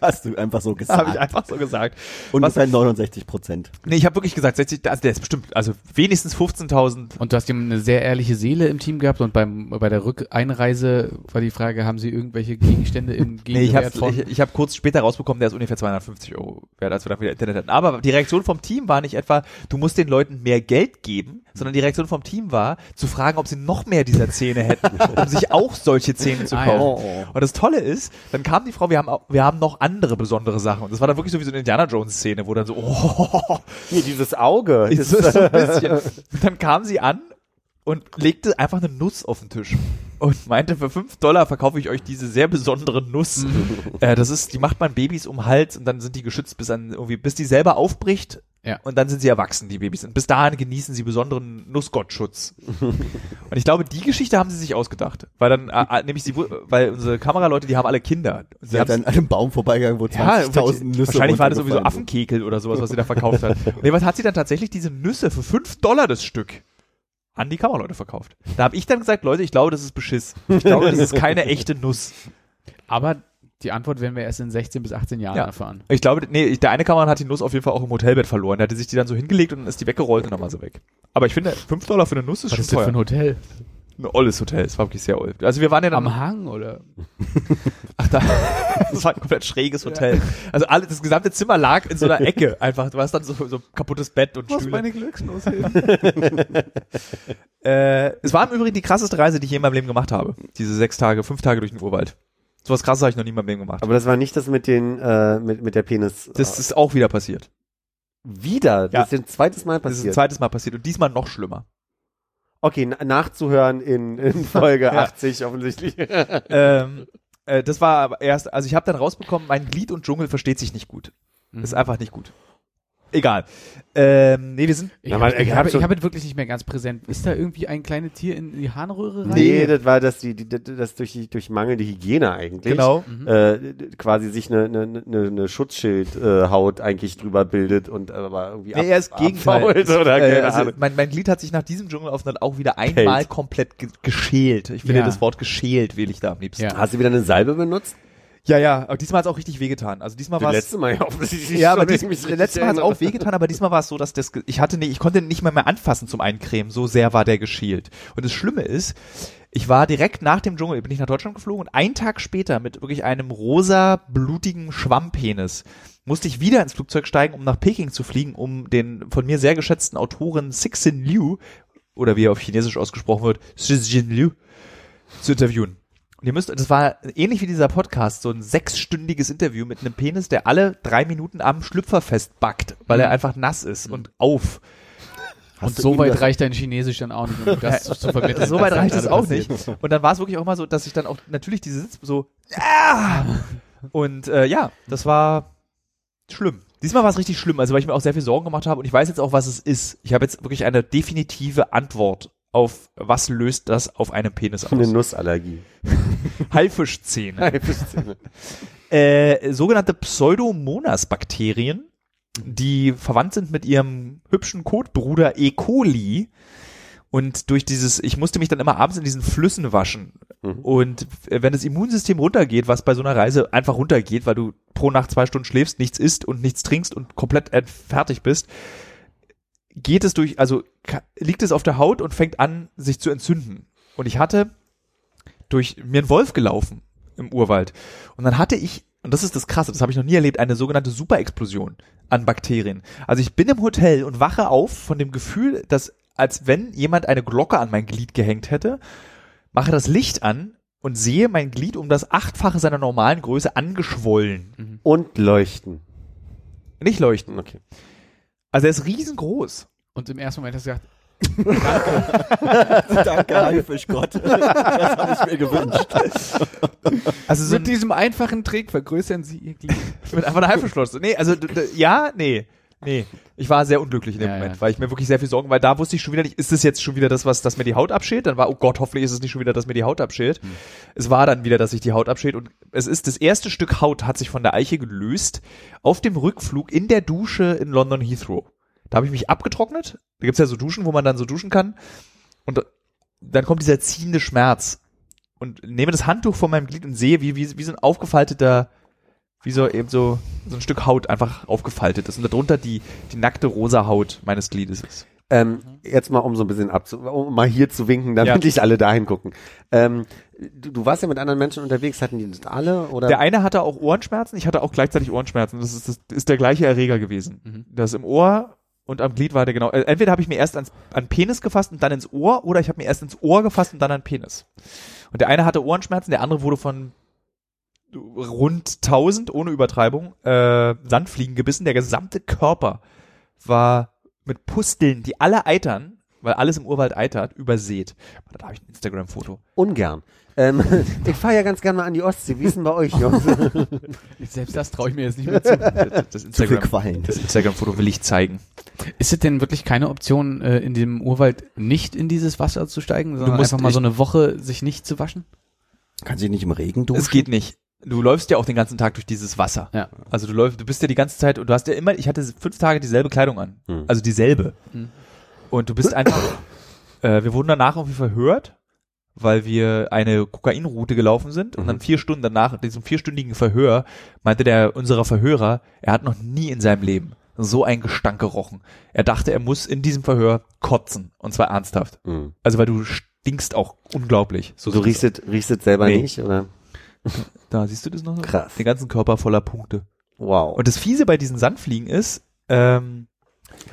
E: Hast du einfach so
B: Habe ich
E: gesagt.
B: einfach so gesagt.
E: Ungefähr 69 Prozent.
B: Nee, ich habe wirklich gesagt, 60, also der ist bestimmt, also wenigstens 15.000.
C: Und du hast ihm eine sehr ehrliche Seele im Team gehabt und beim, bei der Rückeinreise war die Frage, haben sie irgendwelche Gegenstände im
B: Nee, ich habe
C: Gegenwert von?
B: ich, ich hab kurz später rausbekommen, der ist ungefähr 250 Euro wert, als wir dann wieder Internet hatten. Aber die Reaktion vom Team war nicht etwa, du musst den Leuten mehr Geld geben, sondern die Reaktion vom Team war, zu fragen, ob sie noch mehr dieser Zähne hätten, um sich auch solche Zähne zu
C: Ah, ja.
B: kaufen. Und das Tolle ist, dann kam die Frau, wir haben, auch- wir haben noch andere besondere Sachen. Und das war dann wirklich so wie so eine Indiana Jones Szene, wo dann so, oh,
D: Hier, dieses Auge.
B: ist so so ein bisschen. Und dann kam sie an und legte einfach eine Nuss auf den Tisch und meinte, für 5 Dollar verkaufe ich euch diese sehr besondere Nuss. äh, das ist, die macht man Babys um den Hals und dann sind die geschützt bis an irgendwie, bis die selber aufbricht.
C: Ja.
B: Und dann sind sie erwachsen, die Babys. Und bis dahin genießen sie besonderen Nussgottschutz. und ich glaube, die Geschichte haben sie sich ausgedacht. Weil dann, äh, äh, nämlich sie, wu- weil unsere Kameraleute, die haben alle Kinder. Und
E: Sie hat
B: haben's-
E: an einem Baum vorbeigegangen, wo
B: ja,
E: 20.000 Nüsse
B: wahrscheinlich war das sowieso
E: runtergefallen sind.
B: Affenkekel oder sowas, was sie da verkauft hat. Nee, was hat sie dann tatsächlich diese Nüsse für 5 Dollar das Stück an die Kameraleute verkauft? Da habe ich dann gesagt, Leute, ich glaube, das ist Beschiss. Ich glaube, das ist keine echte Nuss.
C: Aber die Antwort werden wir erst in 16 bis 18 Jahren
B: Ja.
C: erfahren.
B: Ich glaube, nee, ich- der eine Kameramann hat die Nuss auf jeden Fall auch im Hotelbett verloren. Der hatte sich die dann so hingelegt und dann ist die weggerollt und dann war sie weg. Aber ich finde, 5 Dollar für eine Nuss ist
C: Was
B: schon
C: ist das
B: teuer.
C: für ein Hotel?
B: ein olles Hotel. Es war wirklich sehr oll. Also wir waren ja dann
C: Am Hang oder?
B: Ach, da. Das war ein komplett schräges Hotel. Also alle, das gesamte Zimmer lag in so einer Ecke einfach. Du hast dann so, so kaputtes Bett und Stühle.
C: Glücksloshilfe?
B: Äh, es war im Übrigen die krasseste Reise, die ich je in meinem Leben gemacht habe. Diese sechs Tage, fünf Tage durch den Urwald. Sowas krasses habe ich noch nie in meinem Leben gemacht.
D: Aber das war nicht das mit den, äh, mit, mit der Penis.
B: das ist auch wieder passiert.
D: wieder. Das ist ein zweites Mal
B: Das ist ein
D: passiert.
B: zweites Mal passiert und diesmal noch schlimmer.
D: okay, na- nachzuhören in, in Folge 80 offensichtlich.
B: ähm, äh, das war aber erst, also ich habe dann rausbekommen, mein Glied und Dschungel versteht sich nicht gut.
C: Hm.
D: Mhm.
B: Ist einfach nicht gut. Egal. Ähm, nee, wir sind.
C: Ich
D: Na,
C: habe
D: weil ich
C: ich
D: hab
C: hab, ich
D: so-
C: hab es wirklich nicht mehr ganz präsent. Ist da irgendwie ein kleines Tier in die Harnröhre rein?
D: Nee, das war das, die, die, das durch, die, durch mangelnde Hygiene eigentlich.
B: Genau.
D: Äh, quasi sich eine, eine, eine, eine Schutzschildhaut äh, Haut eigentlich drüber bildet und äh, aber irgendwie
B: Nee, er ist Gegenteil.
D: abfault oder
B: äh,
D: keine
B: also
D: Ahnung.
B: mein, mein Glied hat sich nach diesem Dschungelaufenthalt auch wieder einmal
D: Kält.
B: komplett ge geschält. Ich finde
C: Ja.
B: das Wort geschält, wähle ich da am liebsten.
C: Ja.
D: Hast du wieder eine Salbe benutzt?
B: ja. ja. Aber diesmal hat es auch richtig wehgetan. Also diesmal war
D: Das
B: es.
D: letzte Mal ja offensichtlich.
B: Ja, aber
D: schon, wenn
B: dies,
D: ich mich richtig
B: letztes Mal hat es
D: erinnere.
B: auch wehgetan, aber diesmal war es so, dass das, ge- ich hatte nicht, ich konnte nicht mal mehr anfassen zum Eincremen, so sehr war der geschält. Und das Schlimme ist, ich war direkt nach dem Dschungel, bin ich nach Deutschland geflogen und einen Tag später mit wirklich einem rosa, blutigen Schwammpenis musste ich wieder ins Flugzeug steigen, um nach Peking zu fliegen, um den von mir sehr geschätzten Autoren Sixin Liu, oder wie er auf Chinesisch ausgesprochen wird, Sixin Liu, zu interviewen. Und ihr müsst, das war ähnlich wie dieser Podcast, so ein sechsstündiges Interview mit einem Penis, der alle drei Minuten am Schlüpfer festbackt, weil er einfach nass ist und auf.
C: Und
D: du
C: so
D: ihm
C: weit
D: das-
C: reicht dein Chinesisch dann auch nicht, um das zu vermitteln.
B: So weit
C: was
B: reicht
C: da
B: es
C: gerade
B: auch
C: passiert.
B: nicht. Und dann war es wirklich auch mal so, dass ich dann auch natürlich diese Sitz so ah! und äh, ja, das war schlimm. Diesmal war es richtig schlimm, also weil ich mir auch sehr viel Sorgen gemacht habe und ich weiß jetzt auch, was es ist. Ich habe jetzt wirklich eine definitive Antwort auf was löst das auf einem Penis
D: Eine
B: aus.
D: Nussallergie.
B: Haifischzähne.
D: Nein, verstehe.
B: äh, sogenannte Pseudomonas-Bakterien, die verwandt sind mit ihrem hübschen Kotbruder E. coli. Und durch dieses, ich musste mich dann immer abends in diesen Flüssen waschen. Und äh, wenn das Immunsystem runtergeht, was bei so einer Reise einfach runtergeht, weil du pro Nacht zwei Stunden schläfst, nichts isst und nichts trinkst und komplett äh, fertig bist, geht es durch, also ka- liegt es auf der Haut und fängt an, sich zu entzünden. Und ich hatte durch mir einen Wolf gelaufen im Urwald. Und dann hatte ich, und das ist das Krasse, das habe ich noch nie erlebt, eine sogenannte Superexplosion an Bakterien. Also ich bin im Hotel und wache auf von dem Gefühl, dass als wenn jemand eine Glocke an mein Glied gehängt hätte, mache das Licht an und sehe mein Glied um das Achtfache seiner normalen Größe angeschwollen.
D: Und leuchten.
B: Nicht leuchten.
D: Okay.
B: Also er ist riesengroß.
C: Und im ersten Moment hast du gesagt,
E: Danke, Haifischgott. Das habe ich mir gewünscht.
B: Also so
C: mit diesem einfachen Trick vergrößern sie ihr Glied.
B: mit einfach einer Haifischflosse. Nee, also d- d- ja, nee. Nee, ich war sehr unglücklich in dem
C: Ja,
B: Moment,
C: ja.
B: weil ich mir wirklich sehr viel Sorgen, weil da wusste ich schon wieder nicht, ist es jetzt schon wieder das, was, dass mir die Haut abschält? Dann war, oh Gott, hoffentlich ist es nicht schon wieder, dass mir die Haut abschält.
C: Hm.
B: Es war dann wieder, dass sich die Haut abschält und es ist, das erste Stück Haut hat sich von der Eiche gelöst auf dem Rückflug in der Dusche in London Heathrow. Da habe ich mich abgetrocknet. Da gibt's ja so Duschen, wo man dann so duschen kann. Und dann kommt dieser ziehende Schmerz. Und nehme das Handtuch von meinem Glied und sehe, wie, wie, wie so ein aufgefalteter, wie so eben so, so ein Stück Haut einfach aufgefaltet ist. Und darunter die, die nackte rosa Haut meines Gliedes ist.
D: Ähm, jetzt mal, um so ein bisschen abzu, um mal hier zu winken, damit
B: Ja.
D: nicht alle dahin gucken. Ähm, du, du warst ja mit anderen Menschen unterwegs, hatten die das alle oder?
B: Der eine hatte auch Ohrenschmerzen, ich hatte auch gleichzeitig Ohrenschmerzen. Das ist, das ist der gleiche Erreger gewesen.
E: Mhm.
B: Das im Ohr und am Glied war der genau. äh, Entweder habe ich mir erst ans, an Penis gefasst und dann ins Ohr oder ich habe mir erst ins Ohr gefasst und dann an Penis. Und der eine hatte Ohrenschmerzen, der andere wurde von rund 1000, ohne Übertreibung, äh, Sandfliegen gebissen. Der gesamte Körper war mit Pusteln, die alle eitern, weil alles im Urwald eitert, übersät. Aber da habe ich ein Instagram-Foto.
D: Ungern. Ähm, ich fahre ja ganz gerne mal an die Ostsee. Wie ist denn bei euch, Jungs?
C: Selbst das traue ich mir jetzt nicht mehr zu.
B: Das, das
E: Zu viel
B: Instagram-
E: Quallen.
B: das Instagram-Foto will ich zeigen.
C: Ist es denn wirklich keine Option, äh, in dem Urwald nicht in dieses Wasser zu steigen, sondern
B: musst
C: einfach mal so
B: echt-
C: eine Woche sich nicht zu waschen?
E: Kann sie nicht im Regen duschen?
B: Es geht nicht. Du läufst ja auch den ganzen Tag durch dieses Wasser.
C: Ja.
B: Also du läufst, du bist ja die ganze Zeit und du hast ja immer, ich hatte fünf Tage dieselbe Kleidung an. Also dieselbe. Und du bist einfach, äh, wir wurden danach irgendwie verhört, weil wir eine Kokainroute gelaufen sind und dann vier Stunden danach, in diesem vierstündigen Verhör, meinte der, unserer Verhörer, er hat noch nie in seinem Leben so einen Gestank gerochen. Er dachte, er muss in diesem Verhör kotzen. Und zwar ernsthaft. Also weil du st- stinkst auch unglaublich. So
D: Hm. Du
B: sieht's
D: riechst
B: aus.
D: es, riechst es selber
B: Nee.
D: nicht, oder?
B: Da, siehst du das noch? so?
D: Krass.
B: Den ganzen Körper voller Punkte.
D: Wow.
B: Und das Fiese bei diesen Sandfliegen ist, ähm,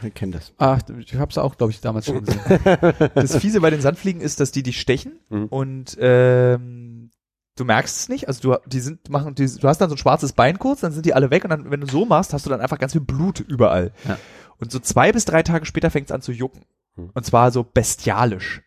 E: Ich kenne das.
C: Ach, ich hab's auch, glaube ich, damals schon gesehen.
B: das Fiese bei den Sandfliegen ist, dass die dich stechen
D: Mhm.
B: und ähm, du merkst es nicht. Also du, die sind, machen, die, du hast dann so ein schwarzes Bein kurz, dann sind die alle weg und dann, wenn du so machst, hast du dann einfach ganz viel Blut überall.
C: Ja.
B: Und so zwei bis drei Tage später fängt es an zu jucken.
D: Mhm.
B: Und zwar so bestialisch.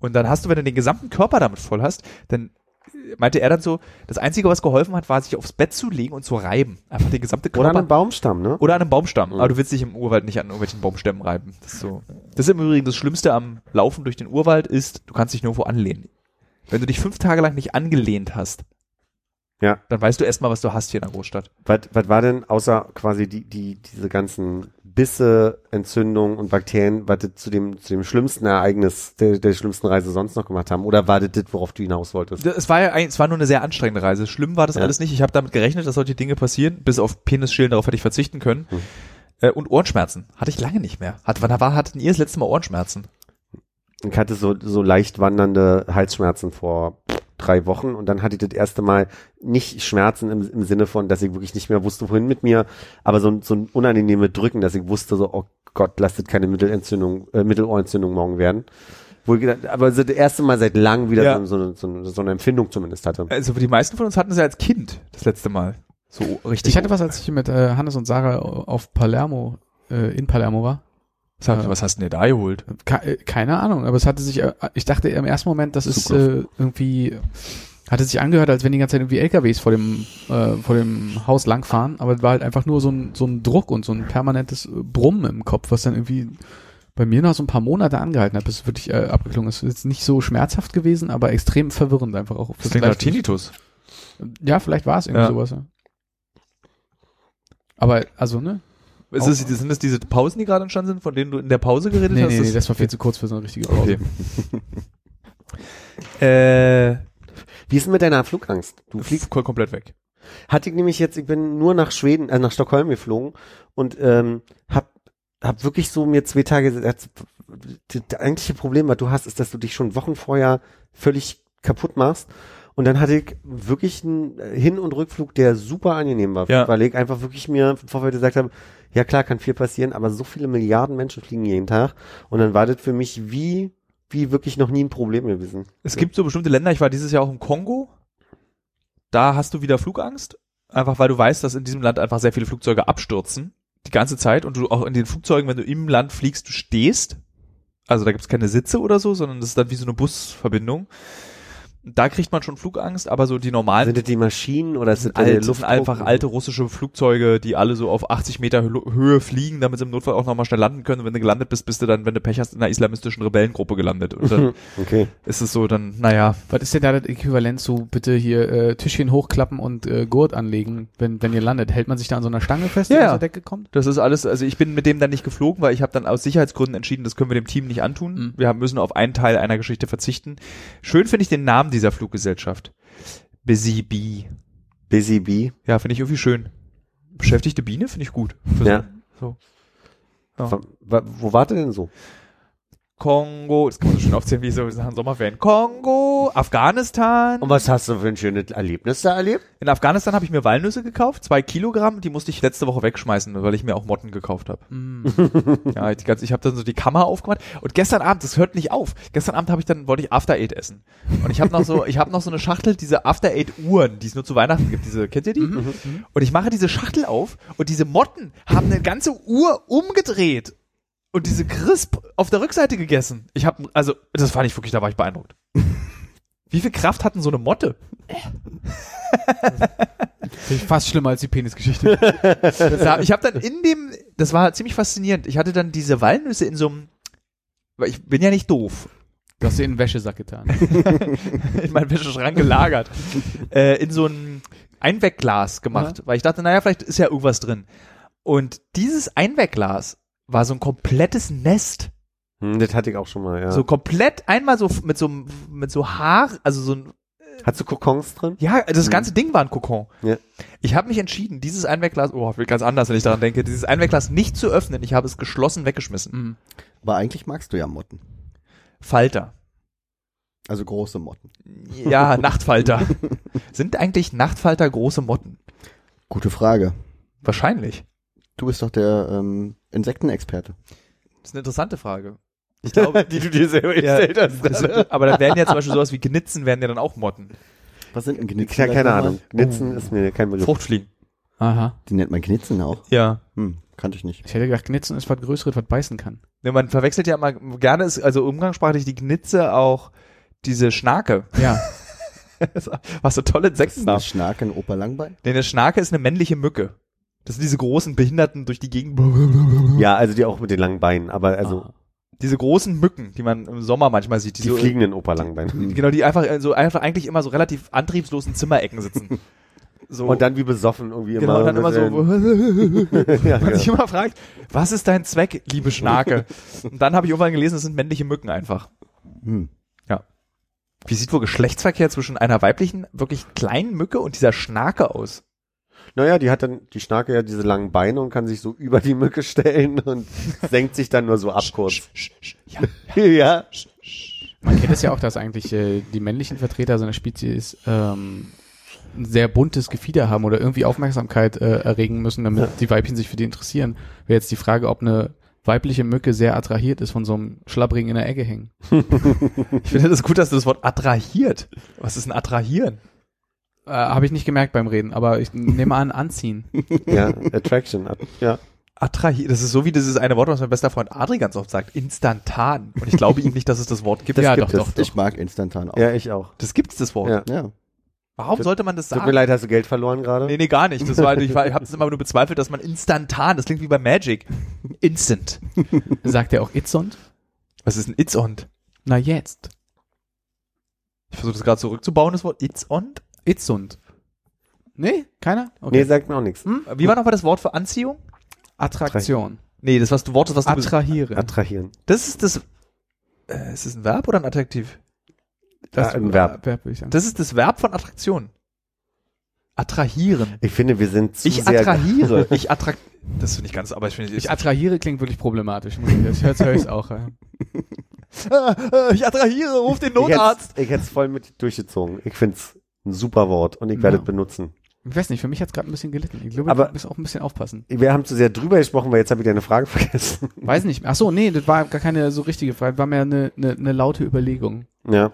B: Und dann hast du, wenn du den gesamten Körper damit voll hast, dann äh, meinte er dann so, das Einzige, was geholfen hat, war, sich aufs Bett zu legen und zu reiben. Einfach den gesamten Körper.
D: Oder an einem Baumstamm, ne?
B: Oder an einem Baumstamm.
D: Mhm.
B: Aber du willst dich im Urwald nicht an irgendwelchen Baumstämmen reiben. Das ist so. Das ist im Übrigen das Schlimmste am Laufen durch den Urwald ist, du kannst dich nirgendwo anlehnen. Wenn du dich fünf Tage lang nicht angelehnt hast,
D: Ja.
B: dann weißt du erstmal, was du hast hier in der Großstadt.
D: Was, was war denn außer quasi die, die, diese ganzen Bisse, Entzündungen und Bakterien, was das zu dem, zu dem schlimmsten Ereignis der, der schlimmsten Reise sonst noch gemacht haben? Oder war das das, worauf du hinaus wolltest?
B: Es war ja ein, es war nur eine sehr anstrengende Reise. Schlimm war das
D: Ja.
B: alles nicht. Ich habe damit gerechnet, dass solche Dinge passieren. Bis auf Penisschälen, darauf hätte ich verzichten können. Äh, Und Ohrenschmerzen hatte ich lange nicht mehr. Hat, wann war, hatten ihr das letzte Mal Ohrenschmerzen?
D: Ich hatte so, so leicht wandernde Halsschmerzen vor drei Wochen und dann hatte ich das erste Mal nicht Schmerzen im, im Sinne von, dass ich wirklich nicht mehr wusste, wohin mit mir, aber so, ein- so ein unangenehme Drücken, dass ich wusste so, oh Gott, lasst das keine Mittelentzündung, äh, Mittelohrentzündung morgen werden. Wo ich gedacht, aber so das erste Mal seit langem wieder
B: Ja.
D: so, so, eine- so, eine- so eine Empfindung zumindest hatte.
B: Also die meisten von uns hatten es ja als Kind das letzte Mal. So richtig.
C: Ich hatte was, als ich mit äh, Hannes und Sarah auf Palermo, äh, in Palermo war.
B: Sag, was hast denn dir da geholt?
C: Ke äh, keine Ahnung, aber es hatte sich, äh, ich dachte im ersten Moment, das ist äh,
E: Zukunft.
C: irgendwie, hatte sich angehört, als wenn die ganze Zeit irgendwie LKWs vor dem, äh, vor dem Haus langfahren, aber es war halt einfach nur so ein, so ein Druck und so ein permanentes äh, Brummen im Kopf, was dann irgendwie bei mir noch so ein paar Monate angehalten hat, bis es wirklich äh, abgeklungen ist. Ist nicht so schmerzhaft gewesen, aber extrem verwirrend einfach auch.
B: Das
C: fürs
B: klingt nach
C: Gleichgewicht.
B: Tinnitus.
C: Ja, vielleicht war es irgendwie
B: Ja.
C: sowas. Ja. Aber, also, ne?
B: Ist es, sind das diese Pausen, die gerade entstanden sind, von denen du in der Pause geredet
C: Nee,
B: hast?
C: nee, nee, das war viel zu kurz für so eine richtige Pause.
B: okay. äh,
D: Wie ist denn mit deiner Flugangst? Du
B: du
D: fliegst
B: fliegst kom- komplett weg.
D: Hatte ich nämlich jetzt, ich bin nur nach Schweden, äh, nach Stockholm geflogen und ähm, hab, hab wirklich so mir zwei Tage gesagt, das, das eigentliche Problem, was du hast, ist, dass du dich schon Wochen vorher völlig kaputt machst. Und dann hatte ich wirklich einen Hin- und Rückflug, der super angenehm war,
B: Ja.
D: weil ich einfach wirklich mir im Vorfeld gesagt habe, ja klar, kann viel passieren, aber so viele Milliarden Menschen fliegen jeden Tag. Und dann war das für mich wie, wie wirklich noch nie ein Problem gewesen.
B: Es gibt so bestimmte Länder, ich war dieses Jahr auch im Kongo, da hast du wieder Flugangst, einfach weil du weißt, dass in diesem Land einfach sehr viele Flugzeuge abstürzen, die ganze Zeit und du auch in den Flugzeugen, wenn du im Land fliegst, du stehst, also da gibt's keine Sitze oder so, sondern das ist dann wie so eine Busverbindung. Da kriegt man schon Flugangst, aber so die normalen
D: Sind das die Maschinen oder ist das der
B: alt, Äh, sind
D: Luftdruck?
B: einfach alte russische Flugzeuge, die alle so auf 80 Meter Hö- Höhe fliegen, damit sie im Notfall auch nochmal schnell landen können. Und wenn du gelandet bist, bist du dann, wenn du Pech hast, in einer islamistischen Rebellengruppe gelandet. Und dann
D: Okay.
B: ist es so, dann, naja,
C: Was ist denn da das Äquivalent zu bitte hier äh, Tischchen hochklappen und äh, Gurt anlegen, wenn, wenn ihr landet? Hält man sich da an so einer Stange fest,
B: Ja,
C: die
B: ja.
C: aus der Decke kommt?
B: das ist alles, also ich bin mit dem dann nicht geflogen, weil ich habe dann aus Sicherheitsgründen entschieden, das können wir dem Team nicht antun.
C: Mhm.
B: Wir haben- müssen auf einen Teil einer Geschichte verzichten. Schön finde ich den Namen dieser Fluggesellschaft. Busy Bee.
D: Busy Bee.
B: Ja, finde ich irgendwie schön. Beschäftigte Biene finde ich gut. Für
D: Ja.
B: So.
D: Wa- wa- Wo wart ihr denn so?
B: Kongo, das kann man so schön aufzählen, wie so Sachen Sommerferien. Kongo, Afghanistan.
D: Und was hast du für ein schönes Erlebnis da erlebt?
B: In Afghanistan habe ich mir Walnüsse gekauft, zwei Kilogramm, die musste ich letzte Woche wegschmeißen, weil ich mir auch Motten gekauft habe. ja, ich, die ganze- ich habe dann so die Kammer aufgemacht und gestern Abend, das hört nicht auf. Gestern Abend habe ich dann wollte ich After Eight essen und ich habe noch so, ich habe noch so eine Schachtel diese After Eight Uhren, die es nur zu Weihnachten gibt. Diese kennt ihr die? Und ich mache diese Schachtel auf und diese Motten haben eine ganze Uhr umgedreht und diese Crisp auf der Rückseite gegessen. Ich habe also, das fand ich wirklich, da war ich beeindruckt. Wie viel Kraft hatten so eine Motte?
C: Finde ich fast schlimmer als die Penisgeschichte.
B: Das hab, ich habe dann in dem, das war ziemlich faszinierend. Ich hatte dann diese Walnüsse in so einem, weil ich bin ja nicht doof,
C: du hast dir in den Wäschesack getan.
B: in meinen Wäscheschrank gelagert, äh, in so ein Einwegglas gemacht, weil ich dachte, naja, vielleicht ist ja irgendwas drin. Und dieses Einwegglas war so ein komplettes Nest.
D: Hm, das hatte ich auch schon mal, ja.
B: So komplett einmal so f- mit so, einem- mit so Haar, also so ein
D: Hast du Kokons drin?
B: Ja, das ganze Ding war ein Kokon.
D: Mhm. Ja.
B: Ich habe mich entschieden, dieses Einwegglas, oh, wird ganz anders, wenn ich daran denke, dieses Einwegglas nicht zu öffnen. Ich habe es geschlossen weggeschmissen.
C: Mhm.
E: Aber eigentlich magst du ja Motten.
B: Falter.
E: Also große Motten.
B: Ja, Nachtfalter. Sind eigentlich Nachtfalter große Motten?
E: Gute Frage.
B: Wahrscheinlich.
E: Du bist doch der ähm, Insektenexperte.
B: Das ist eine interessante Frage.
D: Ich glaube, die du dir selber
B: Ja,
D: gestellt hast. ne?
B: das, aber da werden ja zum Beispiel sowas wie Gnitzen, werden ja dann auch Motten.
E: Was sind denn Gnitzen?
D: Ja, keine Ahnung. Nitzen ist mir kein Begriff.
B: Fruchtfliegen.
C: Aha.
E: Oh. Die nennt man Gnitzen auch.
B: Ja.
E: Hm, kannte ich nicht.
C: Ich hätte gedacht, Knitzen ist was Größeres, was beißen kann.
B: Ne, man verwechselt ja immer gerne, ist, also umgangssprachlich die Gnitze auch diese Schnake.
C: Ja.
B: Was so tolle Insekten
D: Genau.
E: Ist Schnarke in Opa Langbein?
B: Denn eine Schnake ist eine männliche Mücke. Das sind diese großen Behinderten durch die Gegend.
D: Ja, also die auch mit den langen Beinen, aber
C: Ah.
D: also
B: Diese großen Mücken, die man im Sommer manchmal sieht.
D: die
B: so,
D: fliegenden Operlangbeinen.
B: Genau, die einfach äh, so einfach eigentlich immer so relativ antriebslos in Zimmerecken sitzen. So.
D: Und dann wie besoffen irgendwie
B: genau, und
D: immer.
B: dann immer so,
D: ja,
B: man sich
D: genau.
B: immer fragt, was ist dein Zweck, liebe Schnake? Und dann habe ich irgendwann gelesen, es sind männliche Mücken einfach.
E: Hm.
B: Ja. Wie sieht wohl Geschlechtsverkehr zwischen einer weiblichen, wirklich kleinen Mücke und dieser Schnake aus?
D: Naja, die hat dann, die Schnake ja diese langen Beine und kann sich so über die Mücke stellen und senkt sich dann nur so ab kurz.
B: Ja.
D: ja.
C: Ah. Man kennt es ja auch, dass eigentlich äh, die männlichen Vertreter so einer Spezies ähm, ein sehr buntes Gefieder haben oder irgendwie Aufmerksamkeit äh, erregen müssen, damit die Weibchen sich für die interessieren. Wäre jetzt die Frage, ob eine weibliche Mücke sehr attrahiert ist von so einem Schlabbring in der Ecke hängen.
B: Ich finde das gut, dass du das Wort attrahiert. Was ist ein Attrahieren?
C: Äh, Habe ich nicht gemerkt beim Reden, aber ich nehme an, anziehen.
D: Ja, Attraction. At- Ja.
B: Attrahiert, das ist so wie dieses eine Wort, was mein bester Freund Adri ganz oft sagt, instantan. Und ich glaube ihm nicht, dass es das Wort gibt.
C: Ja,
D: gibt
C: doch, doch,
D: es.
C: doch.
E: Ich mag instantan auch.
D: Ja, ich auch.
B: Das gibt's das Wort.
D: Ja.
E: Ja.
B: Warum sollte man das
D: Tut mir
B: sagen?
D: leid, hast du Geld verloren gerade?
B: Nee, nee, gar nicht. Das war, halt- ich, war- ich habe es immer nur bezweifelt, dass man instantan, das klingt wie bei Magic. Instant.
C: Sagt er auch Itzond?
B: Was ist ein It's on?
C: Na jetzt.
B: Ich versuche das gerade zurückzubauen, das Wort It's on.
C: Itzund. Nee? Keiner?
D: Nee, sagt mir auch nichts.
B: Hm? Wie war nochmal das Wort für Anziehung?
C: Attraktion.
B: Nee, das was du Wort, was du bes-
C: Attrahieren.
D: Attrahieren.
B: Das ist das äh, ist das ein Verb oder ein Adjektiv?
D: Ah, ein Verb.
C: Verb würde ich sagen.
B: Das ist das Verb von Attraktion. Attrahieren.
D: Ich finde, wir sind zu
B: ich
D: sehr.
B: attrahiere. Ich attrakt. Das finde ich ganz, aber ich finde
C: Ich attrahiere klingt wirklich problematisch. muss ich- Das hört es auch. ja.
B: äh, ich attrahiere, ruf den
D: ich hätt's- Ich hätte es voll mit durchgezogen. Ich find's ein super Wort und ich werde es
C: Ja.
D: benutzen.
C: Ich weiß nicht, für mich hat es gerade ein bisschen gelitten. Ich glaube,
D: Aber-
C: du musst auch ein bisschen aufpassen.
D: Wir haben zu sehr drüber gesprochen, weil jetzt habe ich deine Frage vergessen.
C: Weiß nicht. Ach so, nee, das war gar keine so richtige Frage. War mehr eine, eine, eine laute Überlegung.
D: Ja.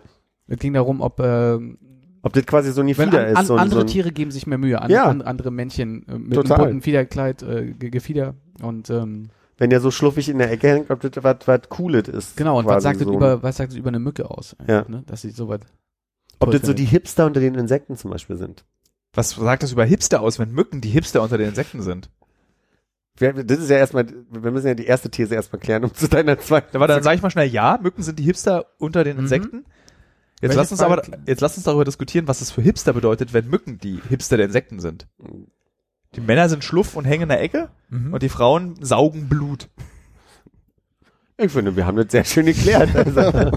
C: Es ging darum, ob ähm,
D: Ob das quasi so ein
C: wenn
D: Gefieder
C: an,
D: ist.
C: an,
D: So ein, so
C: andere
D: ein,
C: Tiere geben sich mehr Mühe. An,
D: Ja.
C: an, andere Männchen äh, mit
D: Total.
C: einem bunten Fiederkleid, äh, Ge- Gefieder. Und ähm,
D: Wenn der so schluffig in der Ecke hängt, ob das was, was Cooles ist.
C: genau, und was
D: quasi
C: sagt, das
D: so.
C: über, was sagt das über eine Mücke aus?
D: Ja.
C: Ne? Dass sie so was
D: Ob
C: toll
D: das so die
C: findet.
D: Hipster unter den Insekten zum Beispiel sind.
B: Was sagt das über Hipster aus, wenn Mücken die Hipster unter den Insekten sind?
D: Wir, das ist ja erstmal, wir müssen ja die erste These erstmal klären, um zu deiner zweiten.
B: Aber dann sage ich mal schnell ja, Mücken sind die Hipster unter den Insekten. Jetzt
C: Welche
B: lass, uns
C: Frage-
B: aber, jetzt lass uns darüber diskutieren, was es für Hipster bedeutet, wenn Mücken die Hipster der Insekten sind. Die Männer sind Schluff und hängen in der Ecke und die Frauen saugen Blut.
D: Ich finde, wir haben das sehr schön geklärt. Also,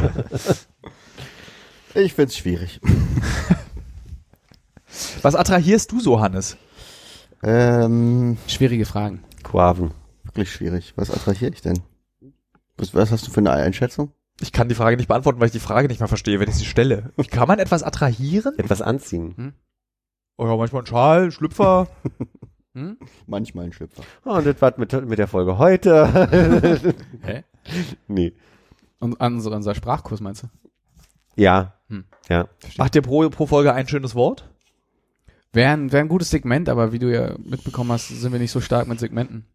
E: Ich find's schwierig.
B: Was attrahierst du so, Hannes?
E: Ähm,
C: schwierige Fragen.
D: Quaven.
E: wirklich schwierig. Was attrahiere ich denn? Was, was hast du für eine Einschätzung?
B: Ich kann die Frage nicht beantworten, weil ich die Frage nicht mehr verstehe, wenn ich sie stelle. Wie kann man etwas attrahieren?
D: Etwas anziehen.
B: Oh ja, manchmal ein Schal, Schlüpfer.
C: Hm?
E: Manchmal ein Schlüpfer.
D: Oh, und das war's mit, mit der Folge heute.
C: Hä?
D: nee.
C: Und an so, unser Sprachkurs meinst du?
D: Ja.
C: Hm.
D: Ja.
B: Macht ihr pro, pro Folge ein schönes Wort?
C: Wäre ein, wär ein gutes Segment, aber wie du ja mitbekommen hast, sind wir nicht so stark mit Segmenten.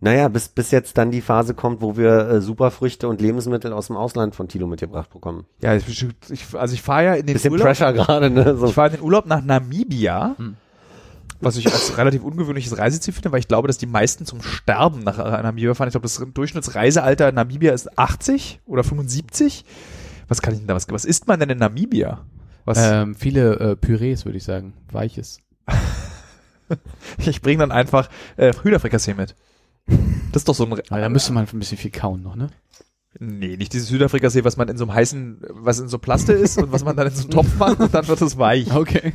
D: Naja, bis, bis jetzt dann die Phase kommt, wo wir äh, Superfrüchte und Lebensmittel aus dem Ausland von Tilo mitgebracht bekommen.
B: Ja, ich, ich, also ich fahre ja in den
D: Bisschen
B: Urlaub.
D: Pressure gerade, ne? So.
B: Ich fahre in den Urlaub nach Namibia,
C: Hm.
B: was ich als relativ ungewöhnliches Reiseziel finde, weil ich glaube, dass die meisten zum Sterben nach äh, Namibia fahren. Ich glaube, das Durchschnittsreisealter in Namibia ist 80 oder 75. Was kann ich denn da was? Was isst man denn in Namibia? Was,
C: Ähm, viele äh, Pürees, würde ich sagen. Weiches.
B: Ich bringe dann einfach äh, Hühnerfrikassee mit. Das ist doch so ein.
C: Aber da müsste man ein bisschen viel kauen noch, ne?
B: nee, nicht dieses Hühnerfrikassee, was man in so einem heißen, was in so Plaste ist und was man dann in so einen Topf macht und dann wird es weich.
C: Okay.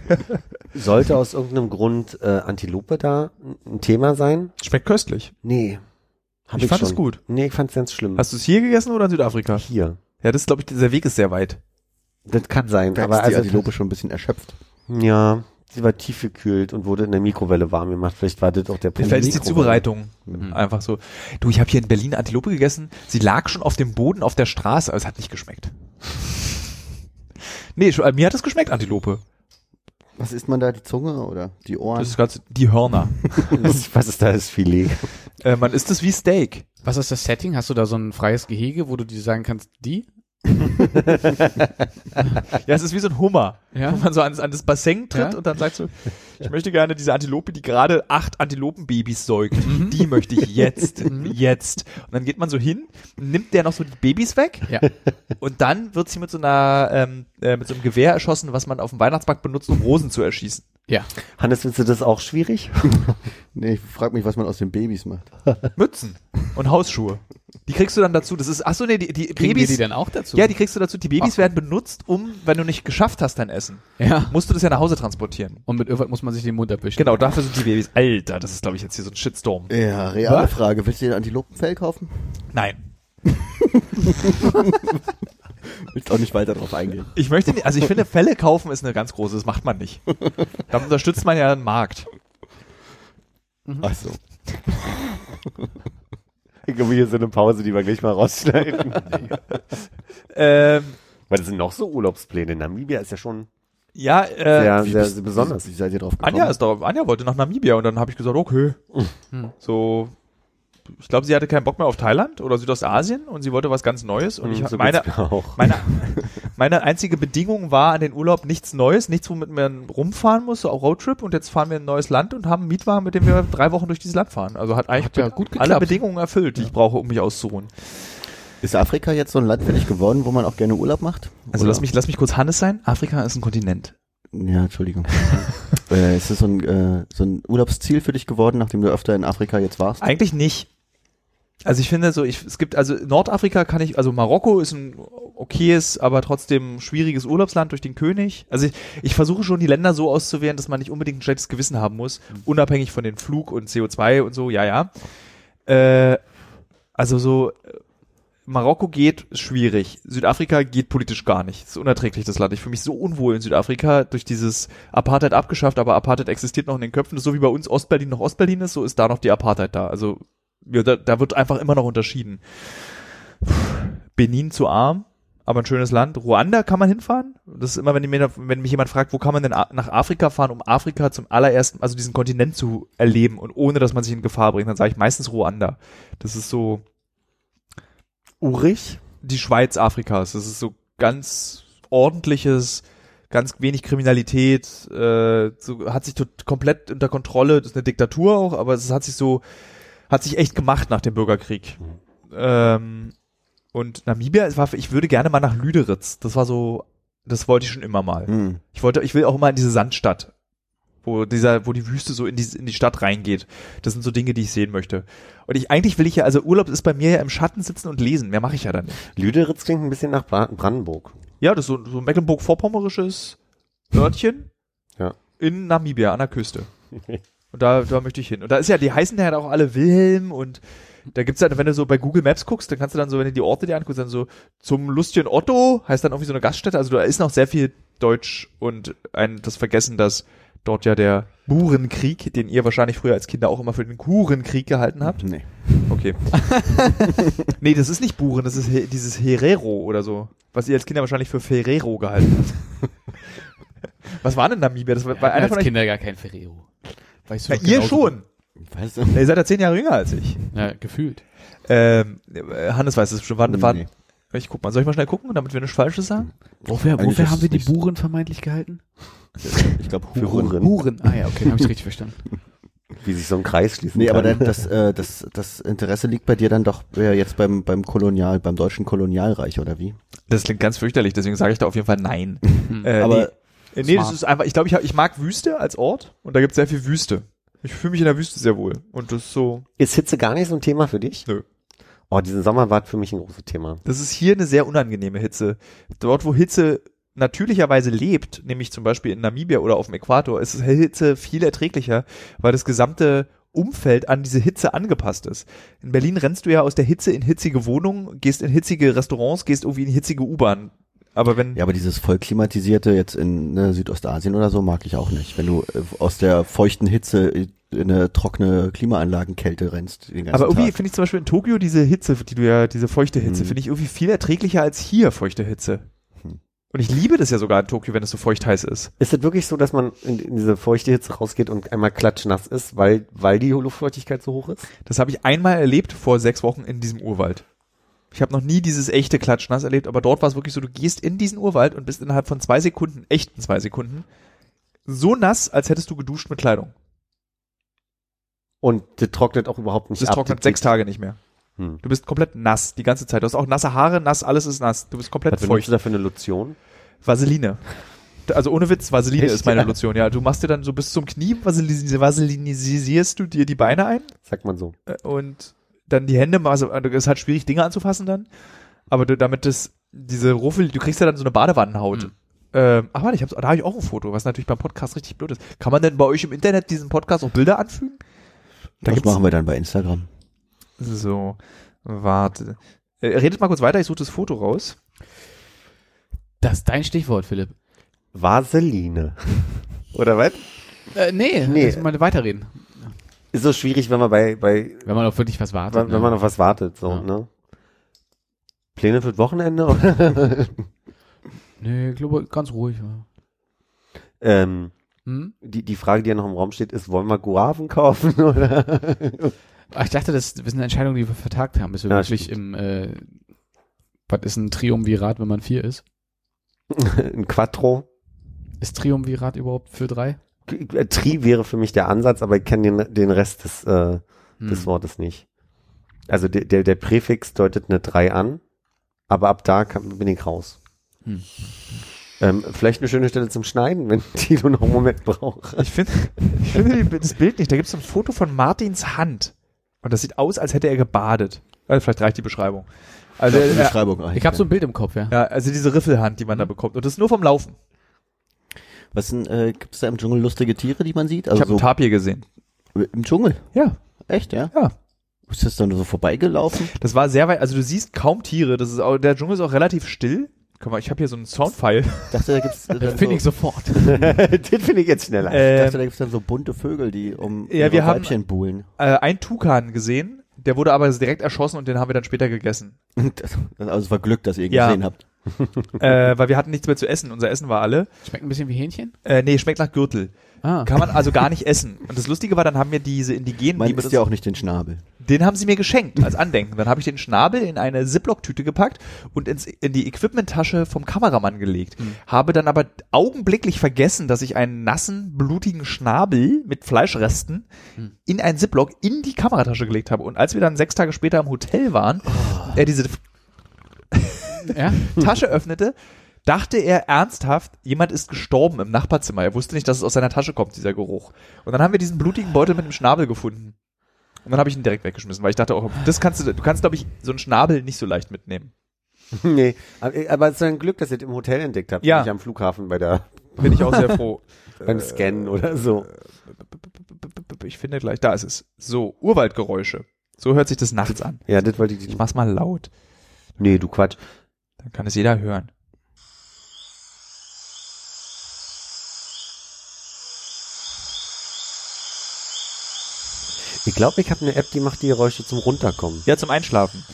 D: Sollte aus irgendeinem Grund äh, Antilope da ein Thema sein?
B: Schmeckt köstlich.
D: Nee. Hab
B: Ich fand
D: schon.
B: es gut.
D: Nee, ich fand's ganz schlimm.
B: Hast du es hier gegessen oder in Südafrika?
D: hier?
B: Ja, das ist, glaube ich, dieser Weg ist sehr weit.
D: Das kann sein,
E: Da
D: aber
E: ist die
D: also,
E: Antilope schon ein bisschen erschöpft.
D: ja, sie war tiefgekühlt und wurde in der Mikrowelle warm gemacht. Vielleicht war das auch der Punkt.
B: Vielleicht ist die
D: Mikrowelle.
B: Zubereitung
C: Mhm.
B: einfach so. Du, ich habe hier in Berlin Antilope gegessen. Sie lag schon auf dem Boden auf der Straße, aber es hat nicht geschmeckt. Nee, schon- äh, mir hat es geschmeckt, Antilope.
E: Was isst man da? Die Zunge oder die Ohren?
B: Das ist ganz, die Hörner.
D: Was ist da das Filet?
B: äh, man isst es wie Steak.
C: Was ist das Setting? Hast du da so ein freies Gehege, wo du dir sagen kannst, die?
B: Ja, es ist wie so ein Hummer.
C: Ja.
B: Wo man so ans, an das Bassin tritt
C: Ja.
B: und dann sagst du, ich möchte gerne diese Antilope, die gerade acht Antilopenbabys säugt.
C: Mhm.
B: Die möchte ich jetzt, jetzt. Und dann geht man so hin, nimmt der noch so die Babys weg
C: Ja.
B: Und dann wird sie mit so einer, ähm, äh, mit so einem Gewehr erschossen, was man auf dem Weihnachtsmarkt benutzt, um Rosen zu erschießen.
C: Ja.
D: Hannes, findest du das auch schwierig?
E: nee, ich frage mich, was man aus den Babys macht.
B: Mützen und Hausschuhe. Die kriegst du dann dazu. Das ist, ach so, nee, die, die
C: Kriegen wir
B: Babys.
C: die dann auch dazu? Ah.
B: ja, die kriegst du dazu. Die Babys
C: Ach.
B: werden benutzt, um, wenn du nicht geschafft hast, dein Essen,
C: ja.
B: musst du das ja nach Hause transportieren.
C: Und mit irgendwas muss man sich den Mund erwischen.
B: Genau, dafür sind die Babys. Alter, das ist, glaube ich, jetzt hier so ein Shitstorm.
E: Ja, reale
C: Was?
E: Frage. Willst du dir ein Antilopenfell kaufen?
B: Nein.
E: Willst auch nicht weiter drauf eingehen.
B: Ich möchte nicht, also ich finde, Fälle kaufen ist eine ganz große, das macht man nicht. Da unterstützt man ja den Markt.
E: Ach so.
D: Ich glaube, hier so eine Pause, die wir gleich mal rausschneiden.
B: Ähm,
D: Weil das sind noch so Urlaubspläne. Namibia ist ja schon
B: ja, äh,
D: sehr,
E: Wie
D: sehr,
E: bist-
D: sehr besonders.
E: Wie seid ihr drauf gekommen?
B: Anja ist da, Anja wollte nach Namibia und dann habe ich gesagt, okay. Hm. So, ich glaube, sie hatte keinen Bock mehr auf Thailand oder Südostasien und sie wollte was ganz Neues und ich
D: so
B: meine,
D: geht's mir auch.
B: meine, meine einzige Bedingung war an den Urlaub nichts Neues, nichts, womit man rumfahren muss, so auch Roadtrip und jetzt fahren wir in ein neues Land und haben einen Mietwagen, mit dem wir drei Wochen durch dieses Land fahren. Also hat eigentlich
C: Hat ja gut
B: alle
C: geklappt.
B: Bedingungen erfüllt, die ich brauche, um mich auszuruhen.
E: Ist Afrika jetzt so ein Land für dich geworden, wo man auch gerne Urlaub macht?
B: Also
E: Oder-
B: lass mich, lass mich kurz Hannes sein. Afrika ist ein Kontinent.
E: Ja, Entschuldigung. äh, ist das so ein, äh, so ein Urlaubsziel für dich geworden, nachdem du öfter in Afrika jetzt warst?
B: Eigentlich nicht. Also ich finde so, ich, es gibt, also Nordafrika kann ich, also Marokko ist ein okayes, aber trotzdem schwieriges Urlaubsland durch den König. Also ich, ich versuche schon die Länder so auszuwählen, dass man nicht unbedingt ein schlechtes Gewissen haben muss, unabhängig von den Flug und CO2 und so, ja, ja. Äh, also so, äh, Marokko geht, ist schwierig. Südafrika geht politisch gar nicht. Ist unerträglich, das Land. Ich fühle mich so unwohl in Südafrika durch dieses Apartheid abgeschafft, aber Apartheid existiert noch in den Köpfen. Das ist so wie bei uns Ostberlin noch Ostberlin ist, so ist da noch die Apartheid da. Also ja, da, da wird einfach immer noch unterschieden. Puh, Benin zu arm, aber ein schönes Land. Ruanda kann man hinfahren. Das ist immer, wenn, die mir, wenn mich jemand fragt, wo kann man denn a- nach Afrika fahren, um Afrika zum allerersten, also diesen Kontinent zu erleben und ohne, dass man sich in Gefahr bringt, dann sage ich meistens Ruanda. Das ist so
D: urig.
B: die Schweiz Afrikas. Das ist so ganz ordentliches, ganz wenig Kriminalität, äh, so, hat sich tot, komplett unter Kontrolle. Das ist eine Diktatur auch, aber es hat sich so, hat sich echt gemacht nach dem Bürgerkrieg. Ähm, und Namibia, es war, ich würde gerne mal nach Lüderitz. Das war so, das wollte ich schon immer mal.
E: Hm.
B: Ich wollte, ich will auch immer in diese Sandstadt, wo dieser, wo die Wüste so in die, in die Stadt reingeht. Das sind so Dinge, die ich sehen möchte. Und ich, eigentlich will ich ja, also Urlaub ist bei mir ja im Schatten sitzen und lesen. Mehr mache ich ja dann nicht.
D: Lüderitz klingt ein bisschen nach Bra- Brandenburg.
B: Ja, das ist so, so ein Mecklenburg-Vorpommerisches Örtchen
D: Ja.
B: in Namibia an der Küste. Und da, da möchte ich hin. Und da ist ja, die heißen ja auch alle Wilhelm und da gibt's dann, wenn du so bei Google Maps guckst, dann kannst du dann so, wenn du die Orte dir anguckst, dann so zum Lustchen Otto heißt dann irgendwie so eine Gaststätte. Also da ist noch sehr viel Deutsch und ein, das Vergessen, dass dort ja der Burenkrieg, den ihr wahrscheinlich früher als Kinder auch immer für den Kurenkrieg gehalten habt.
E: Nee.
B: Okay. nee, das ist nicht Buren, das ist He dieses Herero oder so. Was ihr als Kinder wahrscheinlich für Ferrero gehalten habt. Was war denn Namibia? Das war,
C: Wir
B: war
C: hatten
B: einer von
C: als
B: euch.
C: Kinder gar kein Ferrero. Weißt
B: Ja,
C: doch
B: ihr
C: genauso.
B: schon.
E: Weißt du?
B: Ihr seid ja zehn Jahre jünger als ich.
C: Ja, gefühlt.
B: Ähm, äh, Hannes weiß es schon. Wann,
E: Nee.
B: wann, ich guck mal, soll ich mal schnell gucken, damit wir nichts Falsches sagen?
C: Wofür,
E: Eigentlich ist
C: wofür haben wir
E: es
C: die
E: nicht so.
C: Buren vermeintlich gehalten?
E: Ich glaube,
D: Für Huren.
C: Buren. Ah ja, okay, habe ich richtig verstanden.
D: Wie sich so ein Kreis schließen
E: Nee, aber
D: kann.
E: dann, das, äh, das, das Interesse liegt bei dir dann doch äh, jetzt beim, beim Kolonial, beim deutschen Kolonialreich, oder wie?
B: Das klingt ganz fürchterlich, deswegen sage ich da auf jeden Fall nein. äh,
E: Aber-
B: nee, Äh, nee das
C: Smart.
B: ist einfach, ich glaube, ich, hab- ich mag Wüste als Ort und da gibt es sehr viel Wüste. Ich fühle mich in der Wüste sehr wohl. Und das ist so,
D: Ist Hitze gar nicht so ein Thema für dich?
B: Nö.
D: Oh, diesen Sommer war für mich ein großes Thema.
B: Das ist hier eine sehr unangenehme Hitze. Dort, wo Hitze natürlicherweise lebt, nämlich zum Beispiel in Namibia oder auf dem Äquator, ist Hitze viel erträglicher, weil das gesamte Umfeld an diese Hitze angepasst ist. In Berlin rennst du ja aus der Hitze in hitzige Wohnungen, gehst in hitzige Restaurants, gehst irgendwie in hitzige U-Bahn. Aber wenn
E: Ja, aber dieses voll klimatisierte jetzt in ne, Südostasien oder so mag ich auch nicht. Wenn du äh, aus der feuchten Hitze in eine trockene Klimaanlagenkälte rennst den ganzen
B: Aber irgendwie
E: Tag.
B: finde ich zum Beispiel in Tokio diese Hitze, die du ja, diese feuchte Hitze, finde ich irgendwie viel erträglicher als hier feuchte Hitze. Und ich liebe das ja sogar in Tokio, wenn es so feucht heiß ist.
D: Ist es wirklich so, dass man in, in diese feuchte Hitze rausgeht und einmal klatschnass ist, weil, weil die Luftfeuchtigkeit so hoch ist?
B: Das habe ich einmal erlebt vor sechs Wochen in diesem Urwald. Ich habe noch nie dieses echte Klatschnass erlebt, aber dort war es wirklich so, du gehst in diesen Urwald und bist innerhalb von zwei Sekunden, echten zwei Sekunden, so nass, als hättest du geduscht mit Kleidung.
D: Und das trocknet auch überhaupt nicht
B: Das
D: ab.
B: trocknet
D: Die-
B: sechs Tage nicht mehr.
D: Hm.
B: Du bist komplett nass die ganze Zeit. Du hast auch nasse Haare, nass, alles ist nass. Du bist komplett
D: Was benutzt
B: feucht.
D: du da für eine Lotion?
B: Vaseline. Also ohne Witz, Vaseline
D: Echt?
B: ist meine
D: Ja.
B: Lotion. Ja, du machst dir dann so bis zum Knie, vaseline- vaselinisierst du dir die Beine ein
D: Sagt man so.
B: äh, und dann die Hände, also äh, es ist halt schwierig, Dinge anzufassen dann. Aber du, damit das, diese Ruffel, du kriegst ja dann so eine Badewannenhaut. Ähm, ach warte, ich hab's, da habe ich auch ein Foto, was natürlich beim Podcast richtig blöd ist. Kann man denn bei euch im Internet diesen Podcast auch Bilder anfügen? Da
E: Das
B: gibt's,
E: machen wir dann bei Instagram.
B: so, warte. Äh, redet mal kurz weiter, ich suche das Foto raus.
C: Das ist dein Stichwort, Philipp.
D: Vaseline. Oder was?
C: Äh, nee,
D: Nee.
C: lass mal weiterreden.
D: Ist so schwierig, wenn man bei, bei
C: Wenn man auf wirklich was wartet.
D: wenn,
C: ne?
D: wenn man auf was wartet, so,
C: Ja.
D: ne? Pläne für das Wochenende? oder?
C: nee, ich glaube, ganz ruhig. Ja.
D: ähm,
C: Hm?
D: die, die Frage, die ja noch im Raum steht, ist, wollen wir Guaven kaufen? Oder?
C: Ah, Ich dachte, das das ist eine Entscheidung, die wir vertagt haben, bis wir
D: Ja,
C: wirklich im äh, was ist ein Triumvirat, wenn man vier ist?
D: Ein Quattro? Äh,
C: Ist Triumvirat überhaupt für drei?
D: Tri wäre für mich der Ansatz, aber ich kenne den, den Rest des, äh,
C: Hm.
D: des Wortes nicht. Also der, der, der Präfix deutet eine 3 an, aber ab da kann, bin ich raus.
C: Hm.
D: Ähm, vielleicht eine schöne Stelle zum Schneiden, wenn Tilo noch einen Moment braucht.
B: Ich finde ich finde die- das Bild nicht. Da gibt es ein Foto von Martins Hand. Und das sieht aus, als hätte er gebadet. Also vielleicht reicht die Beschreibung. Also,
E: Die
B: ja,
E: Beschreibung reicht,
C: Ich habe so
E: ja.
C: ein Bild im Kopf, ja.
B: ja, also diese Riffelhand, die man da
E: Mhm.
B: bekommt. Und das ist nur vom Laufen.
E: Was sind, äh, gibt's da im Dschungel lustige Tiere, die man sieht?
B: Ich
E: Also
B: habe einen
E: so
B: Tapir gesehen.
E: im Dschungel.
B: Ja,
E: Echt, ja?
B: ja.
E: Ist das dann so vorbeigelaufen?
B: Das war sehr weit. Also du siehst kaum Tiere. Das ist auch, der Dschungel ist auch relativ still. Guck mal, ich habe hier so einen Soundfile.
E: Ich dachte, da gibt's äh, dann
C: Finde ich
E: so,
C: sofort.
D: den finde ich jetzt schneller.
E: ich
B: Ähm,
E: dachte, da gibt's dann so bunte Vögel, die um
B: Ja,
E: ihre
B: wir haben-
E: Weibchen buhlen.
B: äh, einen Tukan gesehen. Der wurde aber direkt erschossen und den haben wir dann später gegessen.
E: Das- Also es war Glück, dass ihr ihn
B: Ja.
E: gesehen habt.
B: äh, weil wir hatten nichts mehr zu essen. Unser Essen war alle.
C: Schmeckt ein bisschen wie Hähnchen.
B: Äh, nee, schmeckt nach Gürtel.
C: Ah.
B: Kann man also gar nicht essen. Und das Lustige war, dann haben wir diese Indigenen,
E: Man
B: die mit
E: isst
B: uns-
E: ja auch nicht den Schnabel.
B: den haben sie mir geschenkt als Andenken. Dann habe ich den Schnabel in eine Ziploc-Tüte gepackt und ins, in die Equipment-Tasche vom Kameramann gelegt. Habe dann aber augenblicklich vergessen, dass ich einen nassen, blutigen Schnabel mit Fleischresten in einen Ziploc in die Kameratasche gelegt habe. Und als wir dann sechs Tage später im Hotel waren, er diese
C: Ja?
B: Tasche öffnete, dachte er ernsthaft, jemand ist gestorben im Nachbarzimmer. Er wusste nicht, dass es aus seiner Tasche kommt, dieser Geruch. Und dann haben wir diesen blutigen Beutel mit dem Schnabel gefunden. Und dann habe ich ihn direkt weggeschmissen, weil ich dachte auch, das kannst du, du kannst, glaube ich, so einen Schnabel nicht so leicht mitnehmen.
D: nee, aber, äh, aber es ist ein Glück, dass ihr das im Hotel entdeckt habt,
B: Ja.
D: nicht am Flughafen bei der,
B: Bin ich auch sehr froh.
D: beim Scannen oder so.
B: Ich finde gleich, da ist es. So, Urwaldgeräusche. So hört sich das nachts an.
D: Ja, das wollte ich
B: Ich
D: nicht.
B: mach's mal laut.
D: Nee, du Quatsch.
B: Dann kann es jeder hören.
D: Ich glaube, ich habe eine App, die macht die Geräusche zum Runterkommen.
B: Ja, zum Einschlafen.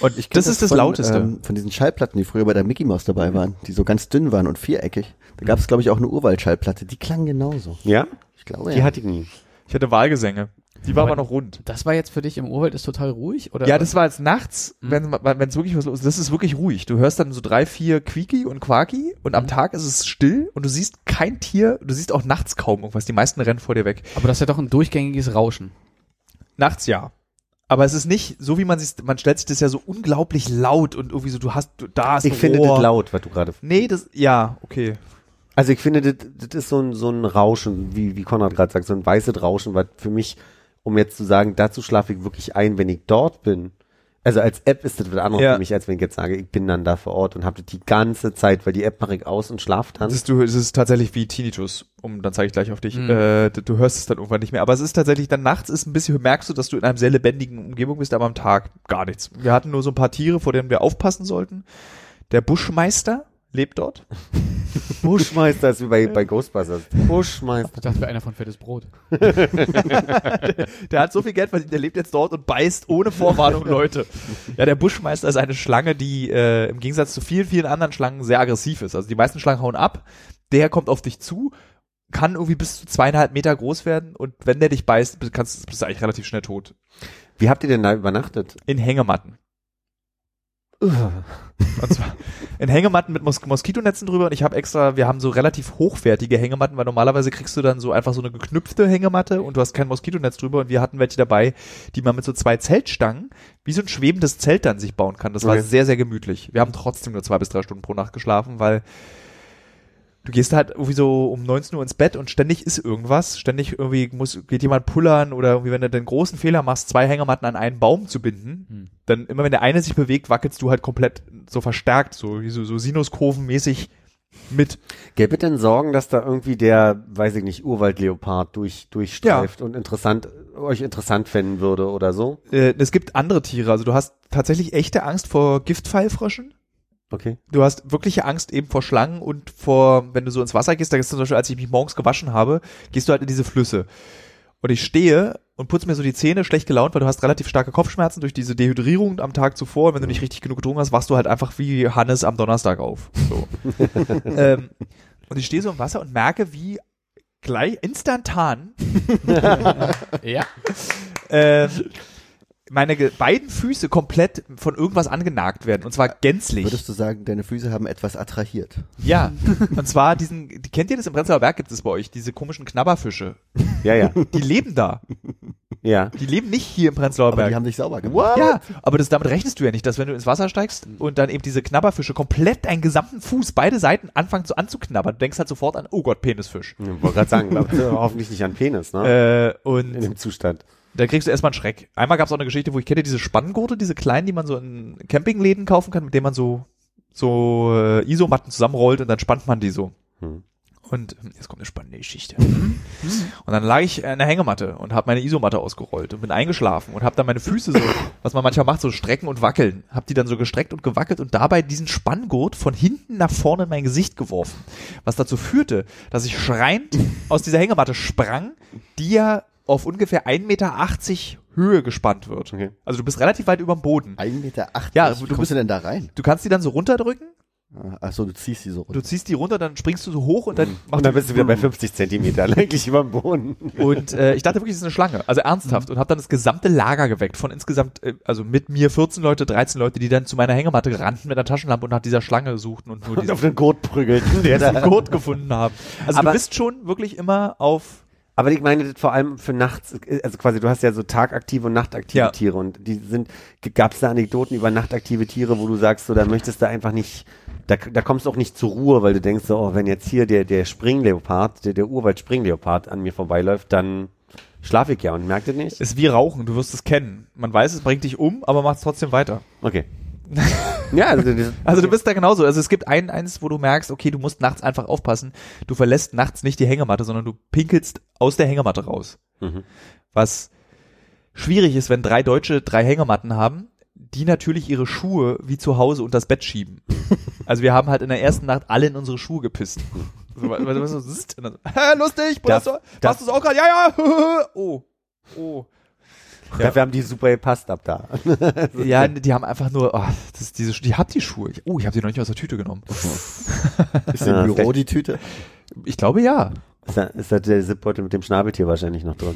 B: Und
E: Ich kenn
B: das ist das
E: von,
B: Lauteste.
E: ähm, von diesen Schallplatten, die früher bei der Mickey Mouse dabei waren, die so ganz dünn waren und viereckig. Da gab es, glaube ich, auch eine Urwaldschallplatte. Die klang genauso.
D: Ja?
E: Ich
B: Oh
E: glaube,
D: Die hatte ich nie.
B: ich hatte Wahlgesänge. Die war aber noch rund.
C: Das war jetzt für dich im Urwald ist total ruhig? Oder
B: Ja, das war jetzt nachts,
D: Hm.
B: wenn es wirklich was los ist. Das ist wirklich ruhig. Du hörst dann so drei, vier Quieki und Quaki und
D: Hm.
B: am Tag ist es still und du siehst kein Tier. Du siehst auch nachts kaum irgendwas. Die meisten rennen vor dir weg.
C: Aber das ist ja doch ein durchgängiges Rauschen.
B: Nachts ja. Aber es ist nicht so, wie man sich, man stellt sich das ja so unglaublich laut und irgendwie so, du hast, du, da ist
D: Ich
B: ein
D: finde
B: Rohr.
D: das laut, was du gerade.
B: Nee, das, ja, okay.
D: Also ich finde, das, das ist so ein, so ein Rauschen, wie, wie Konrad gerade sagt, so ein weißes Rauschen, was für mich, um jetzt zu sagen, dazu schlafe ich wirklich ein, wenn ich dort bin. Also als App ist das was anderes
B: Ja.
D: für mich, als wenn ich jetzt sage, ich bin dann da vor Ort und habe das die ganze Zeit, weil die App mache ich aus und schlafe dann.
B: Das ist, du, es ist tatsächlich wie Tinnitus, um dann zeige ich gleich auf dich. Äh, d- du hörst es dann irgendwann nicht mehr. Aber es ist tatsächlich dann nachts ist ein bisschen, merkst du, dass du in einem sehr lebendigen Umgebung bist, aber am Tag gar nichts. Wir hatten nur so ein paar Tiere, vor denen wir aufpassen sollten. Der Buschmeister, lebt dort.
D: Buschmeister ist wie bei, bei Ghostbusters. Buschmeister.
C: Ich dachte, wäre einer von Fettes Brot.
B: Der hat so viel Geld verdient, der lebt jetzt dort und beißt ohne Vorwarnung Leute. Ja, der Buschmeister ist eine Schlange, die äh, im Gegensatz zu vielen, vielen anderen Schlangen sehr aggressiv ist. Also die meisten Schlangen hauen ab, der kommt auf dich zu, kann irgendwie bis zu zweieinhalb Meter groß werden und wenn der dich beißt, bist- kannst, bist du eigentlich relativ schnell tot.
D: Wie habt ihr denn da übernachtet?
B: In Hängematten. Und zwar in Hängematten mit Mos Moskitonetzen drüber und ich habe extra, wir haben so relativ hochwertige Hängematten, weil normalerweise kriegst du dann so einfach so eine geknüpfte Hängematte und du hast kein Moskitonetz drüber und wir hatten welche dabei, die man mit so zwei Zeltstangen wie so ein schwebendes Zelt dann sich bauen kann. Das war
D: Okay.
B: sehr, sehr gemütlich. Wir haben trotzdem nur zwei bis drei Stunden pro Nacht geschlafen, weil du gehst halt irgendwie so um 19 Uhr ins Bett und ständig ist irgendwas. Ständig irgendwie muss, geht jemand pullern oder irgendwie, wenn du den großen Fehler machst, zwei Hängematten an einen Baum zu binden, dann immer wenn der eine sich bewegt, wackelst du halt komplett so verstärkt, so, wie so, so Sinuskurvenmäßig mit.
D: Gäbe denn Sorgen, dass da irgendwie der, weiß ich nicht, Urwaldleopard durch, durchstreift und interessant, euch interessant fänden würde oder so?
B: Äh, es gibt andere Tiere, also du hast tatsächlich echte Angst vor Giftpfeilfröschen.
D: Okay.
B: du hast wirkliche Angst eben vor Schlangen und vor, wenn du so ins Wasser gehst, da gehst du zum Beispiel, als ich mich morgens gewaschen habe, gehst du halt in diese Flüsse. Und ich stehe und putze mir so die Zähne, schlecht gelaunt, weil du hast relativ starke Kopfschmerzen durch diese Dehydrierung am Tag zuvor. Und wenn du nicht richtig genug getrunken hast, wachst du halt einfach wie Hannes am Donnerstag auf. So. ähm, und ich stehe so im Wasser und merke, wie gleich instantan
C: Ja.
B: ähm, meine ge- beiden Füße komplett von irgendwas angenagt werden. Und zwar gänzlich.
E: Würdest du sagen, deine Füße haben etwas attrahiert?
B: Ja, und zwar diesen, die- kennt ihr das? Im Prenzlauer Berg gibt es bei euch, diese komischen Knabberfische.
D: Ja, ja.
B: Die leben da.
D: ja.
B: Die leben nicht hier im Prenzlauer
E: Aber
B: Berg.
E: die haben dich sauber gemacht.
B: ja, aber das, damit rechnest du ja nicht, dass wenn du ins Wasser steigst und dann eben diese Knabberfische komplett deinen gesamten Fuß, beide Seiten anfangen zu anzuknabbern, du denkst halt sofort an, oh Gott, Penisfisch.
D: Ich wollte gerade sagen, glaubt ihr hoffentlich nicht an Penis, ne?
B: Äh,
D: In
B: und
D: dem Zustand.
B: da kriegst du erstmal einen Schreck. Einmal gab es auch eine Geschichte, wo ich kenne diese Spanngurte, diese kleinen, die man so in Campingläden kaufen kann, mit denen man so so äh, Isomatten zusammenrollt und dann spannt man die so.
D: Hm.
B: Und hm, jetzt kommt eine spannende Geschichte. und dann lag ich in der Hängematte und habe meine Isomatte ausgerollt und bin eingeschlafen und habe dann meine Füße so, was man manchmal macht, so strecken und wackeln, habe die dann so gestreckt und gewackelt und dabei diesen Spanngurt von hinten nach vorne in mein Gesicht geworfen, was dazu führte, dass ich schreiend aus dieser Hängematte sprang, die ja auf ungefähr 1,80 Meter Höhe gespannt wird.
D: Okay.
B: Also du bist relativ weit über dem Boden.
E: 1,80 Meter.
B: Ja, du
E: Wie kommst
B: bist-
E: du denn da rein?
B: Du kannst die dann so runterdrücken
E: Achso, du ziehst die so runter.
B: du ziehst die runter, dann springst du so hoch und dann macht
D: Mhm. Und dann bist du wieder bei 50 Zentimeter, eigentlich über dem Boden.
B: und äh, ich dachte wirklich, das ist eine Schlange, also ernsthaft
D: Mhm.
B: und habe dann das gesamte Lager geweckt von insgesamt äh, also mit mir 14 Leute, 13 Leute, die dann zu meiner Hängematte rannten mit einer Taschenlampe und nach dieser Schlange suchten und nur
D: Und
B: diesen
D: auf den Gurt prügelten, der da
B: Gurt gefunden haben. Also
D: Aber-
B: du bist schon wirklich immer auf
D: Aber ich meine das vor allem für nachts, also quasi du hast ja so tagaktive und nachtaktive
B: Ja.
D: Tiere und die sind, gab es da Anekdoten über nachtaktive Tiere, wo du sagst, so da möchtest du einfach nicht, da, da kommst du auch nicht zur Ruhe, weil du denkst so, oh, wenn jetzt hier der, der Springleopard, der, der Urwald-Springleopard an mir vorbeiläuft, dann schlaf ich ja und merkt ihr nicht?
B: ist wie Rauchen, du wirst es kennen. Man weiß, es bringt dich um, aber macht es trotzdem weiter.
D: Okay. ja, also, das,
B: Also du bist da genauso. Also es gibt ein, eins, wo du merkst, okay, du musst nachts einfach aufpassen. Du verlässt nachts nicht die Hängematte, sondern du pinkelst aus der Hängematte raus.
D: Mhm.
B: Was schwierig ist, wenn drei Deutsche drei Hängematten haben, die natürlich ihre Schuhe wie zu Hause unter das Bett schieben. Also wir haben halt in der ersten Nacht alle in unsere Schuhe gepisst. So, weil- weil- weil- so, zzt, und dann so, "Hä, lustig,
D: Darf-
B: hast du
D: darf-
B: hast du's auch gerade? Ja, ja. Oh. Oh.
D: dafür haben die super gepasst ab da.
B: Ja, die haben einfach nur, oh, das ist diese, Schu- die habt die Schuhe. Ich, oh, ich habe die noch nicht aus der Tüte genommen.
E: Ist im
D: Ja,
E: Büro
D: vielleicht-
E: die Tüte?
B: Ich glaube ja.
D: Ist da, ist da der Zipbeutel mit dem Schnabeltier wahrscheinlich noch drin?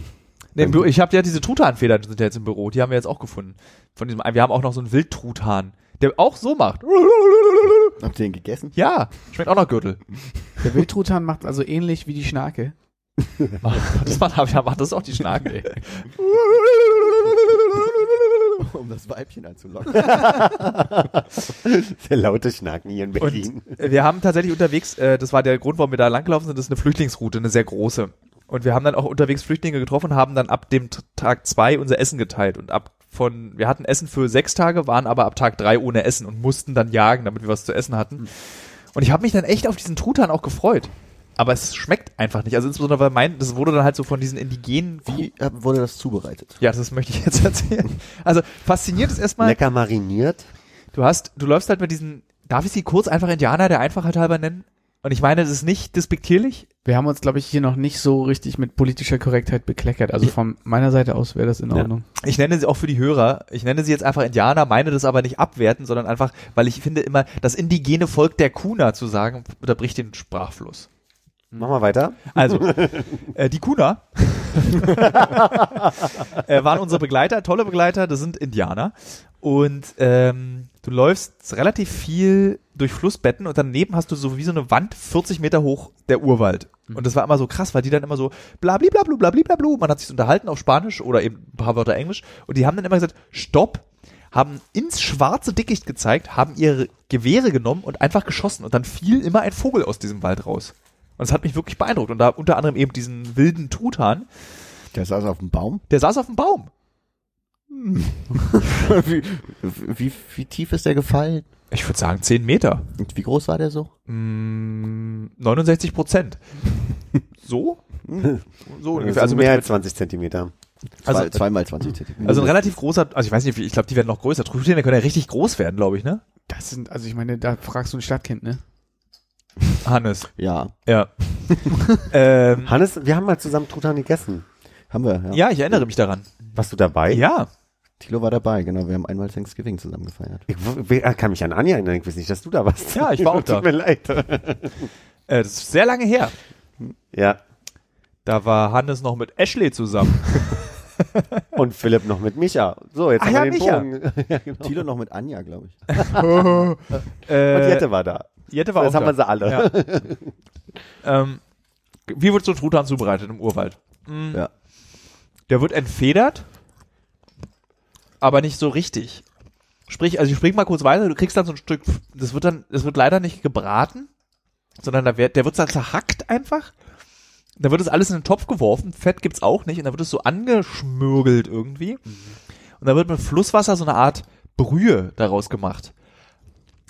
B: Nee, im Büro, ich habe ja diese Truthahnfedern sind ja jetzt im Büro, die haben wir jetzt auch gefunden. Von diesem, wir haben auch noch so einen Wildtruthahn, der auch so macht.
E: Habt ihr den gegessen?
B: Ja, schmeckt auch nach Gürtel.
C: Der Wildtruthahn macht also ähnlich wie die Schnake.
B: Das macht, ja, macht das auch die Schnaken. ey.
E: Um das Weibchen anzulocken.
D: Der laute Schnacken hier in Berlin.
B: Und äh, wir haben tatsächlich unterwegs, äh, das war der Grund, warum wir da langgelaufen sind, das ist eine Flüchtlingsroute, eine sehr große. Und wir haben dann auch unterwegs Flüchtlinge getroffen, haben dann ab dem T- Tag zwei unser Essen geteilt und ab von, wir hatten Essen für sechs Tage, waren aber ab Tag drei ohne Essen und mussten dann jagen, damit wir was zu essen hatten. Und ich habe mich dann echt auf diesen Truthahn auch gefreut. Aber es schmeckt einfach nicht. Also insbesondere weil mein, das wurde dann halt so von diesen indigenen.
E: Wie äh, wurde das zubereitet?
B: Ja, das möchte ich jetzt erzählen. Also fasziniert ist erstmal,
D: Lecker mariniert.
B: du hast, du läufst halt mit diesen darf ich sie kurz einfach Indianer der Einfachheit halber nennen? Und ich meine, das ist nicht despektierlich.
C: Wir haben uns, glaube ich, hier noch nicht so richtig mit politischer Korrektheit bekleckert. Also von meiner Seite aus wäre das in Ordnung.
B: Ich nenne sie auch für die Hörer. Ich nenne sie jetzt einfach Indianer, meine das aber nicht abwerten, sondern einfach, weil ich finde immer, das indigene Volk der Kuna zu sagen, unterbricht den Sprachfluss.
D: Mach mal weiter.
B: Also, äh, die Kuna äh, waren unsere Begleiter, tolle Begleiter, das sind Indianer. Und ähm, du läufst relativ viel durch Flussbetten und daneben hast du so wie so eine Wand 40 Meter hoch der Urwald. Und das war immer so krass, weil die dann immer so blablabla, blablabla, man hat sich unterhalten auf Spanisch oder eben ein paar Wörter Englisch und die haben dann immer gesagt, stopp, haben ins schwarze Dickicht gezeigt, haben ihre Gewehre genommen und einfach geschossen und dann fiel immer ein Vogel aus diesem Wald raus. Und das hat mich wirklich beeindruckt. Und da unter anderem eben diesen wilden Truthahn,
E: Der saß auf dem Baum.
B: der saß auf dem Baum.
E: wie, wie, wie tief ist der gefallen?
B: Ich würde sagen 10 Meter.
E: Und wie groß war der so?
B: Mm, 69 Prozent. so? So
D: Das
B: ungefähr.
D: sind
B: Also, mit,
D: mehr
B: mit,
D: als 20 Zentimeter.
E: Zwei,
B: Also-
E: zweimal 20 Zentimeter.
B: also ein relativ großer, also ich weiß nicht, wie- ich glaube, die werden noch größer. Truthähne können ja richtig groß werden, glaube ich, ne?
C: Das sind, also ich meine, da fragst du ein Stadtkind, ne?
B: Hannes.
E: ja,
B: Ja. ähm,
D: Hannes, wir haben mal zusammen Truthahn gegessen.
E: haben wir. Ja.
B: ja, ich erinnere mich daran.
D: Warst du dabei?
B: Ja.
E: Thilo war dabei, genau. Wir haben einmal Thanksgiving zusammen gefeiert.
D: Ich w- w- kann mich an Anja erinnern, ich weiß nicht, dass du da warst.
B: Ja, ich war auch da.
D: Tut mir leid.
B: Äh, das ist sehr lange her.
D: Ja.
B: Da war Hannes noch mit Ashley zusammen.
D: Und Philipp noch mit Micha. So, jetzt
B: Ach
D: haben
B: ja,
D: wir den
B: Micha.
D: Bogen. ja, genau.
E: Thilo noch mit Anja, glaube ich.
D: Und
B: Äh,
D: Jette war da.
B: Jette war
D: Jetzt
B: auch
D: haben
B: da.
D: wir sie alle.
B: Ja. Ähm, wie wird so ein Truthahn zubereitet im Urwald? Mm,
E: Ja.
B: Der wird entfedert, aber nicht so richtig. Sprich, also ich spring mal kurz weiter, du kriegst dann so ein Stück, das wird dann, das wird leider nicht gebraten, sondern da wird, der wird dann zerhackt einfach. Dann wird das alles in den Topf geworfen, Fett gibt's auch nicht, und dann wird es so angeschmürgelt irgendwie.
D: Mhm.
B: Und dann wird mit Flusswasser so eine Art Brühe daraus gemacht.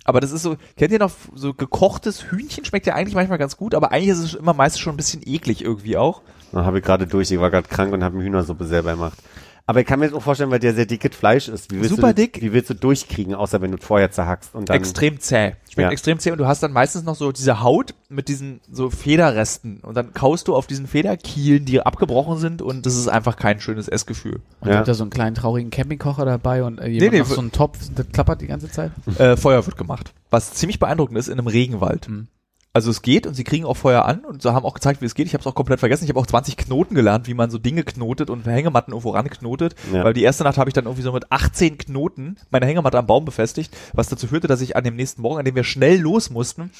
B: Aber das ist so, kennt ihr noch, so gekochtes Hühnchen schmeckt ja eigentlich manchmal ganz gut, aber eigentlich ist es immer meist schon ein bisschen eklig irgendwie auch.
D: Dann habe ich gerade durch, ich war gerade krank und habe mir Hühnersuppe selber gemacht. Aber ich kann mir jetzt auch vorstellen, weil der sehr dickes Fleisch ist. Wie willst
B: Super
D: du,
B: dick.
D: Wie willst du durchkriegen, außer wenn du es vorher zerhackst und dann.
B: extrem zäh. Schmeckt
D: Ja.
B: extrem zäh und du hast dann meistens noch so diese Haut mit diesen so Federresten und dann kaust du auf diesen Federkielen, die abgebrochen sind und das ist einfach kein schönes Essgefühl.
C: Und
D: Ja.
C: habt ihr so einen kleinen traurigen Campingkocher dabei und äh, jemand
B: Nee, nee,
C: macht so einen Topf, das klappert die ganze Zeit?
B: äh, Feuer wird gemacht. Was ziemlich beeindruckend ist in einem Regenwald.
C: Mhm.
B: Also es geht und sie kriegen auch Feuer an und sie haben auch gezeigt, wie es geht. Ich habe es auch komplett vergessen. Ich habe auch 20 Knoten gelernt, wie man so Dinge knotet und Hängematten irgendwo ranknotet.
D: Ja.
B: Weil die erste Nacht habe ich dann irgendwie so mit 18 Knoten meine Hängematte am Baum befestigt, was dazu führte, dass ich an dem nächsten Morgen, an dem wir schnell los mussten,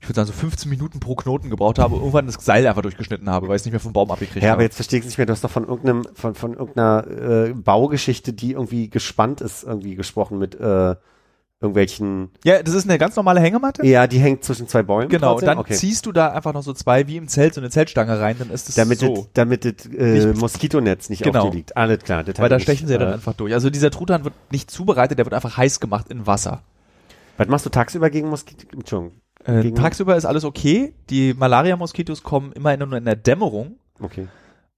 B: ich würde sagen so 15 Minuten pro Knoten gebraucht habe, irgendwann das Seil einfach durchgeschnitten habe, weil ich es nicht mehr vom Baum abgekriegt
D: Ja, aber
B: habe.
D: jetzt verstehe ich nicht mehr. Du hast doch von irgendeinem, von, von irgendeiner äh, Baugeschichte, die irgendwie gespannt ist, irgendwie gesprochen mit äh, irgendwelchen.
B: Ja, das ist eine ganz normale Hängematte.
D: Ja, die hängt zwischen zwei Bäumen.
B: Genau, und
D: trotzdem?
B: dann
D: okay.
B: ziehst du da einfach noch so zwei, wie im Zelt, so eine Zeltstange rein, dann ist es
D: damit
B: so.
D: das, damit das äh, Moskitonetz nicht
B: Genau.
D: auf dir liegt. Alles klar. Das
B: Weil
D: hab
B: da
D: ich
B: stechen sie ja
D: nicht,
B: dann
D: äh,
B: einfach durch. Also dieser Truthahn wird nicht zubereitet, der wird einfach heiß gemacht in Wasser.
D: Was machst du tagsüber gegen Moskito? Entschuldigung.
B: Äh,
D: Gegen-
B: tagsüber ist alles okay. Die Malaria-Moskitos kommen immer nur in der Dämmerung.
D: Okay.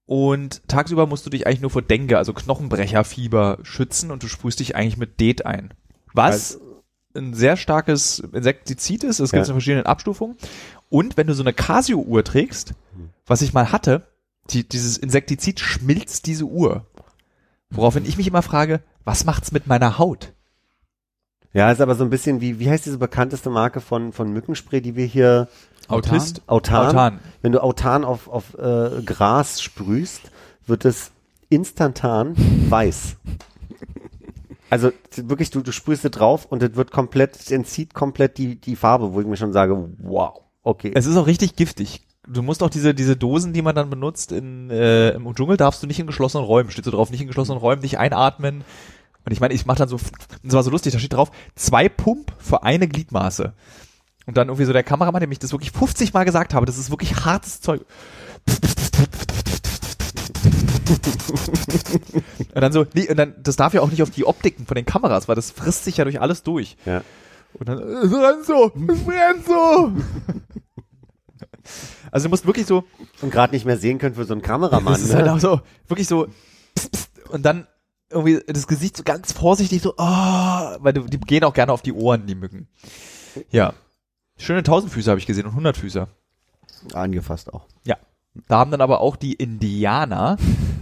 B: Und tagsüber musst du dich eigentlich nur vor Dengue, also Knochenbrecherfieber, schützen und du sprühst dich eigentlich mit Det ein. Was ein sehr starkes Insektizid ist, es gibt es
D: Also Ja.
B: in verschiedenen Abstufungen. Und wenn du so eine Casio-Uhr trägst, was ich mal hatte, die, dieses Insektizid schmilzt diese Uhr. Woraufhin ich mich immer frage, was macht's mit meiner Haut?
D: Ja, ist aber so ein bisschen wie, wie heißt diese bekannteste Marke von, von Mückenspray, die wir hier
B: Autist?
D: Autan?
B: Autan.
D: Wenn du Autan auf, auf äh, Gras sprühst, wird es instantan weiß. Also t- wirklich, du, du sprühst es drauf und es wird komplett, es entzieht komplett die, die Farbe, wo ich mir schon sage, wow, okay.
B: Äh, Es ist auch richtig giftig. Du musst auch diese, diese Dosen, die man dann benutzt in, äh, im Dschungel, darfst du nicht in geschlossenen Räumen, steht so drauf, nicht in geschlossenen Räumen, nicht einatmen. Und ich meine, ich mache dann so, das war so lustig, da steht drauf, zwei Pump für eine Gliedmaße. Und dann irgendwie so der Kameramann, dem ich das wirklich 50 Mal gesagt habe, das ist wirklich hartes Zeug. und dann so, nee, und dann, das darf ja auch nicht auf die Optiken von den Kameras, weil das frisst sich ja durch alles durch.
D: ja.
B: Und dann, es brennt so, es brennt so. Also du musst wirklich so,
D: Und gerade nicht mehr sehen können für so einen Kameramann.
B: das ist halt
D: Ne?
B: auch so, wirklich so, pst, pst, und dann irgendwie das Gesicht so ganz vorsichtig so, oh, weil die, die gehen auch gerne auf die Ohren, die Mücken. Ja. Schöne Tausendfüßer habe ich gesehen und Hundertfüßer.
E: Angefasst auch.
B: Da haben dann aber auch die Indianer,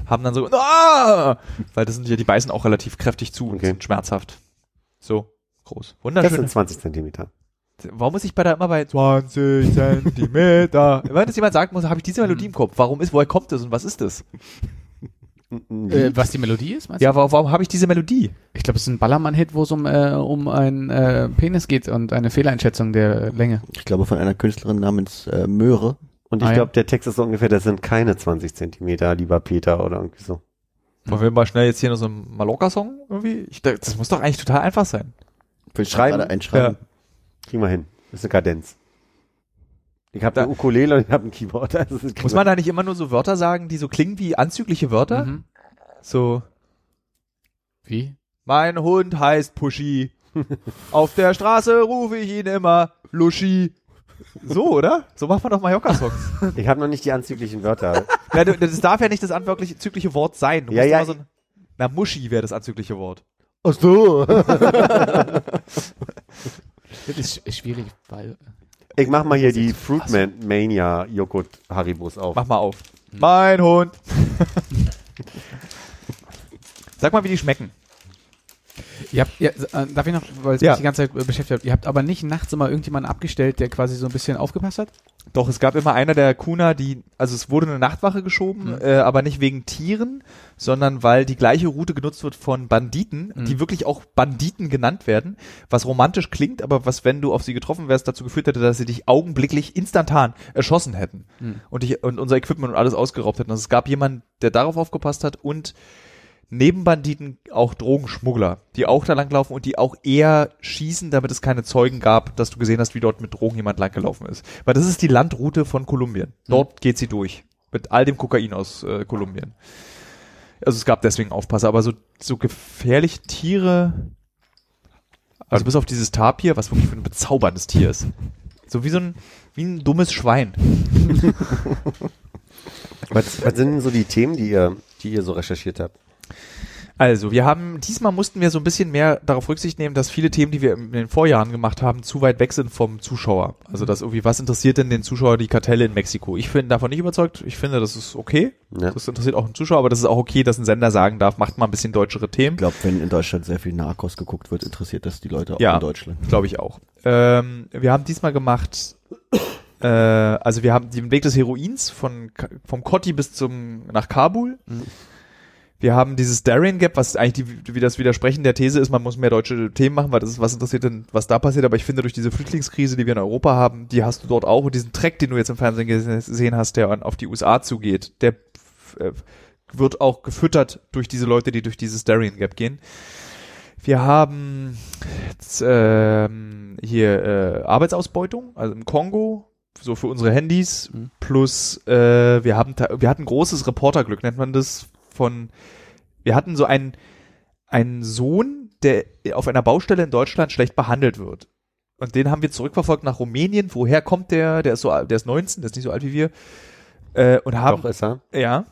B: haben dann so, ah! weil das sind ja, die beißen auch relativ kräftig zu und
D: Okay.
B: sind schmerzhaft. So, groß.
D: Das
B: Wunderschön.
D: sind 20 Zentimeter.
B: Warum muss ich bei der immer bei 20 Zentimeter? Wenn das jemand sagt, muss, habe ich diese Melodie im Kopf. Warum ist, woher kommt das und was ist das?
C: Äh, was die Melodie ist,
D: Also
C: meinst
B: Ja, wa- warum habe ich diese Melodie?
C: du? Ich glaube, es ist ein Ballermann-Hit, wo es um, äh, um einen äh, Penis geht und eine Fehleinschätzung der äh, Länge.
E: Ich glaube von einer Künstlerin namens äh, Möhre.
D: Und ich
C: Ah, ja.
D: glaube, der Text ist so ungefähr, das sind keine 20 Zentimeter, lieber Peter oder irgendwie so.
B: Wollen wir mal schnell jetzt hier noch so einen Mallorca-Song irgendwie? Ich, dachte, das muss doch eigentlich total einfach sein.
E: Will ich
D: Schreiben?
E: gerade Einschreiben.
D: Kriegen wir hin. Das ist eine Kadenz. Ich habe
B: Da-
D: eine Ukulele und ich habe ein Keyboard. Also das kriegen
B: Muss man da nicht immer nur so Wörter sagen, die so klingen wie anzügliche Wörter?
C: Mhm.
B: So,
C: Wie?
B: mein Hund heißt Pushy. Auf der Straße rufe ich ihn immer Luschi. So, oder? So macht man doch Mallorca-Songs.
D: wir- ich habe noch nicht die anzüglichen Wörter.
B: Ja, du- das darf ja nicht das anwirklich- anzügliche Wort sein. Du
D: Ja,
B: musst
D: ja,
B: immer So ein, na, Muschi wäre das anzügliche Wort.
D: Ach so.
C: Das ist ist schwierig, weil.
D: Ich mach mal hier die Fruitman Mania Joghurt Haribos auf.
B: Mach mal auf.
D: Mhm.
B: Mein Hund. Sag mal, wie die schmecken.
C: Ihr habt, ihr, äh, darf ich noch, weil es
B: Ja.
C: mich die ganze Zeit äh, beschäftigt hat, ihr habt aber nicht nachts immer irgendjemanden abgestellt, der quasi so ein bisschen aufgepasst hat?
B: Doch, es gab immer einer der Kuna, die, also es wurde eine Nachtwache geschoben, äh, aber nicht wegen Tieren, sondern weil die gleiche Route genutzt wird von Banditen, die wirklich auch Banditen genannt werden, was romantisch klingt, aber was, wenn du auf sie getroffen wärst, dazu geführt hätte, dass sie dich augenblicklich instantan erschossen hätten und, dich, und unser Equipment und alles ausgeraubt hätten. Also es gab jemanden, der darauf aufgepasst hat und neben Banditen auch Drogenschmuggler, die auch da langlaufen und die auch eher schießen, damit es keine Zeugen gab, dass du gesehen hast, wie dort mit Drogen jemand langgelaufen ist. Weil das ist die Landroute von Kolumbien. Dort geht sie durch. Mit all dem Kokain aus äh, Kolumbien. Also es gab deswegen Aufpasser, aber so, so gefährliche Tiere, also bis auf dieses Tapir, was wirklich für ein bezauberndes Tier ist. So wie so ein, wie ein dummes Schwein.
D: Was, was sind denn so die Themen, die ihr, die ihr so recherchiert habt?
B: Also, wir haben, diesmal mussten wir so ein bisschen mehr darauf Rücksicht nehmen, dass viele Themen, die wir in den Vorjahren gemacht haben, zu weit weg sind vom Zuschauer. Also, dass irgendwie, was interessiert denn den Zuschauer die Kartelle in Mexiko? Ich bin davon nicht überzeugt. Ich finde, das ist okay.
D: Ja.
B: Das interessiert auch den Zuschauer, aber das ist auch okay, dass ein Sender sagen darf, macht mal ein bisschen deutschere Themen.
E: Ich glaube, wenn in Deutschland sehr viel Narcos geguckt wird, interessiert das die Leute auch
B: Ja.
E: in Deutschland.
B: Glaube ich auch. Ähm, wir haben diesmal gemacht, äh, also wir haben den Weg des Heroins von, Ka- vom Kotti bis zum, nach Kabul.
E: Mhm.
B: Wir haben dieses Darien Gap, was eigentlich die, wie das Widersprechen der These ist, man muss mehr deutsche Themen machen, weil das ist, was interessiert denn, was da passiert. Aber ich finde, durch diese Flüchtlingskrise, die wir in Europa haben, die hast du dort auch. Und diesen Track, den du jetzt im Fernsehen gese- gesehen hast, der an- auf die USA zugeht, der äh, wird auch gefüttert durch diese Leute, die durch dieses Darien Gap gehen. Wir haben jetzt, ähm, hier äh, Arbeitsausbeutung, also im Kongo, so für unsere Handys,
C: Mhm.
B: plus äh, wir haben ta- wir hatten großes Reporterglück, nennt man das, von wir hatten so einen, einen Sohn, der auf einer Baustelle in Deutschland schlecht behandelt wird. Und den haben wir zurückverfolgt nach Rumänien. Woher kommt der? Der ist so, al- der ist 19, der ist nicht so alt wie wir. Äh, und haben
D: Doch ist er.
B: ja.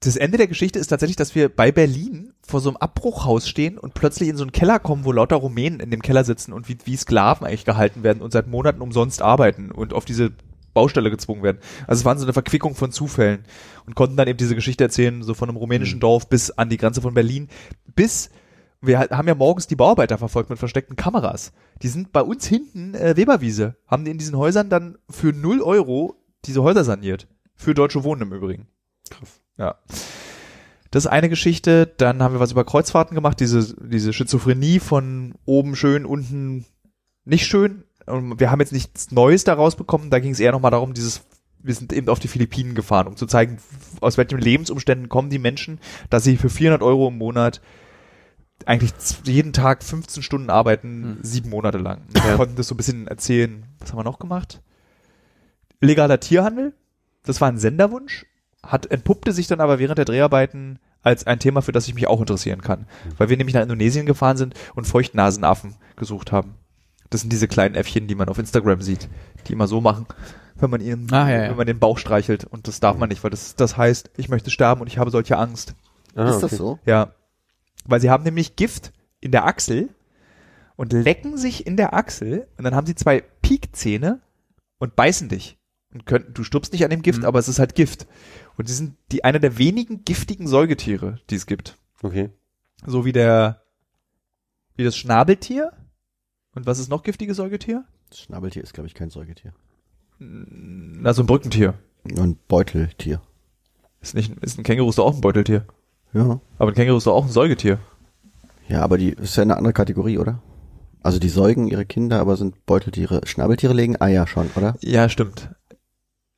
B: Das Ende der Geschichte ist tatsächlich, dass wir bei Berlin vor so einem Abbruchhaus stehen und plötzlich in so einen Keller kommen, wo lauter Rumänen in dem Keller sitzen und wie, wie Sklaven eigentlich gehalten werden und seit Monaten umsonst arbeiten und auf diese Baustelle gezwungen werden. Also es waren so eine Verquickung von Zufällen und konnten dann eben diese Geschichte erzählen, so von einem rumänischen Dorf bis an die Grenze von Berlin, bis wir ha- haben ja morgens die Bauarbeiter verfolgt mit versteckten Kameras. Die sind bei uns hinten äh, Weberwiese, haben die in diesen Häusern dann für 0 Euro diese Häuser saniert. Für Deutsche Wohnen im Übrigen. Krass. Ja. Das ist eine Geschichte. Dann haben wir was über Kreuzfahrten gemacht. Diese, diese Schizophrenie von oben schön, unten nicht schön. Und Wir haben jetzt nichts Neues daraus bekommen. Da ging es eher nochmal darum, dieses, wir sind eben auf die Philippinen gefahren, um zu zeigen, aus welchen Lebensumständen kommen die Menschen, dass sie für 400 Euro im Monat eigentlich z- jeden Tag 15 Stunden
C: Hm.
B: arbeiten, sieben Monate lang. Und Wir konnten das so ein bisschen erzählen. Was haben wir noch gemacht? Legaler Tierhandel. Das war ein Senderwunsch, hat entpuppte sich dann aber während der Dreharbeiten als ein Thema, für das ich mich auch interessieren
C: Hm.
B: kann. Weil wir nämlich nach Indonesien gefahren sind und Feuchtnasenaffen gesucht haben. Das sind diese kleinen Äffchen, die man auf Instagram sieht, die immer so machen, wenn man ihren,
C: Ah, ja, ja.
B: wenn man den Bauch streichelt. Und das darf man nicht, weil das, das heißt, ich möchte sterben und ich habe solche Angst.
D: Ah,
E: ist das
D: okay.
E: so?
B: Ja. Weil sie haben nämlich Gift in der Achsel und lecken sich in der Achsel und dann haben sie zwei Piekzähne und beißen dich. Und könnten, du stirbst nicht an dem Gift, aber es ist halt Gift. Und sie sind die einer der wenigen giftigen Säugetiere, die es gibt.
D: Okay.
B: So wie der wie das Schnabeltier. Und was ist noch giftiges Säugetier?
E: Das Schnabeltier ist, glaube ich, kein Säugetier.
B: Na, so ein Brückentier.
E: Ein Beuteltier.
B: Ist, nicht, ist ein Känguru ist doch auch ein Beuteltier.
E: Ja.
B: Aber ein Känguru ist doch auch ein Säugetier.
E: Ja, aber die ist ja eine andere Kategorie, oder? Also die säugen ihre Kinder, aber sind Beuteltiere. Schnabeltiere legen Eier schon, oder?
B: Ja, stimmt.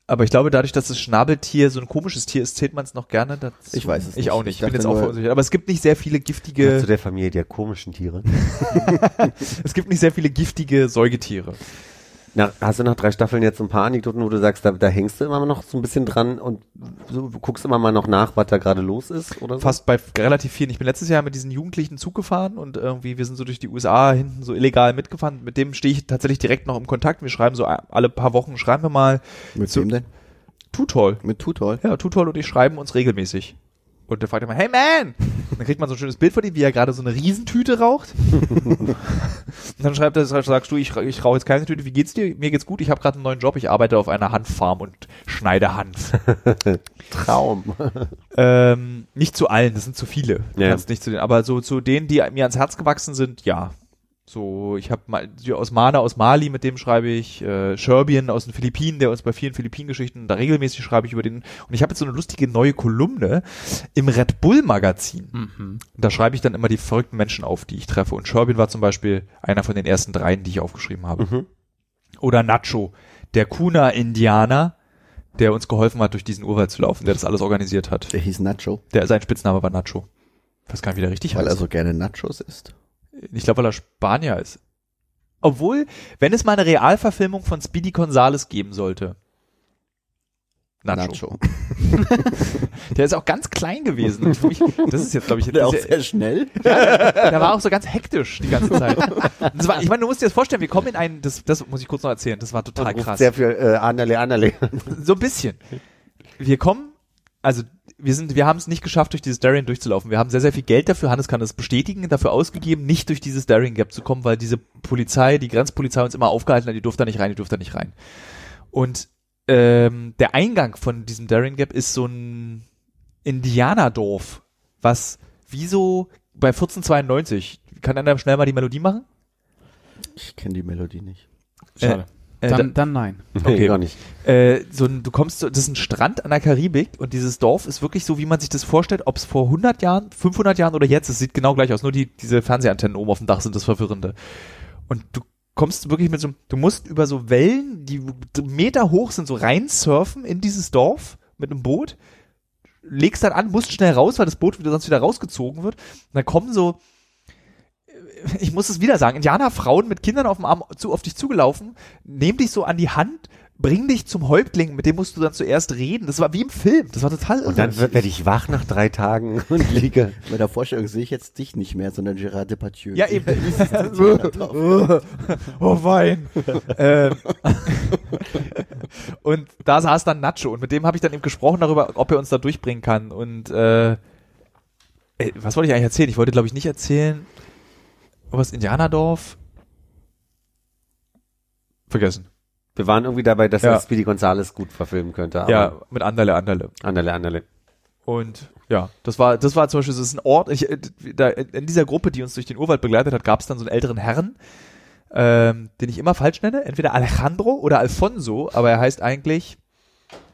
B: Aber ich glaube, dadurch, dass das Schnabeltier so ein komisches Tier ist, zählt man es noch gerne dazu.
E: Ich weiß es
B: Ich
E: nicht.
B: auch nicht.
E: Ich
B: Ich bin
E: dachte
B: jetzt auch
E: nur-
B: verunsichert. Aber es gibt nicht sehr viele
D: Zu
B: giftige,
D: der Familie der komischen Tiere.
B: es gibt nicht sehr viele giftige Säugetiere.
D: Na, hast du nach drei Staffeln jetzt so ein paar Anekdoten, wo du sagst, da, da hängst du immer noch so ein bisschen dran und so, du guckst immer mal noch nach, was da gerade los ist oder so?
B: Fast bei relativ vielen. Ich bin letztes Jahr mit diesen Jugendlichen Zug gefahren und irgendwie, wir sind so durch die USA hinten so illegal mitgefahren. Mit dem stehe ich tatsächlich direkt noch im Kontakt. Wir schreiben so alle paar Wochen, schreiben wir mal.
E: Mit
B: So-
E: wem denn?
B: Tutol.
E: Mit Tutol.
B: Ja, Tutol und ich schreiben uns regelmäßig. Und der fragt immer, hey man! Und dann kriegt man so ein schönes Bild von ihm, wie er gerade so eine Riesentüte raucht. und dann schreibt er, sagst du, ich, ich rauche jetzt keine Tüte, wie geht's dir? Mir geht's gut, ich habe gerade einen neuen Job, ich arbeite auf einer Hanffarm und schneide Hanf.
D: Traum.
B: ähm, nicht zu allen, das sind zu viele. Du
D: Ja.
B: kannst nicht zu denen, aber so zu denen, die mir ans Herz gewachsen sind, ja. So, ich habe mal die Osmane aus Mali, mit dem schreibe ich, äh, Sherbien aus den Philippinen, der uns bei vielen Philippinen-Geschichten, da regelmäßig schreibe ich über den. Und ich habe jetzt so eine lustige neue Kolumne im Red Bull-Magazin. Und Da schreibe ich dann immer die verrückten Menschen auf, die ich treffe. Und Sherbin war zum Beispiel einer von den ersten dreien, die ich aufgeschrieben habe.
D: Mhm.
B: Oder Nacho, der Kuna-Indianer, der uns geholfen hat, durch diesen Urwald zu laufen, der das alles organisiert hat.
E: Der hieß Nacho,
B: Der, sein Spitzname war Nacho. Ich weiß gar nicht, wie der richtig
E: weil er
B: heißt.
E: so gerne Nachos isst.
B: ich glaube, weil er Spanier ist. Obwohl, wenn es mal eine Realverfilmung von Speedy Gonzales geben sollte. Nacho. Der ist auch ganz klein gewesen. Und für mich, das ist jetzt, glaube ich,
E: Der
B: das
E: auch
B: ist ja-
E: sehr schnell.
B: der war auch so ganz hektisch die ganze Zeit. Und Das war, ich meine, du musst dir das vorstellen, wir kommen in einen, das, das muss ich kurz noch erzählen, das war total
D: Ruft
B: krass.
D: sehr viel äh, Anderle, Anderle.
B: So ein bisschen. Wir kommen, also wir sind, wir haben es nicht geschafft, durch dieses Darien durchzulaufen. Wir haben sehr, sehr viel Geld dafür, Hannes kann das bestätigen, dafür ausgegeben, nicht durch dieses Darien Gap zu kommen, weil diese Polizei, die Grenzpolizei uns immer aufgehalten hat, die durfte da nicht rein, die durfte da nicht rein. Und ähm, der Eingang von diesem Darien Gap ist so ein Indianerdorf, was wie so bei 1492. Kann einer schnell mal die Melodie machen?
E: Ich kenne die Melodie nicht.
C: Schade.
B: Äh, da-
C: dann, dann nein.
B: Okay.
D: gar nicht.
B: äh, so ein, du kommst, so- das ist ein Strand an der Karibik und dieses Dorf ist wirklich so, wie man sich das vorstellt, ob es vor 100 Jahren, 500 Jahren oder jetzt, es sieht genau gleich aus, nur die, diese Fernsehantennen oben auf dem Dach sind das Verwirrende. Und du kommst wirklich mit so, einem- du musst über so Wellen, die Meter hoch sind, so reinsurfen in dieses Dorf mit einem Boot, legst dann an, musst schnell raus, weil das Boot wieder, sonst wieder rausgezogen wird. Und dann kommen so, ich muss es wieder sagen, Indianerfrauen mit Kindern auf dem Arm zu, auf dich zugelaufen, nehmen dich so an die Hand, bringen dich zum Häuptling, mit dem musst du dann zuerst reden. Das war wie im Film, das war total irre.
D: Und dann werde ich wach nach drei Tagen und liege.
E: Bei der Vorstellung sehe ich jetzt dich nicht mehr, sondern Gérard Depardieu.
B: ja, eben.
E: eben.
B: oh Wein. ähm, und da saß dann Nacho und mit dem habe ich dann eben gesprochen darüber, ob er uns da durchbringen kann. Und äh, ey, was wollte ich eigentlich erzählen? Ich wollte, glaube ich, nicht erzählen, was Indianerdorf. Vergessen.
D: Wir waren irgendwie dabei, dass
B: Ja.
D: er Speedy Gonzales gut verfilmen könnte. Aber
B: Ja, mit Anderle, Anderle.
D: Anderle, Anderle.
B: Und ja, das war, das war zum Beispiel, das ist ein Ort, ich, äh, da, in dieser Gruppe, die uns durch den Urwald begleitet hat, gab es dann so einen älteren Herrn, ähm, den ich immer falsch nenne, entweder Alejandro oder Alfonso, aber er heißt eigentlich,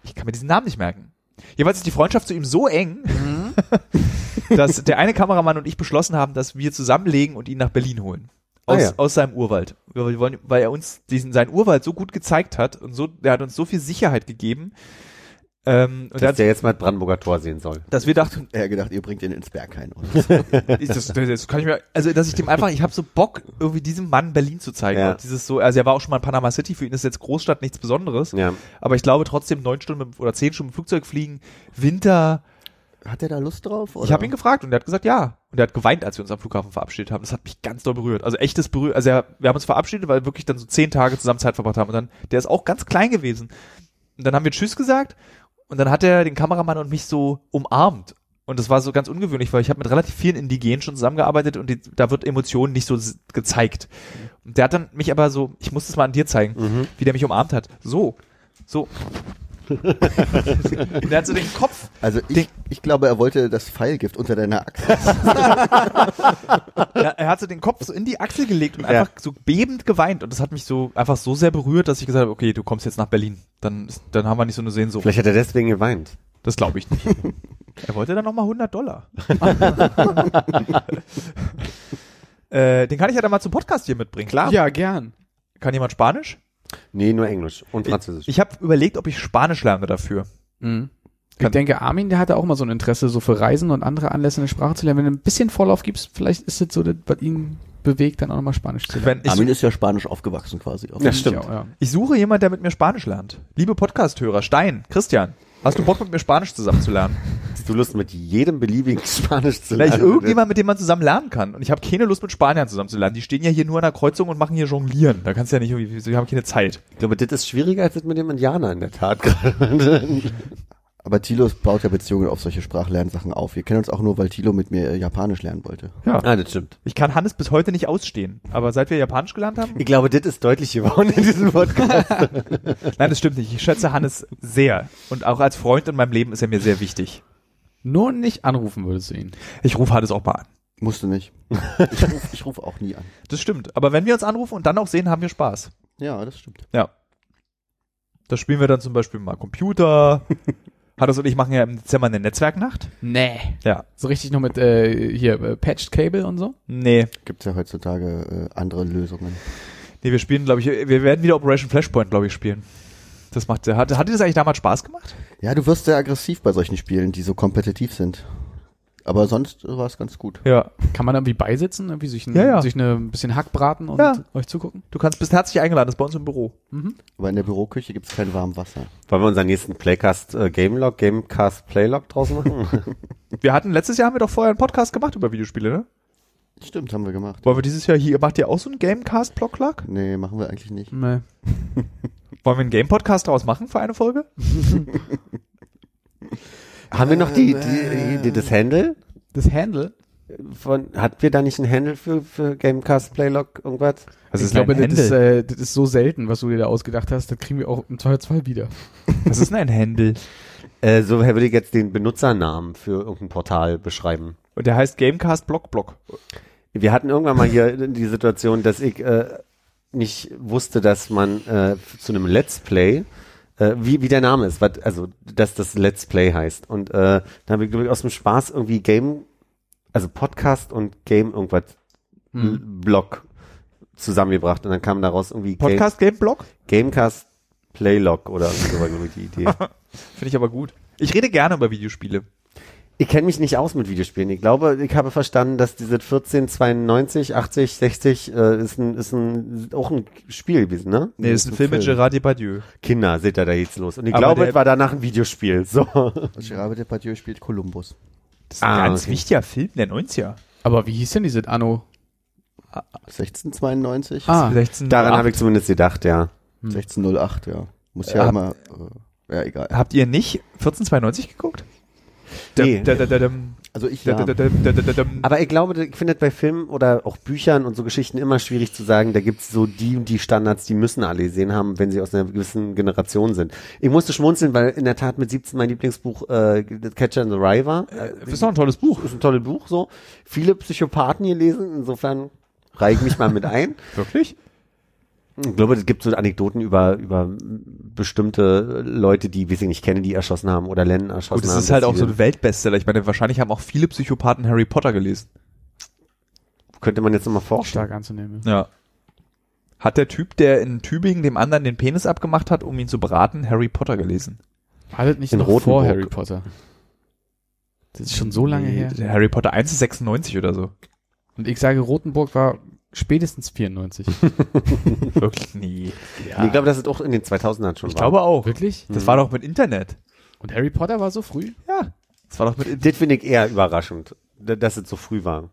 B: ich kann mir diesen Namen nicht merken. Jedenfalls ist die Freundschaft zu ihm so eng,
D: Mhm.
B: dass der eine Kameramann und ich beschlossen haben, dass wir zusammenlegen und ihn nach Berlin holen. Aus,
D: Ah ja.
B: aus seinem Urwald. Wir wollen, weil er uns diesen, seinen Urwald so gut gezeigt hat und so, der hat uns so viel Sicherheit gegeben, ähm, und er
D: Dass
B: hat,
D: der jetzt mal das Brandenburger Tor sehen soll.
B: dass wir dachten,
E: Er hat gedacht, ihr bringt ihn ins Berghain.
B: Ich, das, das, das kann ich mir, also dass ich dem einfach, ich habe so Bock, irgendwie diesem Mann Berlin zu zeigen.
D: Ja.
B: Und dieses so, also er war auch schon mal in Panama City, für ihn ist jetzt Großstadt nichts Besonderes.
D: Ja.
B: Aber ich glaube trotzdem neun Stunden mit, oder zehn Stunden mit dem Flugzeug fliegen, Winter.
E: Hat er da Lust drauf? Oder?
B: Ich habe ihn gefragt und er hat gesagt ja. Und er hat geweint, als wir uns am Flughafen verabschiedet haben. Das hat mich ganz doll berührt. Also echtes berührt. Also er, wir haben uns verabschiedet, weil wir wirklich dann so zehn Tage zusammen Zeit verbracht haben. Und dann, der ist auch ganz klein gewesen. Und dann haben wir Tschüss gesagt und dann hat er den Kameramann und mich so umarmt. Und das war so ganz ungewöhnlich, weil ich habe mit relativ vielen Indigenen schon zusammengearbeitet und die, da wird Emotionen nicht so s- gezeigt. Und der hat dann mich aber so, ich muss das mal an dir zeigen, wie der mich umarmt hat. So, so. Und der hat so den Kopf.
E: Also ich, ich glaube, er wollte das Pfeilgift unter deiner Achse.
B: Er, er hat so den Kopf so in die Achsel gelegt und einfach so bebend geweint. Und das hat mich so einfach so sehr berührt, dass ich gesagt habe, okay, du kommst jetzt nach Berlin. Dann, ist- dann haben wir nicht so eine Sehnsucht.
D: Vielleicht hat er deswegen geweint.
B: Das glaube ich nicht. er wollte dann nochmal 100 Dollar. äh, den kann ich ja dann mal zum Podcast hier mitbringen. Klar.
C: Ja, gern.
B: Kann jemand Spanisch?
D: Nee, nur Englisch und Französisch.
B: Ich habe überlegt, ob ich Spanisch lerne dafür.
C: Ich denke, Armin, der hatte auch mal so ein Interesse, so für Reisen und andere Anlässe eine Sprache zu lernen. Wenn du ein bisschen Vorlauf gibst, vielleicht ist es so, das, was ihn bewegt, dann auch nochmal Spanisch zu
B: Wenn
C: lernen.
B: ich,
E: Armin ist ja spanisch aufgewachsen quasi. Auf
C: Ja, ja.
B: ich suche jemanden, der mit mir Spanisch lernt. Liebe Podcast-Hörer, Stein, Christian, hast du Bock, mit mir Spanisch zusammen zu lernen?
D: Hast du Lust, mit jedem beliebigen Spanisch zu
B: Vielleicht
D: lernen?
B: irgendjemand, mit dem man zusammen lernen kann. Und ich habe keine Lust, mit Spaniern zusammen zu lernen. Die stehen ja hier nur an der Kreuzung und machen hier Jonglieren. Da kannst du ja nicht irgendwie, wir haben keine Zeit.
D: Ich glaube, das ist schwieriger als das mit dem Indianer in der Tat gerade.
E: Aber Thilo baut ja Beziehungen auf solche Sprachlernsachen auf. Wir kennen uns auch nur, weil Thilo mit mir äh, Japanisch lernen wollte.
D: ah, das stimmt.
B: Ich kann Hannes bis heute nicht ausstehen. Aber seit wir Japanisch gelernt haben,
D: Ich glaube, das ist deutlich geworden in diesem Podcast.
B: Nein, das stimmt nicht. Ich schätze Hannes sehr. Und auch als Freund in meinem Leben ist er mir sehr wichtig.
C: Nur nicht anrufen würdest du ihn.
B: Ich rufe Hannes auch mal an.
E: Musste nicht. Ich rufe ich ruf auch nie an.
B: Das stimmt. Aber wenn wir uns anrufen und dann auch sehen, haben wir Spaß.
E: Ja, das stimmt.
B: Ja. Da spielen wir dann zum Beispiel mal Computer. Hannes und ich machen ja im Dezember eine Netzwerknacht.
C: Nee.
B: Ja.
C: So richtig noch mit, äh, hier, äh, Patched Cable und so?
B: Nee.
E: Gibt es ja heutzutage äh, andere Lösungen.
B: Nee, wir spielen, glaube ich, wir werden wieder Operation Flashpoint, glaube ich, spielen. Das macht sehr. Hat, hat dir das eigentlich damals Spaß gemacht?
E: Ja, du wirst sehr aggressiv bei solchen Spielen, die so kompetitiv sind. Aber sonst äh, war es ganz gut.
B: Ja.
C: Kann man da irgendwie beisitzen, irgendwie sich, ein,
B: Ja, ja.
C: sich eine, ein bisschen Hack braten und
B: Ja.
C: euch zugucken?
B: Du kannst bist herzlich eingeladen, das ist bei uns im Büro.
E: Aber in der Büroküche gibt es kein warmes Wasser.
D: Wollen wir unseren nächsten Playcast äh, Gamelog, Gamecast Playlog draus machen?
B: Wir hatten letztes Jahr haben wir doch vorher einen Podcast gemacht über Videospiele, ne?
E: Stimmt, haben wir gemacht.
B: Wollen wir dieses Jahr hier, macht ihr auch so einen Gamecast-Blocklag?
E: Nee, machen wir eigentlich
B: Mhm.
E: nicht.
C: Nee.
B: Wollen wir einen Game-Podcast daraus machen für eine Folge?
D: Haben wir noch die, die, die, das Handle?
C: Das Handle?
D: Von, hatten wir da nicht ein Handle für, für Gamecast Playlog irgendwas?
B: Das
C: ich glaube, das ist, äh, das ist so selten, was du dir da ausgedacht hast, das kriegen wir auch im Zweifelsfall wieder.
B: Was ist denn ein Händel?
D: Äh, so würde ich jetzt den Benutzernamen für irgendein Portal beschreiben.
B: Und der heißt Gamecast Block Block.
D: Wir hatten irgendwann mal hier die Situation, dass ich äh, nicht wusste, dass man äh, zu einem Let's Play, äh, wie, wie der Name ist, wat, also dass das Let's Play heißt. Und äh, da habe ich, glaube ich, aus dem Spaß irgendwie Game, also Podcast und Game irgendwas L- Blog zusammengebracht. Und dann kam daraus irgendwie
B: Podcast Game Block?
D: Game, Gamecast Playlog oder so war, glaube ich, die Idee.
B: Finde ich aber gut. Ich rede gerne über Videospiele.
D: Ich kenne mich nicht aus mit Videospielen. Ich glaube, ich habe verstanden, dass diese 14, 92, 80, 60 äh, ist, ein, ist ein, auch ein Spiel gewesen, ne?
B: Nee, das ist ein Film mit Gerard Depardieu.
D: Kinder, seht ihr, da geht's los. Und ich
B: Aber
D: glaube,
B: der-
D: es war danach ein Videospiel. So.
E: Gerard Depardieu spielt Kolumbus.
B: Das ist ein
D: Ah,
B: ganz
D: okay.
B: wichtiger Film der 90er.
C: Aber wie hieß denn dieses Anno?
E: 1692?
C: Ah,
B: 16
D: Daran habe ich zumindest gedacht, ja.
E: 1608, ja. Muss ja
B: Hab-
E: immer. Äh, ja, egal.
B: Habt ihr nicht 1492 geguckt?
D: Nee.
B: Da- da- da- dam.
E: Also ich
B: Da-
E: ja.
B: da- da- da- da- da- dam.
D: Aber ich glaube, ich finde es bei Filmen oder auch Büchern und so Geschichten immer schwierig zu sagen, da gibt's so die und die Standards, die müssen alle gesehen haben, wenn sie aus einer gewissen Generation sind. Ich musste schmunzeln, weil in der Tat mit 17 mein Lieblingsbuch äh, Catcher in the Rye war.
B: Das ist doch ein tolles Buch.
D: ist ein tolles Buch, so. Viele Psychopathen gelesen, insofern reihe ich mich mal mit ein.
B: Wirklich?
D: Ich glaube, es gibt so Anekdoten über, über bestimmte Leute, die, weiß ich nicht, Kennedy erschossen haben oder Lennon erschossen
B: Gut, das
D: haben.
B: ist halt
D: dass
B: auch so
D: die-
B: ein Weltbestseller. Ich meine, wahrscheinlich haben auch viele Psychopathen Harry Potter gelesen.
D: Könnte man jetzt nochmal vorstellen.
C: stark anzunehmen.
B: Ja. Hat der Typ, der in Tübingen dem anderen den Penis abgemacht hat, um ihn zu beraten, Harry Potter gelesen?
C: War das nicht
D: In
C: noch vor
D: Rothenburg.
C: Harry Potter? Das ist schon so lange her.
B: Der Harry Potter 1 ist 96 oder so.
C: Und ich sage, Rothenburg war spätestens 94.
B: Wirklich? nie.
D: Nee, Ich glaube, das ist auch in den 2000ern schon
B: Ich
D: war.
B: glaube auch.
C: Wirklich?
B: Das war doch mit Internet.
C: Und Harry Potter war so früh?
B: Ja. Das war doch mit Internet.
D: Das finde ich eher überraschend, da- dass es so früh war.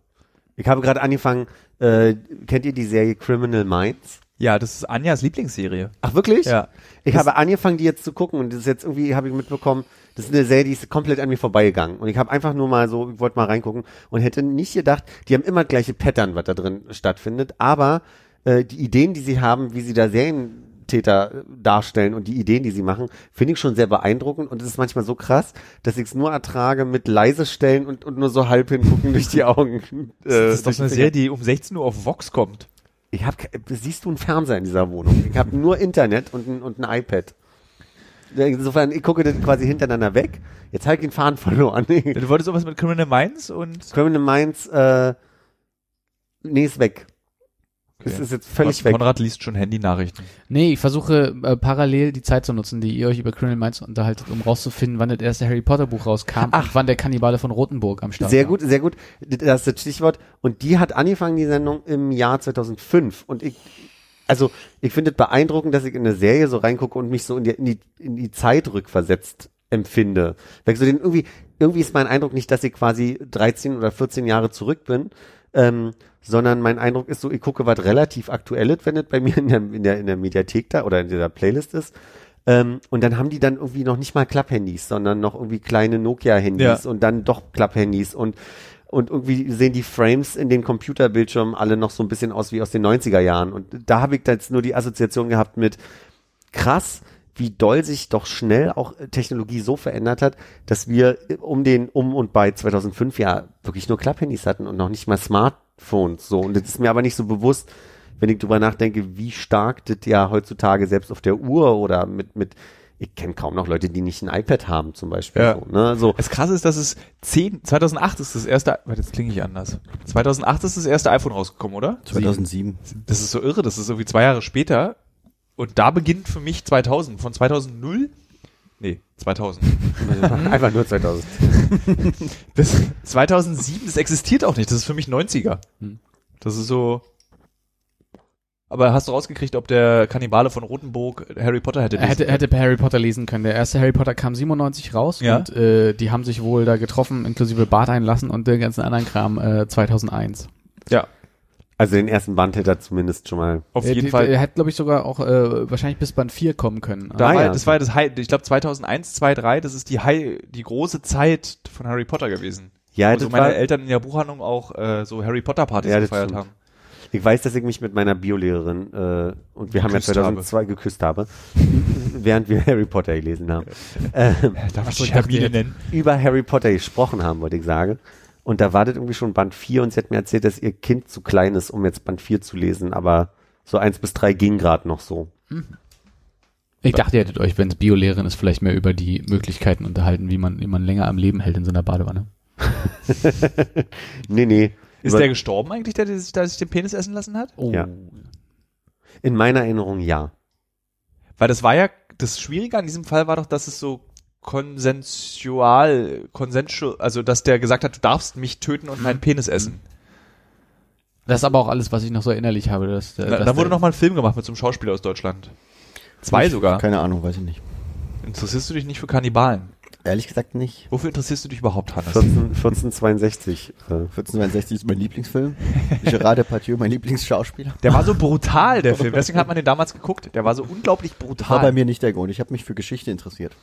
D: Ich habe gerade angefangen, äh, kennt ihr die Serie Criminal Minds?
B: Ja, das ist Anjas Lieblingsserie.
D: Ach wirklich?
B: Ja.
D: Ich habe angefangen, die jetzt zu gucken und das ist jetzt irgendwie, habe ich mitbekommen, das ist eine Serie, die ist komplett an mir vorbeigegangen. Und ich habe einfach nur mal so, ich wollte mal reingucken und hätte nicht gedacht, die haben immer das gleiche Pattern, was da drin stattfindet, aber äh, die Ideen, die sie haben, wie sie da Serientäter äh, darstellen und die Ideen, die sie machen, finde ich schon sehr beeindruckend und es ist manchmal so krass, dass ich es nur ertrage mit leise Stellen und, und nur so halb hingucken durch die Augen. äh,
B: Das ist doch
D: durch
B: eine
D: die
B: Serie, die um 16 Uhr auf Vox kommt.
D: ich hab, ke- siehst du einen Fernseher in dieser Wohnung? Ich habe nur Internet und ein, und ein iPad. Insofern, ich gucke das quasi hintereinander weg. Jetzt habe ich den Faden verloren.
B: Du wolltest sowas mit Criminal Minds und
D: Criminal Minds, äh, nee, ist weg. Es ist jetzt völlig weg.
B: Konrad liest schon Handynachrichten.
C: Nee, ich versuche äh, parallel die Zeit zu nutzen, die ihr euch über Criminal Minds unterhaltet, um rauszufinden, wann das erste Harry Potter Buch rauskam und wann der Kannibale von Rothenburg am Start
D: Sehr
C: war.
D: gut, sehr gut. Das ist das Stichwort. Und die hat angefangen, die Sendung im Jahr 2005. Und ich, also, ich finde es beeindruckend, dass ich in eine Serie so reingucke und mich so in die, in die, in die Zeit rückversetzt empfinde. Weil ich so den irgendwie, irgendwie ist mein Eindruck nicht, dass ich quasi 13 oder 14 Jahre zurück bin, ähm, sondern mein Eindruck ist so, ich gucke was relativ aktuelles, wenn es bei mir in der, in der, in der Mediathek da oder in dieser Playlist ist. Ähm, und dann haben die dann irgendwie noch nicht mal Klapphandys, sondern noch irgendwie kleine Nokia-Handys
B: Ja.
D: und dann doch Klapphandys und und irgendwie sehen die Frames in den Computerbildschirmen alle noch so ein bisschen aus wie aus den 90er Jahren. Und da habe ich da jetzt nur die Assoziation gehabt mit krass, wie doll sich doch schnell auch äh, Technologie so verändert hat, dass wir um den um und bei 2005 ja wirklich nur Klapphandys hatten und noch nicht mal Smartphones so. Und das ist mir aber nicht so bewusst, wenn ich drüber nachdenke, wie stark das ja heutzutage selbst auf der Uhr oder mit mit ich kenne kaum noch Leute, die nicht ein iPad haben zum Beispiel.
B: Ja.
D: So, ne? so.
B: Das krasse ist, dass es 10, 2008 ist das erste, warte, jetzt klinge ich anders. 2008 ist das erste iPhone rausgekommen, oder?
E: 2007.
B: Das ist so irre, das ist irgendwie zwei Jahre später. Und da beginnt für mich 2000. Von 2000, nee, 2000.
D: Also, Einfach nur 2000.
B: Das 2007, das existiert auch nicht. Das ist für mich 90er.
C: Hm.
B: Das ist so. Aber hast du rausgekriegt, ob der Kannibale von Rothenburg Harry Potter hätte?
C: Er hätte,
B: lesen
C: er hätte Harry Potter lesen können. Der erste Harry Potter kam 97 raus
B: Ja.
C: und äh, die haben sich wohl da getroffen, inklusive Bart einlassen und den ganzen anderen Kram äh, 2001.
B: können? Ja,
D: Also den ersten Band hätte er zumindest schon mal.
B: auf
C: Äh,
B: jeden
C: die-
B: Fall.
C: Er hätte, glaube ich, sogar auch äh, wahrscheinlich bis Band 4 kommen können.
B: da war,
D: Ah
B: halt,
D: ja.
B: Das war ja das High, ich glaube 2001, 2003, das ist die High, die große Zeit von Harry Potter gewesen.
D: Ja,
B: Wo
D: das
B: so meine
D: war-
B: Eltern in der Buchhandlung auch äh, so Harry Potter Partys
D: Ja, das
B: gefeiert
D: stimmt.
B: haben.
D: Ich weiß, dass ich mich mit meiner Biolehrerin äh, und wir haben ja
B: Geküsst
D: 2002 geküsst habe, während wir Harry Potter gelesen haben. Ähm,
B: Äh, Darf ich
C: so,
B: dich
C: ich dachte,
B: Hermine
C: ihr-
B: nennen?
D: über Harry Potter gesprochen haben, wollte ich sagen. Und da wartet irgendwie schon Band 4 und sie hat mir erzählt, dass ihr Kind zu klein ist, um jetzt Band 4 zu lesen, aber so 1 bis 3 ging gerade noch so.
C: Ich dachte, ihr hättet euch, wenn es Biolehrerin ist, vielleicht mehr über die Möglichkeiten unterhalten, wie man jemanden länger am Leben hält in so einer Badewanne.
D: Nee, nee.
B: Ist
D: Über-
B: der gestorben eigentlich, der, der, sich, der sich den Penis essen lassen hat?
C: Oh.
D: Ja. in meiner Erinnerung ja.
B: Weil das war ja, das Schwierige an diesem Fall war doch, dass es so konsensual, konsensual, also dass der gesagt hat, du darfst mich töten und meinen Penis essen.
C: Das ist aber auch alles, was ich noch so innerlich habe. Dass,
B: Da, da wurde nochmal ein Film gemacht mit so einem Schauspieler aus Deutschland. Zwei sogar.
E: Keine Ahnung, weiß ich nicht.
B: Interessierst du dich nicht für Kannibalen?
E: Ehrlich gesagt nicht.
B: Wofür interessierst du dich überhaupt, Hannes?
D: 14, 1462. Äh,
E: 1462 ist mein Lieblingsfilm. Gerard Depardieu, mein Lieblingsschauspieler.
B: Der war so brutal, der Film. Deswegen hat man den damals geguckt. Der war so unglaublich
E: War bei
B: brutal.
E: mir nicht der Grund. Ich habe mich für Geschichte interessiert.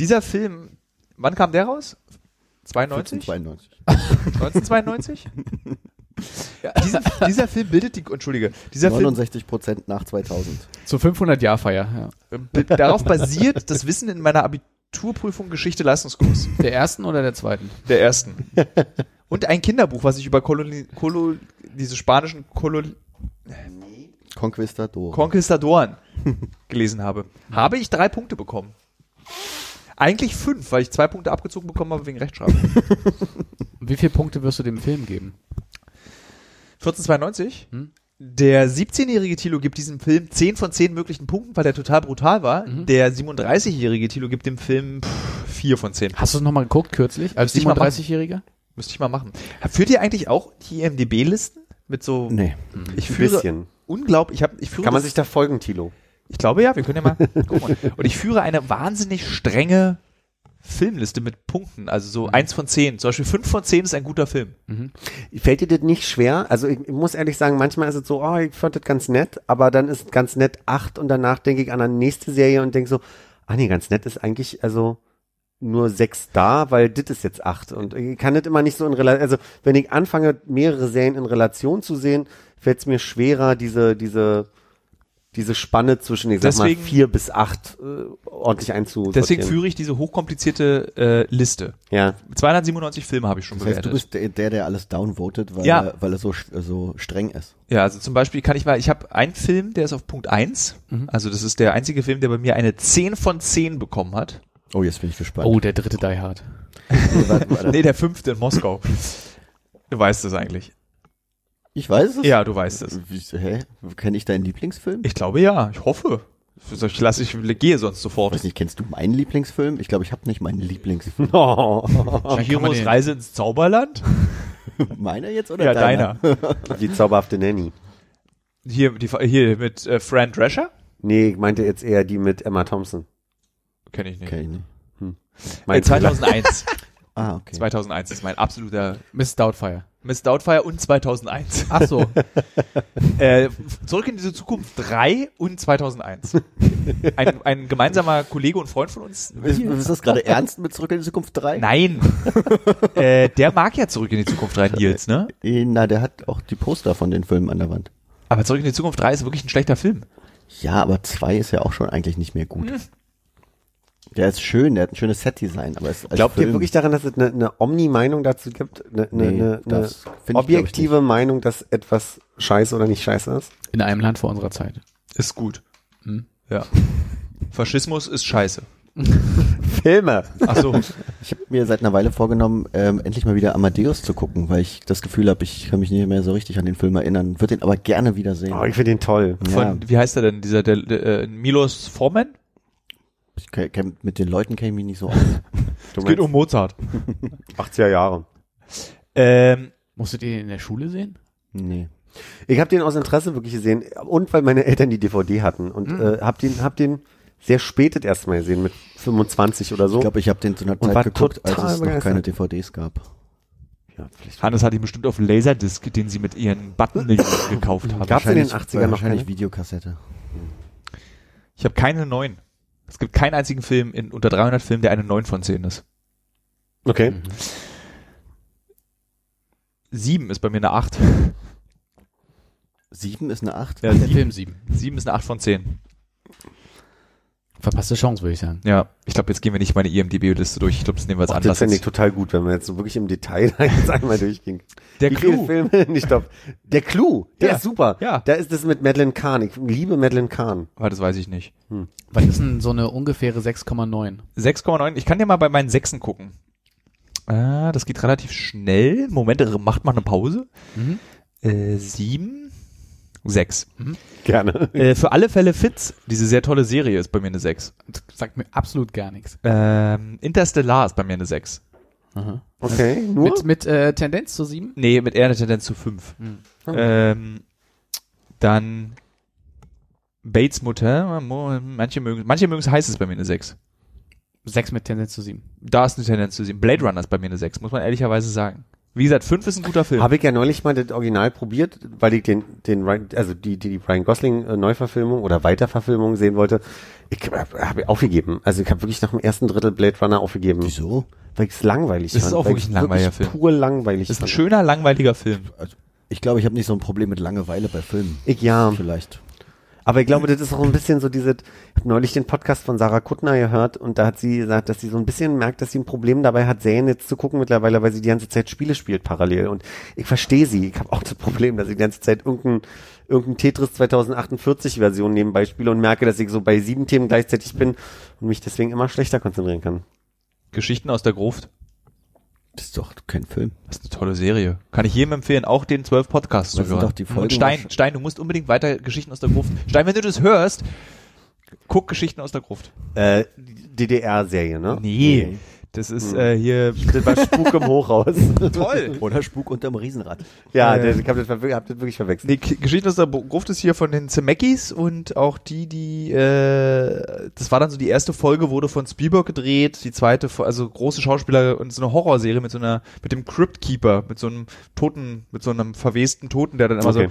B: Dieser Film, wann kam der raus? 92?
E: 1492.
B: 1992? ja, diesen, dieser Film bildet die, entschuldige, dieser Film
E: 69 Prozent nach 2000.
C: Zur 500-Jahr-Feier. Ja.
B: B- ähm, Darauf basiert das Wissen in meiner Abiturprüfung Geschichte Leistungskurs.
C: Der ersten oder der zweiten?
B: Der ersten. Und ein Kinderbuch, was ich über Koloni Kolo, diese spanischen Kolo
E: Conquistador.
B: Konquistadoren gelesen habe. Habe ich drei Punkte bekommen. Eigentlich fünf, weil ich zwei Punkte abgezogen bekommen habe wegen Rechtschreibung.
C: Wie viele Punkte wirst du dem Film geben?
B: 1492. Der 17-jährige Thilo gibt diesem Film 10 von 10 möglichen Punkten, weil der total brutal war. Der 37-jährige Thilo gibt dem Film pff, 4 von 10.
C: Hast du es nochmal geguckt kürzlich? Als
B: Müsste ich mal
C: 37-Jähriger?
B: Müsste ich mal machen. Führt ihr eigentlich auch die IMDB-Listen mit so?
E: nee.
B: Ich
D: Ein
B: führe
D: bisschen.
B: unglaublich. Ich habe, ich führe.
D: Kann man
B: das-
D: sich da folgen, Thilo?
B: Ich glaube ja. Wir können ja mal. gucken. Und ich führe eine wahnsinnig strenge Filmliste mit Punkten, also so eins von zehn. Zum Beispiel fünf von zehn ist ein guter Film.
D: Fällt dir das nicht schwer? Also ich, ich muss ehrlich sagen, manchmal ist es so, oh, ich fand das ganz nett, aber dann ist ganz nett acht und danach denke ich an eine nächste Serie und denke so, ah nee, ganz nett ist eigentlich also nur sechs da, weil das ist jetzt acht und ich kann das immer nicht so in Relation, also wenn ich anfange, mehrere Serien in Relation zu sehen, fällt es mir schwerer, diese, diese, diese Spanne zwischen, ich sag mal,
B: Deswegen-
D: vier bis acht äh, ordentlich einzusortieren.
B: Deswegen führe ich diese hochkomplizierte äh, Liste.
D: ja.
B: 297 Filme habe ich schon
E: Das heißt,
B: bewertet.
E: du bist der, der, der alles downvotet, weil,
B: Ja.
E: er, weil er so, sch- so streng ist.
B: Ja, also zum Beispiel kann ich mal, ich habe einen Film, der ist auf Punkt 1. Also das ist der einzige Film, der bei mir eine 10 von 10 bekommen hat.
E: Oh, jetzt bin ich gespannt.
C: Oh, der dritte Die Hard.
B: Nee, der fünfte in Moskau. Du weißt es eigentlich.
E: Ich weiß es.
B: Ja, du weißt es.
E: Wie- Hä? Kenne ich deinen Lieblingsfilm?
B: Ich glaube ja, ich hoffe. Ich lasse, ich gehe sonst sofort.
E: weiß nicht, kennst du meinen Lieblingsfilm? Ich glaube, ich habe nicht meinen Lieblingsfilm.
B: Shihiros
C: den-
B: Reise ins Zauberland?
E: Meiner jetzt oder
B: Ja,
E: deiner?
B: deiner.
D: die zauberhafte Nanny.
B: Hier, die, hier mit äh, Fran Drescher?
D: Nee, ich meinte jetzt eher die mit Emma Thompson.
B: Kenne ich nicht.
E: Okay, ne?
B: Äh,
D: Mein Fehler.
B: 2001.
E: Ah, okay.
B: 2001 ist mein absoluter
C: Miss Doubtfire.
B: Miss Doubtfire und 2001.
C: Ach so.
B: Äh, zurück in diese Zukunft 3 und 2001. Ein, ein gemeinsamer Kollege und Freund von uns.
E: Ist, ist das gerade ernst mit Zurück in die Zukunft 3?
B: Nein. äh, der mag ja zurück in die Zukunft 3, Nils, ne?
E: Eh, Na, der hat auch die Poster von den Filmen an der Wand.
B: Aber zurück in die Zukunft 3 ist wirklich ein schlechter Film.
E: Ja, aber 2 ist ja auch schon eigentlich nicht mehr gut. Der ist schön, der hat ein schönes Set-Design, aber es als
D: Glaubt
E: Film,
D: ihr wirklich daran, dass es eine, eine Omni-Meinung dazu gibt? Eine, eine,
E: Nee,
D: eine, eine
E: das find ich, glaub ich,
D: objektive Meinung, dass etwas scheiße oder nicht scheiße ist?
C: In einem Land vor unserer Zeit.
B: Ist gut. Ja. Faschismus ist scheiße.
D: Filme.
B: Ach so.
E: Ich habe mir seit einer Weile vorgenommen, ähm, endlich mal wieder Amadeus zu gucken, weil ich das Gefühl habe, ich kann mich nicht mehr so richtig an den Film erinnern. Würde ihn aber gerne wiedersehen.
D: Oh, ich finde den toll.
B: Von, Wie heißt er denn? Dieser der, der, äh, Milos Forman?
E: Ich ke- kenn- mit den Leuten kenne ich mich nicht so aus.
D: Du
B: Es geht um Mozart.
D: 80er Jahre.
B: Ähm,
C: Musstet ihr den in der Schule sehen?
E: nee.
D: Ich habe den aus Interesse wirklich gesehen und weil meine Eltern die DVD hatten und
E: Hm.
D: äh, habe den, hab den sehr spät das erste Mal gesehen, mit 25 oder so.
E: Ich glaube, ich habe den zu einer
D: Und war
E: Zeit geguckt, als
D: total
E: es noch
D: begeistert.
E: keine DVDs gab.
D: ja, vielleicht.
B: Hannes hat ihn bestimmt auf Laserdisc, den sie mit ihren Button-Millionen gekauft haben.
D: Gab's in den
E: Wahrscheinlich-
D: 80ern noch
E: Wahrscheinlich
D: keine?
E: Videokassette.
B: Ich habe keine 9. Es gibt keinen einzigen Film in unter 300 Filmen, der eine 9 von 10 ist.
D: Okay.
E: Mhm.
B: 7 ist bei mir eine 8.
E: Sieben ist eine Acht?
B: Ja,
C: Der
B: 7,
C: Film 7.
B: ist eine 8 von 10.
C: Verpasste Chance, würde ich sagen.
B: Ja, ich glaube, jetzt gehen wir nicht meine IMDb-Liste durch. Ich glaube, das nehmen wir als
D: Ach, das
B: Anlass.
D: fände ich
B: jetzt.
D: total gut, wenn wir jetzt so wirklich im Detail da jetzt einmal durchgingen.
B: Der
D: Wie viele
B: Clou.
D: Filme nicht top. Der Clou, der
B: Ja.
D: ist super.
B: Ja.
D: Da ist das mit Madeleine Kahn. Ich liebe Madeleine Kahn.
B: Ah, das weiß ich nicht.
C: Was ist denn so eine ungefähre 6,9?
B: 6,9. Ich kann ja mal bei meinen Sechsen gucken. Ah, das geht relativ schnell. Moment, äh, macht mal eine Pause.
C: Mhm.
B: Äh, 7, 6.
D: Gerne.
B: Äh, für alle Fälle Fitz, diese sehr tolle Serie, ist bei mir eine 6.
C: Das sagt mir absolut gar nichts.
B: Ähm, Interstellar ist bei mir eine 6.
D: Okay, nur?
C: Mit, mit äh, Tendenz zu 7?
B: Nee, mit eher eine Tendenz zu 5.
E: Hm. Oh.
B: Ähm, dann Bates Motel, mo- manche mögen manche mögen es heiß ist bei mir eine 6.
C: 6 mit Tendenz zu 7.
B: Da ist eine Tendenz zu sehen. Blade Runner ist bei mir eine 6, muss man ehrlicherweise sagen. Wie gesagt, 5 ist ein guter Film.
D: Habe ich ja neulich mal das Original probiert, weil ich den, den Ryan- also die, die, die Brian Gosling äh, Neuverfilmung oder Weiterverfilmung sehen wollte. Ich habe hab aufgegeben. Also ich habe wirklich nach dem ersten Drittel Blade Runner aufgegeben.
E: Wieso?
D: Weil ich es langweilig
B: Das ist auch
D: weil
B: wirklich
D: ich's
B: ein langweiliger
D: wirklich
B: Film.
D: pur langweilig
B: das ist ein
D: fand.
B: schöner, langweiliger Film.
E: Also, ich glaube, ich habe nicht so ein Problem mit Langeweile bei Filmen.
D: Ich, ja.
E: Vielleicht.
D: Aber ich glaube, das ist auch ein bisschen so diese, ich habe neulich den Podcast von Sarah Kuttner gehört und da hat sie gesagt, dass sie so ein bisschen merkt, dass sie ein Problem dabei hat, Serien jetzt zu gucken mittlerweile, weil sie die ganze Zeit Spiele spielt parallel. Und ich verstehe sie. Ich habe auch das Problem, dass ich die ganze Zeit irgendein, irgendein Tetris 2048 Version nebenbei spiele und merke, dass ich so bei sieben Themen gleichzeitig bin und mich deswegen immer schlechter konzentrieren kann.
B: Geschichten aus der Gruft.
E: Das ist doch kein Film.
B: Das ist eine tolle Serie. Kann ich jedem empfehlen, auch den 12 Podcasts zu
E: Das sind
B: hören.
E: doch die Folgen,
B: Und Stein,
E: was-
B: Stein, du musst unbedingt weiter Geschichten aus der Gruft. Stein, wenn du das hörst, guck Geschichten aus der Gruft.
D: Äh, DDR-Serie, ne?
B: Nee. Das ist
E: Hm.
B: äh, hier
D: Das war Spuk im Hochhaus.
B: toll.
E: Oder Spuk unterm Riesenrad.
D: ja,
B: Äh.
D: das, ich habe das, ver- hab das wirklich verwechselt.
B: Die K- Geschichte aus der Br- Gruft ist hier von den Zemeckis und auch die, die, äh, das war dann so die erste Folge, wurde von Spielberg gedreht, die zweite, Fo- also große Schauspieler und so eine Horrorserie mit so einer, mit dem Crypt Keeper, mit so einem Toten, mit so einem verwesten Toten, der dann immer
D: Okay.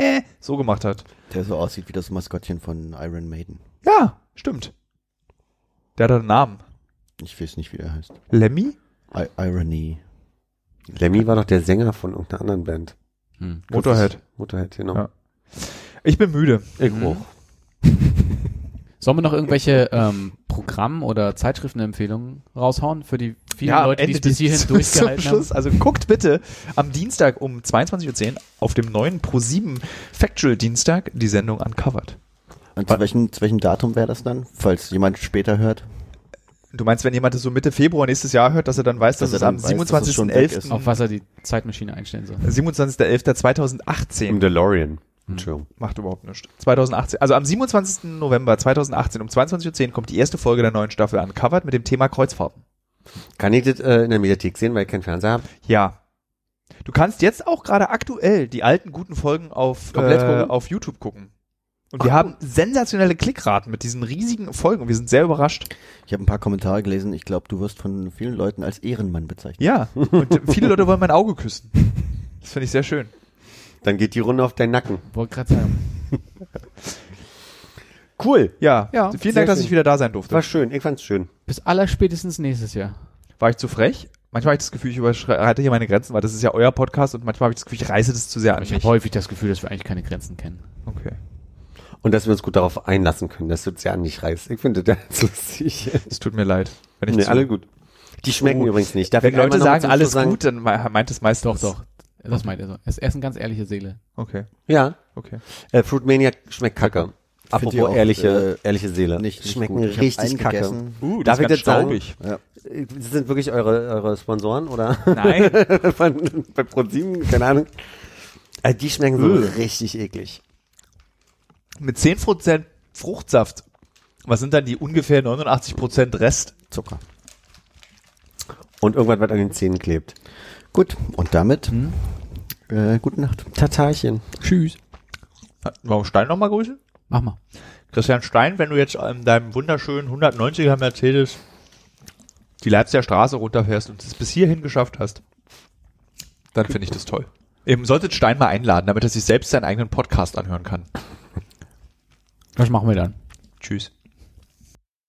B: so, so gemacht hat.
E: Der so aussieht wie das Maskottchen von Iron Maiden.
B: Ja, stimmt. Der hat einen Namen.
E: Ich weiß nicht, wie der heißt.
B: Lemmy?
E: I Irony.
D: Lemmy war doch der Sänger von irgendeiner anderen Band.
B: Motorhead.
D: Motorhead, genau.
B: Ja. Ich bin müde.
D: Ich auch.
C: Sollen wir noch irgendwelche ähm, Programm- oder Zeitschriftenempfehlungen raushauen für die vielen
B: am
C: Leute, die es
B: Ende
C: bis hierhin
B: des-
C: durchgehalten
B: zum
C: haben?
B: Schluss. Also guckt bitte am Dienstag um 22.10 Uhr auf dem neuen Pro7 Factual Dienstag die Sendung Uncovered.
E: Und zu welchem, zu welchem Datum wäre das dann? Falls jemand später hört.
B: Du meinst, wenn jemand das so Mitte Februar nächstes Jahr hört, dass er dann weiß, dass,
E: Dass
B: es
E: er
B: am
E: dann weiß, dass es schon weg ist.
C: Auf
B: 27.11.
C: was er die Zeitmaschine einstellen soll.
B: 27.11.2018
E: Hm.
D: Im DeLorean. Entschuldigung.
B: macht überhaupt nichts. 2018, also am 27. November 2018 um 22.10 Uhr kommt die erste Folge der neuen Staffel Uncovered mit dem Thema Kreuzfahrten.
D: Kann ich das äh, in der Mediathek sehen, weil ich keinen Fernseher habe?
B: Ja. Du kannst jetzt auch gerade aktuell die alten guten Folgen auf,
D: Komplett
B: äh,
D: gucken?
B: auf YouTube gucken. Und wir haben sensationelle Klickraten mit diesen riesigen Folgen und wir sind sehr überrascht.
E: Ich habe ein paar Kommentare gelesen. Ich glaube, du wirst von vielen Leuten als Ehrenmann bezeichnet.
B: Ja. Und viele Leute wollen mein Auge küssen. Das finde ich sehr schön.
D: Dann geht die Runde auf deinen Nacken.
C: Wollte gerade sagen.
D: Cool.
B: Ja.
C: Ja,
B: Vielen
D: sehr
B: Dank, dass
D: schön.
B: ich wieder da sein durfte.
D: War schön. Ich fand's schön.
C: Bis allerspätestens nächstes Jahr.
B: War ich zu frech? Manchmal habe ich das Gefühl, ich überschreite hier meine Grenzen, weil das ist ja euer Podcast und manchmal habe ich das Gefühl, ich reiße das zu sehr an
C: Ich habe
B: mich.
C: häufig das Gefühl, dass wir eigentlich keine Grenzen kennen.
B: Okay.
D: Und dass wir uns gut darauf einlassen können, dass du das ja nicht reißt. Ich finde das ganz lustig.
B: Es tut mir leid. Wenn ich
D: Nee,
B: zu-
D: alle gut. Die schmecken
B: Oh.
D: übrigens nicht. Darf
B: Wenn
D: ich einmal
B: Leute
D: noch mal
B: sagen,
D: zum
B: alles
D: Schluss sagen?
B: gut, dann me- meint es meistens.
C: Doch, doch. Das meint er so. Er ist er ist eine ganz ehrliche Seele.
B: Okay,
D: Ja.
B: okay.
D: Äh, Fruit Mania schmeckt kacke.
E: ihr
D: Apropos
E: auch,
D: ehrliche, ehrliche Seele.
E: nicht- nicht
D: schmecken
E: gut. Ich hab
D: richtig
E: einen
D: kacke.
E: gegessen.
B: Uh,
D: Darf ich
B: ist ganz
D: das sagen?
B: staubig.
D: Äh, Sind wirklich eure, eure Sponsoren oder?
B: Nein.
D: Von, bei ProSieben, keine Ahnung. Äh, die schmecken so
B: Ugh.
D: richtig eklig.
B: mit 10% Fruchtsaft, was sind dann die ungefähr 89% Rest?
E: Zucker.
D: Und irgendwas, was an den Zähnen klebt.
E: Gut. Und damit, äh, gute Nacht.
D: Tatarchen.
C: Tschüss.
B: Warum Stein nochmal grüßen?
C: Mach mal.
B: Christian Stein, wenn du jetzt in deinem wunderschönen 190er Mercedes die Leipziger Straße runterfährst und es bis hierhin geschafft hast, dann finde ich das toll. Ihr solltet Stein mal einladen, damit er sich selbst seinen eigenen Podcast anhören kann.
C: Was machen wir dann?
B: Tschüss.